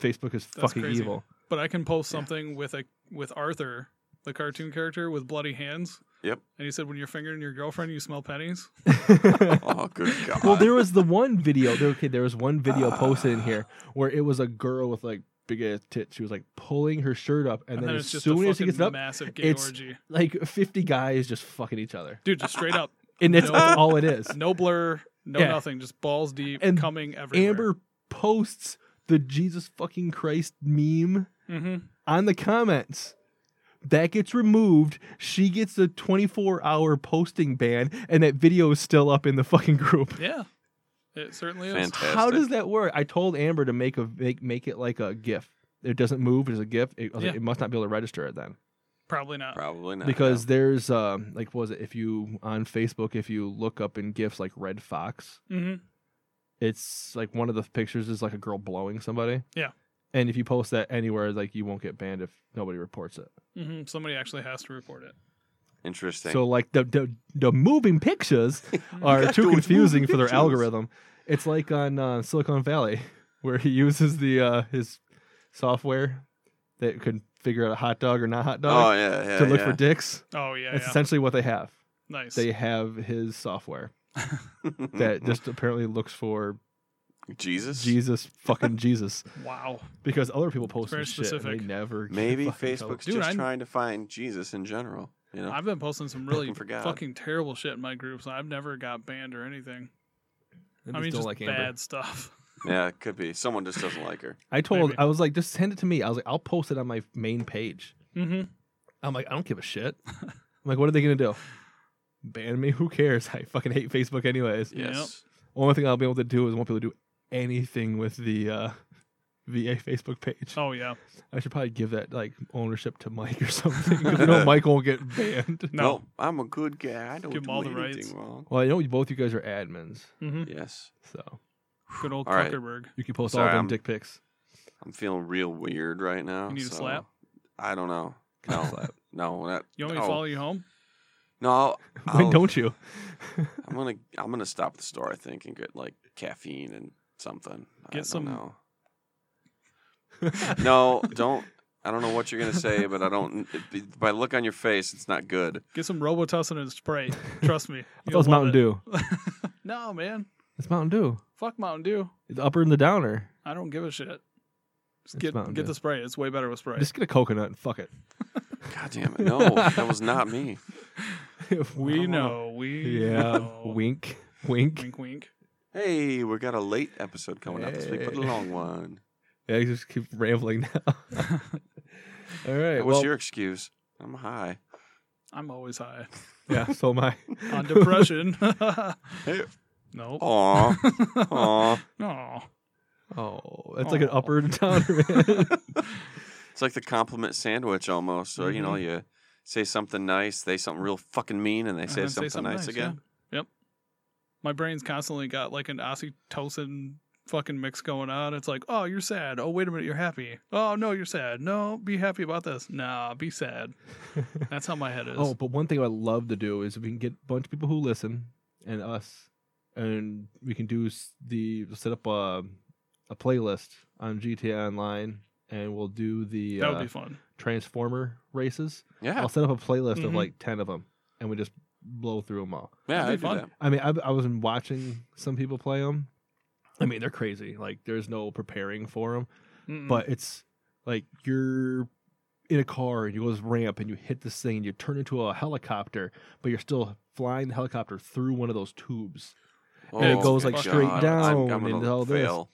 Speaker 1: Facebook is fucking
Speaker 2: crazy. [LAUGHS]
Speaker 1: evil. [LAUGHS]
Speaker 2: But I can post something with a with Arthur, the cartoon character with bloody hands.
Speaker 3: Yep.
Speaker 2: And he said, "When you're fingering your girlfriend, you smell pennies."
Speaker 3: [LAUGHS] Oh, good
Speaker 1: [LAUGHS]
Speaker 3: God.
Speaker 1: well, there
Speaker 2: Oh
Speaker 1: was the one video. There, okay, there was one video
Speaker 3: Ah.
Speaker 1: posted in
Speaker 2: [SIGHS]
Speaker 1: here where it was a girl with like big ass tits. She was like pulling her shirt up, and,
Speaker 2: And,
Speaker 1: then,
Speaker 2: then
Speaker 1: as
Speaker 2: it's just
Speaker 1: soon
Speaker 2: a
Speaker 1: as she
Speaker 2: fucking
Speaker 1: gets it up,
Speaker 2: massive gay
Speaker 1: it's-
Speaker 2: orgy,
Speaker 1: like 50 guys just fucking each other,
Speaker 2: dude. Just
Speaker 1: [LAUGHS]
Speaker 2: straight up,
Speaker 1: and that's
Speaker 2: No.
Speaker 1: all it is.
Speaker 2: no blur, no
Speaker 1: Yeah.
Speaker 2: nothing, just balls deep,
Speaker 1: And
Speaker 2: coming [LAUGHS] everywhere.
Speaker 1: Amber posts the Jesus fucking Christ meme
Speaker 2: hmm
Speaker 1: on the comments. That gets removed. She gets a 24 hour posting ban, and that video is still up in the fucking group.
Speaker 2: Yeah, it certainly is.
Speaker 3: Fantastic.
Speaker 1: How does that work? I told Amber to make a make, make it like a GIF. It doesn't move. It's a GIF. It, I was like,
Speaker 2: Yeah.
Speaker 1: it must not be able to register it then,
Speaker 2: Probably not.
Speaker 3: Probably not.
Speaker 1: because there's um, like what was it if you on Facebook if you look up in GIFs like Red Fox,
Speaker 2: hmm
Speaker 1: it's like one of the pictures is like a girl blowing somebody.
Speaker 2: Yeah.
Speaker 1: And if you post that anywhere, like you won't get banned if nobody reports it.
Speaker 2: hmm Somebody actually has to report it.
Speaker 3: no. Interesting.
Speaker 1: So like the the, the moving
Speaker 3: [LAUGHS]
Speaker 1: pictures are
Speaker 3: Got
Speaker 1: too
Speaker 3: those
Speaker 1: confusing
Speaker 3: moving
Speaker 1: for their
Speaker 3: pictures.
Speaker 1: algorithm. It's like on uh, Silicon Valley [LAUGHS] where he uses the uh, his software that could figure out a hot dog or not hot
Speaker 3: oh
Speaker 1: dog
Speaker 3: yeah, yeah.
Speaker 1: uh, to look
Speaker 3: yeah.
Speaker 1: for dicks.
Speaker 2: Oh yeah,
Speaker 1: That's
Speaker 2: yeah.
Speaker 1: essentially what they have.
Speaker 2: nice.
Speaker 1: They have his software [LAUGHS]
Speaker 3: Mm-hmm.
Speaker 1: that just apparently looks for
Speaker 3: [LAUGHS] Jesus.
Speaker 1: Jesus, fucking Jesus,
Speaker 2: wow,
Speaker 1: because other people post
Speaker 2: very
Speaker 1: this shit and they
Speaker 2: specific.
Speaker 1: never. get
Speaker 3: Maybe
Speaker 1: [LAUGHS] fucking told.
Speaker 3: Facebook's
Speaker 2: Dude,
Speaker 3: just
Speaker 2: I'm-
Speaker 3: trying to find Jesus in general. You know,
Speaker 2: I've been posting some really
Speaker 3: Looking for God.
Speaker 2: fucking terrible shit in my groups. I've never got banned or anything.
Speaker 1: They
Speaker 2: I
Speaker 1: just
Speaker 2: mean,
Speaker 1: don't
Speaker 2: just
Speaker 1: like Amber.
Speaker 2: bad stuff. [LAUGHS]
Speaker 3: yeah, it could be someone just doesn't like her.
Speaker 1: I told
Speaker 2: Maybe.
Speaker 1: I was like, just send it to me. I was like, I'll post it on my main page.
Speaker 2: hmm
Speaker 1: I'm like, I don't give a
Speaker 2: [LAUGHS]
Speaker 1: shit. I'm like, what are they gonna do? Ban me? Who cares? [LAUGHS] I fucking hate Facebook anyways.
Speaker 2: Yep.
Speaker 3: Yes.
Speaker 1: Only thing I'll be able to do is I won't be able to do anything with the uh, VA Facebook page.
Speaker 2: Oh yeah.
Speaker 1: I should probably give that like ownership to Mike or [LAUGHS] something. 'cause I know Mike won't get banned.
Speaker 2: No.
Speaker 3: Nope, I'm a good guy. I don't
Speaker 2: Give 'em
Speaker 3: do
Speaker 2: all the
Speaker 3: anything
Speaker 2: rights.
Speaker 3: wrong.
Speaker 1: Well, I know both you guys are admins, [LAUGHS]
Speaker 3: Mm-hmm.
Speaker 2: hmm
Speaker 3: Yes.
Speaker 1: so
Speaker 2: Good old
Speaker 3: All right.
Speaker 2: Zuckerberg.
Speaker 1: you can post all
Speaker 3: Sorry,
Speaker 1: them
Speaker 3: I'm-
Speaker 1: dick pics.
Speaker 3: I'm feeling real weird right now.
Speaker 2: You need a
Speaker 3: so
Speaker 2: slap?
Speaker 3: I don't know.
Speaker 1: Cock
Speaker 3: No,
Speaker 1: [LAUGHS] slap.
Speaker 3: no, that,
Speaker 2: You want me to
Speaker 1: Oh.
Speaker 3: no.
Speaker 2: follow you home?
Speaker 3: No,
Speaker 2: [LAUGHS]
Speaker 3: I'll-
Speaker 1: Wait,
Speaker 3: I'll-
Speaker 1: don't you? [LAUGHS]
Speaker 3: I'm gonna I'm gonna stop at the
Speaker 2: [LAUGHS]
Speaker 3: store, I think, and get like caffeine and something. I
Speaker 2: Get
Speaker 3: don't
Speaker 2: some-
Speaker 3: know. No, don't. I don't know what you're gonna say, but I don't. it- By look on your face, it's not good.
Speaker 2: Get some Robitussin and
Speaker 1: [LAUGHS]
Speaker 2: spray. Trust me.
Speaker 1: I thought it
Speaker 2: you'll
Speaker 1: was
Speaker 2: love
Speaker 1: Mountain
Speaker 2: it.
Speaker 1: Dew.
Speaker 2: [LAUGHS] no, man.
Speaker 1: It's Mountain Dew.
Speaker 2: Fuck Mountain Dew.
Speaker 1: It's the upper and the downer.
Speaker 2: I don't give a shit.
Speaker 1: It's
Speaker 2: Just get
Speaker 1: Mountain
Speaker 2: get
Speaker 1: Dew.
Speaker 2: the spray. It's way better with spray.
Speaker 1: Just get a coconut and fuck it.
Speaker 3: God damn it! No, that was not me.
Speaker 2: [LAUGHS] we know. We
Speaker 1: Yeah.
Speaker 2: know.
Speaker 1: [LAUGHS] wink. Wink.
Speaker 2: wink, wink.
Speaker 3: Hey, we got a late episode coming up this week, but a
Speaker 1: Hey.
Speaker 3: long one.
Speaker 1: Yeah, I just keep rambling
Speaker 2: [LAUGHS]
Speaker 1: now. All right.
Speaker 3: What's
Speaker 1: well, [LAUGHS]
Speaker 3: your excuse? I'm high.
Speaker 2: I'm always high
Speaker 1: yeah, so am I.
Speaker 2: on depression. [LAUGHS]
Speaker 3: Hey.
Speaker 2: Nope.
Speaker 3: Aw,
Speaker 2: Oh.
Speaker 3: aw.
Speaker 2: no.
Speaker 1: [LAUGHS] Oh, that's like an
Speaker 2: Aw.
Speaker 1: upper and downer,
Speaker 2: [LAUGHS]
Speaker 1: man.
Speaker 3: It's like the compliment sandwich almost. So you know,
Speaker 1: Mm-hmm.
Speaker 3: you say something nice, they something real fucking mean, and they say,
Speaker 2: And then
Speaker 3: something, nice,
Speaker 2: yeah.
Speaker 3: again.
Speaker 2: Yep. My brain's constantly got like an oxytocin fucking mix going on. It's like, oh, you're sad. Oh, wait a minute, you're happy. Oh, no, you're sad. No, be happy about this. Nah, be sad. That's how my head is.
Speaker 1: Oh, but one thing I love to do is we can get a bunch of people who listen and us, and we can do s- the set up a, a playlist on GTA Online, and we'll do the
Speaker 2: that would
Speaker 1: uh,
Speaker 2: be fun.
Speaker 1: Transformer races.
Speaker 3: Yeah,
Speaker 1: I'll set up a playlist of
Speaker 3: Mm-hmm.
Speaker 2: Mhm.
Speaker 1: like ten of them, and we just blow through them all.
Speaker 3: yeah,
Speaker 2: that'd
Speaker 3: I'd
Speaker 2: be
Speaker 3: do
Speaker 2: fun.
Speaker 3: that.
Speaker 1: I mean, I, I was watching some people play them. I mean, they're crazy. Like, there's no preparing for them
Speaker 3: Mm.
Speaker 2: Mm-mm.
Speaker 1: but it's like you're in a car and you go this ramp and you hit this thing and you turn into a helicopter, but you're still flying the helicopter through one of those tubes.
Speaker 3: Oh,
Speaker 2: And it goes,
Speaker 3: my
Speaker 2: like, straight
Speaker 1: down
Speaker 3: I'm, I'm
Speaker 1: and
Speaker 3: gonna
Speaker 1: all this.
Speaker 3: fail.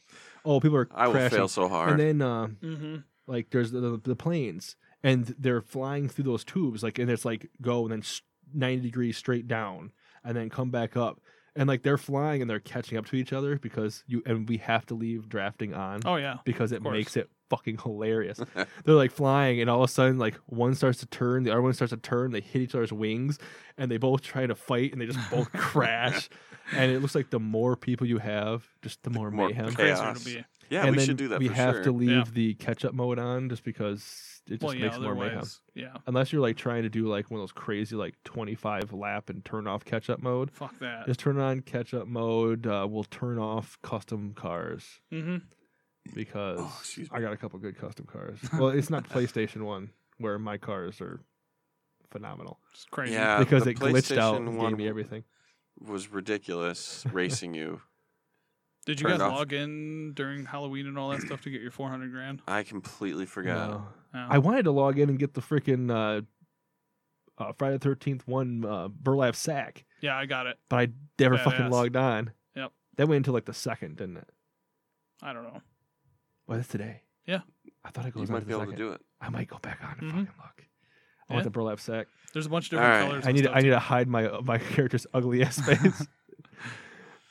Speaker 1: Oh, people are
Speaker 3: I will
Speaker 1: crashing.
Speaker 3: fail so hard.
Speaker 1: and then uh,
Speaker 2: Mhm.
Speaker 1: like there's the, the, planes and they're flying through those tubes like and it's like go and then s- 90 degrees straight down and then come back up and like they're flying and they're catching up to each other because you and we have to leave drafting on
Speaker 2: Oh, yeah.
Speaker 1: because it
Speaker 2: course.
Speaker 1: makes it fucking [LAUGHS] hilarious. They're like flying, and all of a sudden, like one starts to turn, the other one starts to turn. They hit each other's wings, and they both try to fight, and they just [LAUGHS] both crash. And it looks like the more people you have, just the more,
Speaker 3: more
Speaker 1: mayhem.
Speaker 3: chaos.
Speaker 2: Crazier to be.
Speaker 3: yeah,
Speaker 1: and
Speaker 3: we
Speaker 1: then
Speaker 3: should do that.
Speaker 1: We
Speaker 3: for
Speaker 1: have
Speaker 3: sure.
Speaker 1: to leave
Speaker 2: Yeah.
Speaker 1: the catch-up mode on, just because it just
Speaker 2: Well, yeah,
Speaker 1: makes more mayhem.
Speaker 2: otherwise. Yeah.
Speaker 1: Unless you're like trying to do like one of those crazy like 25 lap and turn off catch-up mode.
Speaker 2: Fuck that.
Speaker 1: Just turn on catch-up mode. Uh, we'll turn off custom cars
Speaker 2: hmm
Speaker 1: because
Speaker 3: Oh, excuse
Speaker 1: I got a couple good custom
Speaker 3: [LAUGHS]
Speaker 1: cars. Well, it's not PlayStation One where my cars are phenomenal
Speaker 2: It's crazy.
Speaker 3: Yeah,
Speaker 1: because
Speaker 3: Uh, the
Speaker 1: it glitched out
Speaker 3: PlayStation
Speaker 1: and
Speaker 3: one
Speaker 1: gave me everything.
Speaker 3: was ridiculous racing you.
Speaker 2: Did you
Speaker 3: Fair
Speaker 2: guys
Speaker 3: enough.
Speaker 2: log in during Halloween and all that stuff to get your 400 grand? Oh.
Speaker 3: I completely forgot.
Speaker 1: No.
Speaker 2: No.
Speaker 1: I wanted to log in and get the freaking uh, uh, Friday Thirteenth one uh, burlap sack,
Speaker 2: yeah, I got it.
Speaker 1: but I never fucking
Speaker 2: Badass.
Speaker 1: logged on.
Speaker 2: Yep.
Speaker 1: That went until like the second, didn't it?
Speaker 2: I don't know.
Speaker 1: Well, that's today.
Speaker 2: Yeah.
Speaker 1: I thought I
Speaker 3: You
Speaker 1: goes on
Speaker 3: might
Speaker 1: to
Speaker 3: be
Speaker 1: the
Speaker 3: able
Speaker 1: second.
Speaker 3: to do it.
Speaker 1: I might go back on and
Speaker 2: Mhm.
Speaker 1: fucking look. I want
Speaker 2: Yeah.
Speaker 1: the burlap sack.
Speaker 2: There's a bunch of different
Speaker 3: Alright.
Speaker 2: colors.
Speaker 1: I
Speaker 2: and
Speaker 1: need to,
Speaker 2: stuff,
Speaker 1: I
Speaker 2: too.
Speaker 1: need to hide my my [LAUGHS] character's ugly ass
Speaker 2: [LAUGHS]
Speaker 1: face.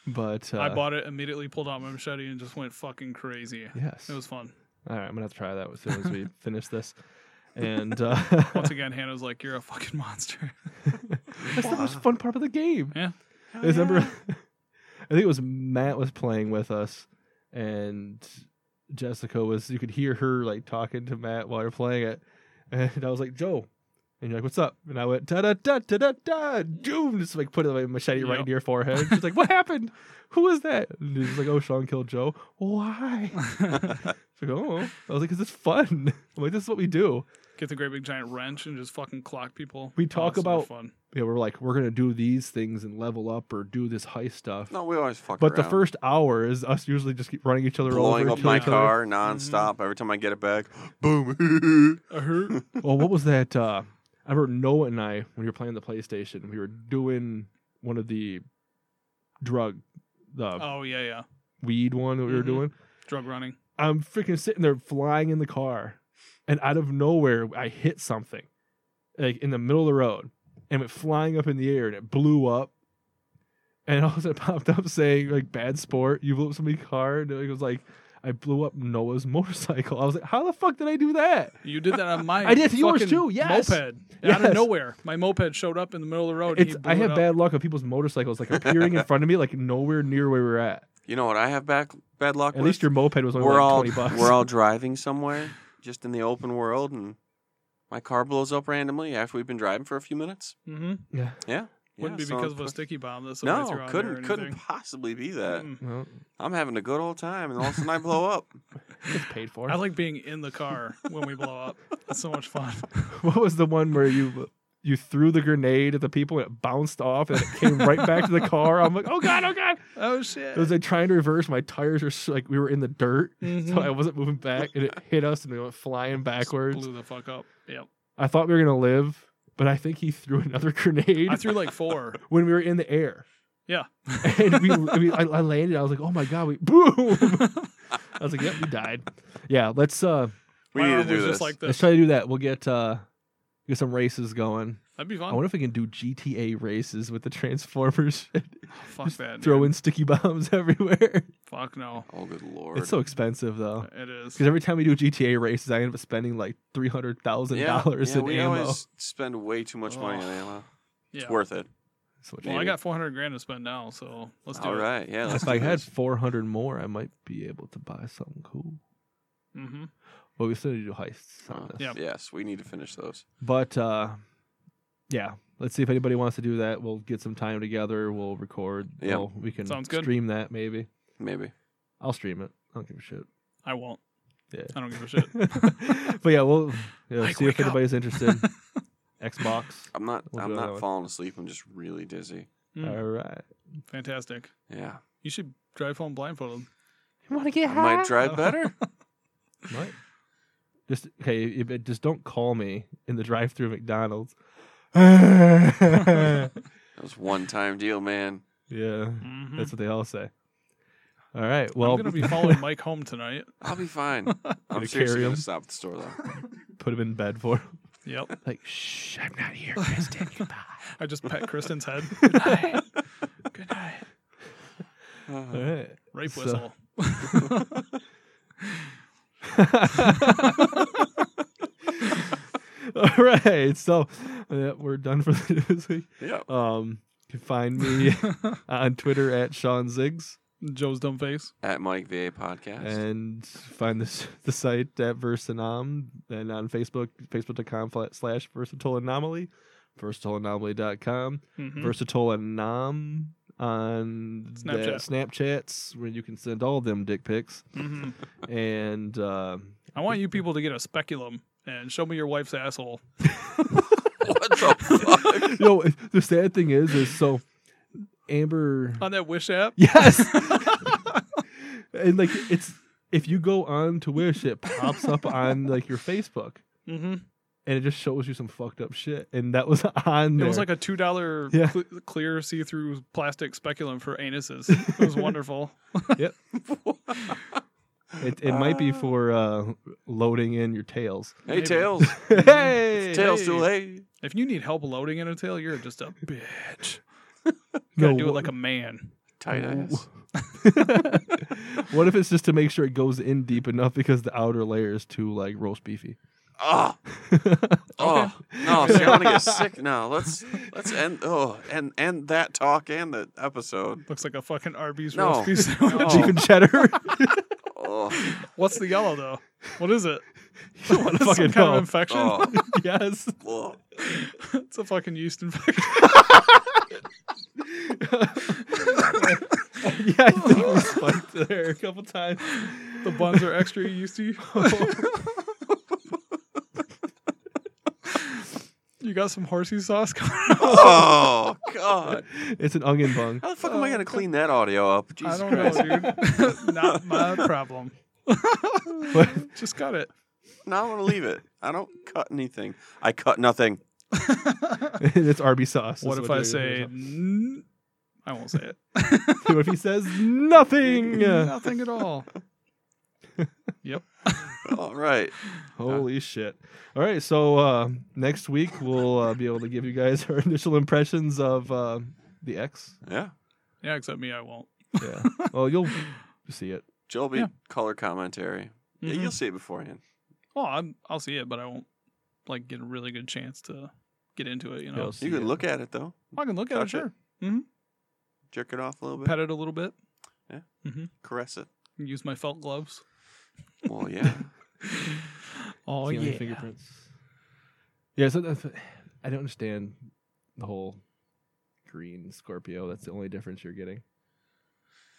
Speaker 1: but uh,
Speaker 2: I bought it immediately, pulled out my machete, and just went fucking crazy.
Speaker 1: Yes.
Speaker 2: It was fun.
Speaker 1: All right, I'm gonna have to try that as soon as
Speaker 2: [LAUGHS]
Speaker 1: we finish this. And uh, [LAUGHS]
Speaker 2: Once again, Hannah's like, "You're a fucking [LAUGHS] monster."
Speaker 1: that's the most fun part of the game.
Speaker 2: Yeah.
Speaker 1: I remember, [LAUGHS] I think it was Matt was playing with us, and Jessica was. You could hear her like talking to Matt while you're playing it, and I was like, Joe. And you're like, what's up? And I went, da da da da da da, doom. Just like put my machete right
Speaker 2: Yep.
Speaker 1: into your forehead. She's like, what happened? Who was that? And he's like, oh, Sean killed Joe. Why?
Speaker 2: [LAUGHS]
Speaker 1: [LAUGHS] She's like, oh. I was like, because it's fun. [LAUGHS] I'm like, this is what we do.
Speaker 2: Get the great big giant wrench and just fucking clock people.
Speaker 1: We
Speaker 2: Oh,
Speaker 1: talk
Speaker 2: it's so much
Speaker 1: about-
Speaker 2: fun.
Speaker 1: you know, we're like, we're gonna do these things and level up or do this heist stuff.
Speaker 3: [LAUGHS] No, we always fuck
Speaker 1: but the
Speaker 3: around.
Speaker 1: first hour is us usually just keep running each other
Speaker 3: blowing
Speaker 1: over.
Speaker 3: up
Speaker 1: killing
Speaker 3: my
Speaker 1: each other.
Speaker 3: car nonstop. Every time I get it back, [GASPS] boom. [LAUGHS]
Speaker 2: I hurt.
Speaker 1: well, what was that? Uh, I remember Noah and I when we were playing the PlayStation, we were doing one of the drug, the
Speaker 2: [LAUGHS] oh yeah, yeah.
Speaker 1: weed one that we were
Speaker 3: Mm-hmm.
Speaker 2: Mhm.
Speaker 1: doing.
Speaker 2: Drug running.
Speaker 1: I'm freaking sitting there flying in the car, and out of nowhere I hit something, like in the middle of the road, and went flying up in the air and it blew up, and all of a sudden it popped up saying like "bad sport," you blew up somebody's car, and it was like. I blew up Noah's [LAUGHS] motorcycle. I was like, "How the fuck did I do that?"
Speaker 2: You did that on my.
Speaker 1: [LAUGHS] I did to yours,
Speaker 2: fucking
Speaker 1: too, yes.
Speaker 2: Moped. Out of
Speaker 1: Yes.
Speaker 2: nowhere, my moped showed up in the middle of the
Speaker 3: Oh,
Speaker 2: road.
Speaker 1: It's
Speaker 2: and he
Speaker 1: I have
Speaker 2: had
Speaker 1: bad luck of people's motorcycles like appearing in front of me, like nowhere near where we're at.
Speaker 3: You know what? I have back bad luck.
Speaker 1: At
Speaker 3: with?
Speaker 1: least your moped was only like
Speaker 3: we're all
Speaker 1: twenty bucks.
Speaker 3: we're all
Speaker 2: [LAUGHS]
Speaker 3: driving somewhere, just in the open world, and my car blows up randomly after we've been driving for a few minutes.
Speaker 2: Mm-hmm.
Speaker 1: yeah.
Speaker 3: Yeah,
Speaker 2: Wouldn't
Speaker 3: Yeah,
Speaker 2: be
Speaker 3: so
Speaker 2: because of a
Speaker 3: put-
Speaker 2: sticky bomb that somebody
Speaker 3: No,
Speaker 2: threw on there or
Speaker 3: couldn't couldn't
Speaker 2: anything.
Speaker 3: possibly be that.
Speaker 2: Mm.
Speaker 1: Well,
Speaker 2: [LAUGHS]
Speaker 3: I'm having a good old time, and all of a sudden I blow up.
Speaker 1: It's paid for.
Speaker 2: I like being in the car when we blow up. That's so much
Speaker 3: [LAUGHS]
Speaker 2: fun.
Speaker 1: [LAUGHS] what was the one where you you threw the grenade at the people and it bounced off and it came right back to the car? I'm like, oh god, oh god!
Speaker 2: Oh
Speaker 1: It
Speaker 2: shit.
Speaker 1: was like trying to reverse. My tires were s- like we were in the dirt, [LAUGHS] so I
Speaker 2: Mhm.
Speaker 1: wasn't moving back, and it hit us and we went flying backwards.
Speaker 2: Blew the fuck up. Yep.
Speaker 1: I thought we were gonna live, but I think he threw another [LAUGHS] grenade
Speaker 2: I threw like four.
Speaker 1: when we were in the air.
Speaker 2: Yeah.
Speaker 1: [LAUGHS] and we, we I, I landed. I was like, oh my god, we [LAUGHS] boom! I was like, yep, we died. Yeah, let's uh,
Speaker 3: We
Speaker 2: My
Speaker 3: need to
Speaker 2: arm
Speaker 3: do
Speaker 2: was
Speaker 3: this.
Speaker 2: Just like
Speaker 1: let's
Speaker 2: this.
Speaker 1: try to do that. We'll get uh, get some races going.
Speaker 2: That'd be
Speaker 1: I
Speaker 2: fun.
Speaker 1: wonder if we can do GTA races with the Transformers. shit.
Speaker 2: fuck
Speaker 1: just
Speaker 2: that.
Speaker 1: Throw
Speaker 2: dude.
Speaker 1: in sticky bombs [LAUGHS] everywhere.
Speaker 2: Fuck no.
Speaker 3: oh, good lord.
Speaker 1: It's so expensive though.
Speaker 2: It is.
Speaker 1: Because Oh. every time we do GTA races, I end up spending like three hundred thousand
Speaker 3: yeah,
Speaker 1: dollars
Speaker 3: yeah,
Speaker 1: in
Speaker 3: we
Speaker 1: ammo.
Speaker 3: always spend way too much money on
Speaker 2: Oh,
Speaker 3: ammo.
Speaker 2: [SIGHS] Yeah.
Speaker 3: It's worth it.
Speaker 1: [LAUGHS] So much-
Speaker 2: Well, I
Speaker 3: Maybe.
Speaker 2: got 400 grand to spend now, so let's do
Speaker 3: All
Speaker 2: it.
Speaker 3: right,
Speaker 2: [LAUGHS]
Speaker 3: yeah. Let's
Speaker 1: if I
Speaker 3: do
Speaker 1: had
Speaker 3: this.
Speaker 1: four hundred more, I might be able to buy something cool.
Speaker 2: Mm-hmm.
Speaker 1: Well, we still need to do heists on
Speaker 3: Uh,
Speaker 1: this.
Speaker 2: Yeah.
Speaker 3: Yes, we need to finish those.
Speaker 1: But uh, yeah, let's see if anybody wants to do that. We'll get some time together. We'll record.
Speaker 3: Yeah.
Speaker 1: Well, we can
Speaker 2: Sounds good.
Speaker 1: stream that maybe.
Speaker 3: Maybe.
Speaker 1: I'll stream it. I don't give a shit.
Speaker 2: I won't.
Speaker 1: Yeah.
Speaker 2: I don't give a
Speaker 1: [LAUGHS]
Speaker 2: shit.
Speaker 1: but yeah, we'll yeah,
Speaker 2: Mike,
Speaker 1: see if
Speaker 2: wake up.
Speaker 1: anybody's
Speaker 2: [LAUGHS]
Speaker 1: interested. Xbox.
Speaker 3: I'm not.
Speaker 1: We'll
Speaker 3: I'm
Speaker 1: do that
Speaker 3: not
Speaker 1: one.
Speaker 3: falling asleep. I'm just really dizzy.
Speaker 2: Mm,
Speaker 1: All right.
Speaker 2: Fantastic.
Speaker 3: Yeah,
Speaker 2: You should drive home blindfolded.
Speaker 1: You want to get
Speaker 3: I might
Speaker 2: [LAUGHS]
Speaker 3: drive better.
Speaker 1: Might. Just hey, if it- just don't call me in the drive-through
Speaker 2: [LAUGHS]
Speaker 1: McDonald's. yeah,
Speaker 3: That was one time deal, man.
Speaker 2: Mhm.
Speaker 1: that's what they all say. All right.
Speaker 2: I'm
Speaker 1: Well,
Speaker 2: gonna be following Mike home tonight.
Speaker 3: I'll be fine. I'm
Speaker 1: Gonna
Speaker 3: seriously
Speaker 1: carry
Speaker 3: gonna
Speaker 1: him.
Speaker 3: stop at the store though.
Speaker 1: [LAUGHS] put him in bed for
Speaker 2: [LAUGHS]
Speaker 1: him.
Speaker 2: Yep.
Speaker 1: like. Shh, I'm not [LAUGHS] here, Kristen. Goodbye.
Speaker 2: I just pet Kristen's head.
Speaker 1: [LAUGHS]
Speaker 2: [LAUGHS]
Speaker 1: Good night. All [LAUGHS]
Speaker 3: Uh,
Speaker 1: right.
Speaker 2: Rape
Speaker 1: So-
Speaker 2: whistle.
Speaker 1: [LAUGHS] All right, so yeah, we're done for [LAUGHS] this week.
Speaker 3: [LAUGHS] yeah.
Speaker 1: Um, you can find me on Twitter at Sean Ziggs
Speaker 2: Joe's dumb face.
Speaker 3: At Mike VA Podcast.
Speaker 1: and find this the [LAUGHS] site at Versanom and on Facebook, facebook.com fla- slash versatile anomaly, versatileanomaly.com,
Speaker 2: Mhm.
Speaker 1: versatile anom on the
Speaker 2: Snapchat.
Speaker 1: Snapchats where you can send all them dick pics.
Speaker 2: Mhm.
Speaker 1: and uh,
Speaker 2: I want you people to get a speculum and show me your wife's asshole.
Speaker 3: [LAUGHS] what the
Speaker 1: [LAUGHS]
Speaker 3: fuck?
Speaker 1: you know, the sad thing is, is so Amber.
Speaker 2: On that Wish app?
Speaker 1: Yes. [LAUGHS] and like it's if you go on to Wish, it pops up on like your Facebook,
Speaker 2: Mm-hmm.
Speaker 1: and it just shows you some fucked up shit. And that was [LAUGHS] on.
Speaker 2: It
Speaker 1: There.
Speaker 2: was like a two dollar
Speaker 1: Yeah.
Speaker 2: cl- clear see through plastic speculum
Speaker 1: [LAUGHS]
Speaker 2: for anuses. It was wonderful.
Speaker 1: it, it might be
Speaker 3: Ah.
Speaker 1: for uh, loading in your tails.
Speaker 2: [LAUGHS]
Speaker 3: Hey,
Speaker 2: Maybe.
Speaker 3: Tails.
Speaker 1: hey,
Speaker 3: Tails too late.
Speaker 2: If you need help loading in a tail, you're just a bitch. You
Speaker 1: No,
Speaker 2: gotta do it
Speaker 1: what-
Speaker 2: like [LAUGHS] a man.
Speaker 3: Tight ass.
Speaker 1: [LAUGHS] what if it's just to make sure it goes in deep enough because the outer layer is too like roast beefy?
Speaker 3: Oh, oh no! See, I want to get sick now. Let's let's end. Oh, and end that talk and the episode.
Speaker 2: Looks like a fucking Arby's
Speaker 3: No.
Speaker 2: roast beef sandwich.
Speaker 3: [LAUGHS]
Speaker 2: [LAUGHS]
Speaker 3: No.
Speaker 1: Chicken cheddar.
Speaker 3: Oh,
Speaker 2: What's the yellow though? What
Speaker 1: [LAUGHS]
Speaker 2: is it?
Speaker 1: don't wanna
Speaker 2: Some
Speaker 1: fucking
Speaker 2: kind
Speaker 1: know.
Speaker 2: of [LAUGHS] infection.
Speaker 3: oh,
Speaker 1: yes.
Speaker 3: oh.
Speaker 2: it's a fucking yeast infection.
Speaker 1: [LAUGHS] Yeah, I think we spiked there a couple times.
Speaker 2: The buns are extra
Speaker 3: [LAUGHS]
Speaker 2: yeasty. [LAUGHS] you got some horsey sauce [LAUGHS] coming out.
Speaker 3: Oh, God.
Speaker 1: [LAUGHS] It's an onion
Speaker 2: [LAUGHS]
Speaker 1: bung.
Speaker 3: How the fuck am I gonna clean that audio up?
Speaker 2: I
Speaker 3: Jesus
Speaker 2: don't
Speaker 3: Christ!
Speaker 2: know, dude. Not my problem.
Speaker 1: But
Speaker 2: Just got it.
Speaker 3: Now I'm gonna leave it. I don't cut anything. I cut nothing.
Speaker 1: [LAUGHS] it's Arby sauce.
Speaker 2: what
Speaker 1: is
Speaker 2: if I
Speaker 1: they're-
Speaker 2: say? N- I won't say it.
Speaker 1: [LAUGHS] What if he says
Speaker 2: [LAUGHS]
Speaker 1: nothing?
Speaker 2: Nothing at all.
Speaker 3: All right.
Speaker 1: Holy shit! All right, so uh, next week we'll uh, be able to give you guys [LAUGHS] our initial impressions of uh, the X.
Speaker 3: Yeah.
Speaker 2: Yeah, except me, I won't. [LAUGHS]
Speaker 1: Yeah. Well, you'll see it.
Speaker 3: Joel be
Speaker 2: Yeah.
Speaker 3: color commentary. Yeah,
Speaker 2: Mhm.
Speaker 3: you'll see it beforehand.
Speaker 2: Well, I'm, I'll see it, but I won't like get a really good chance to get into it. You know,
Speaker 1: You'll see
Speaker 3: You can
Speaker 1: it.
Speaker 3: look at it though.
Speaker 2: I can look at it,
Speaker 3: touch it.
Speaker 2: sure.
Speaker 3: Jerk it off a little bit.
Speaker 2: Pet it a little bit.
Speaker 3: Caress
Speaker 2: [LAUGHS]
Speaker 3: it.
Speaker 2: Use my felt gloves.
Speaker 3: Well, yeah.
Speaker 2: Oh
Speaker 1: See how many
Speaker 2: yeah.
Speaker 1: fingerprints. Yeah, so that's, I don't understand the whole green Scorpio. That's the only difference you're getting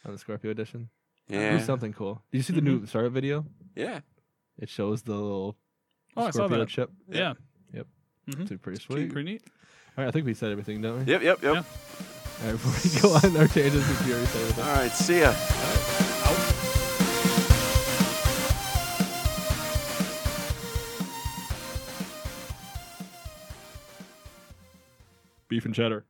Speaker 1: on the Scorpio edition. Do
Speaker 3: Yeah.
Speaker 2: Mm-hmm.
Speaker 1: something cool. Did you see the new startup video?
Speaker 3: Yeah.
Speaker 1: It shows the little
Speaker 2: Oh, I saw
Speaker 1: Scorpio
Speaker 2: that.
Speaker 1: chip.
Speaker 2: Yeah.
Speaker 1: It's pretty sweet.
Speaker 2: Pretty, pretty neat.
Speaker 1: All right, I think we said everything, don't we?
Speaker 3: Yep, yep, yep.
Speaker 2: Yeah.
Speaker 1: All right, [LAUGHS] before we go on our changes, we already said everything.
Speaker 3: All right, see ya.
Speaker 1: Beef and cheddar.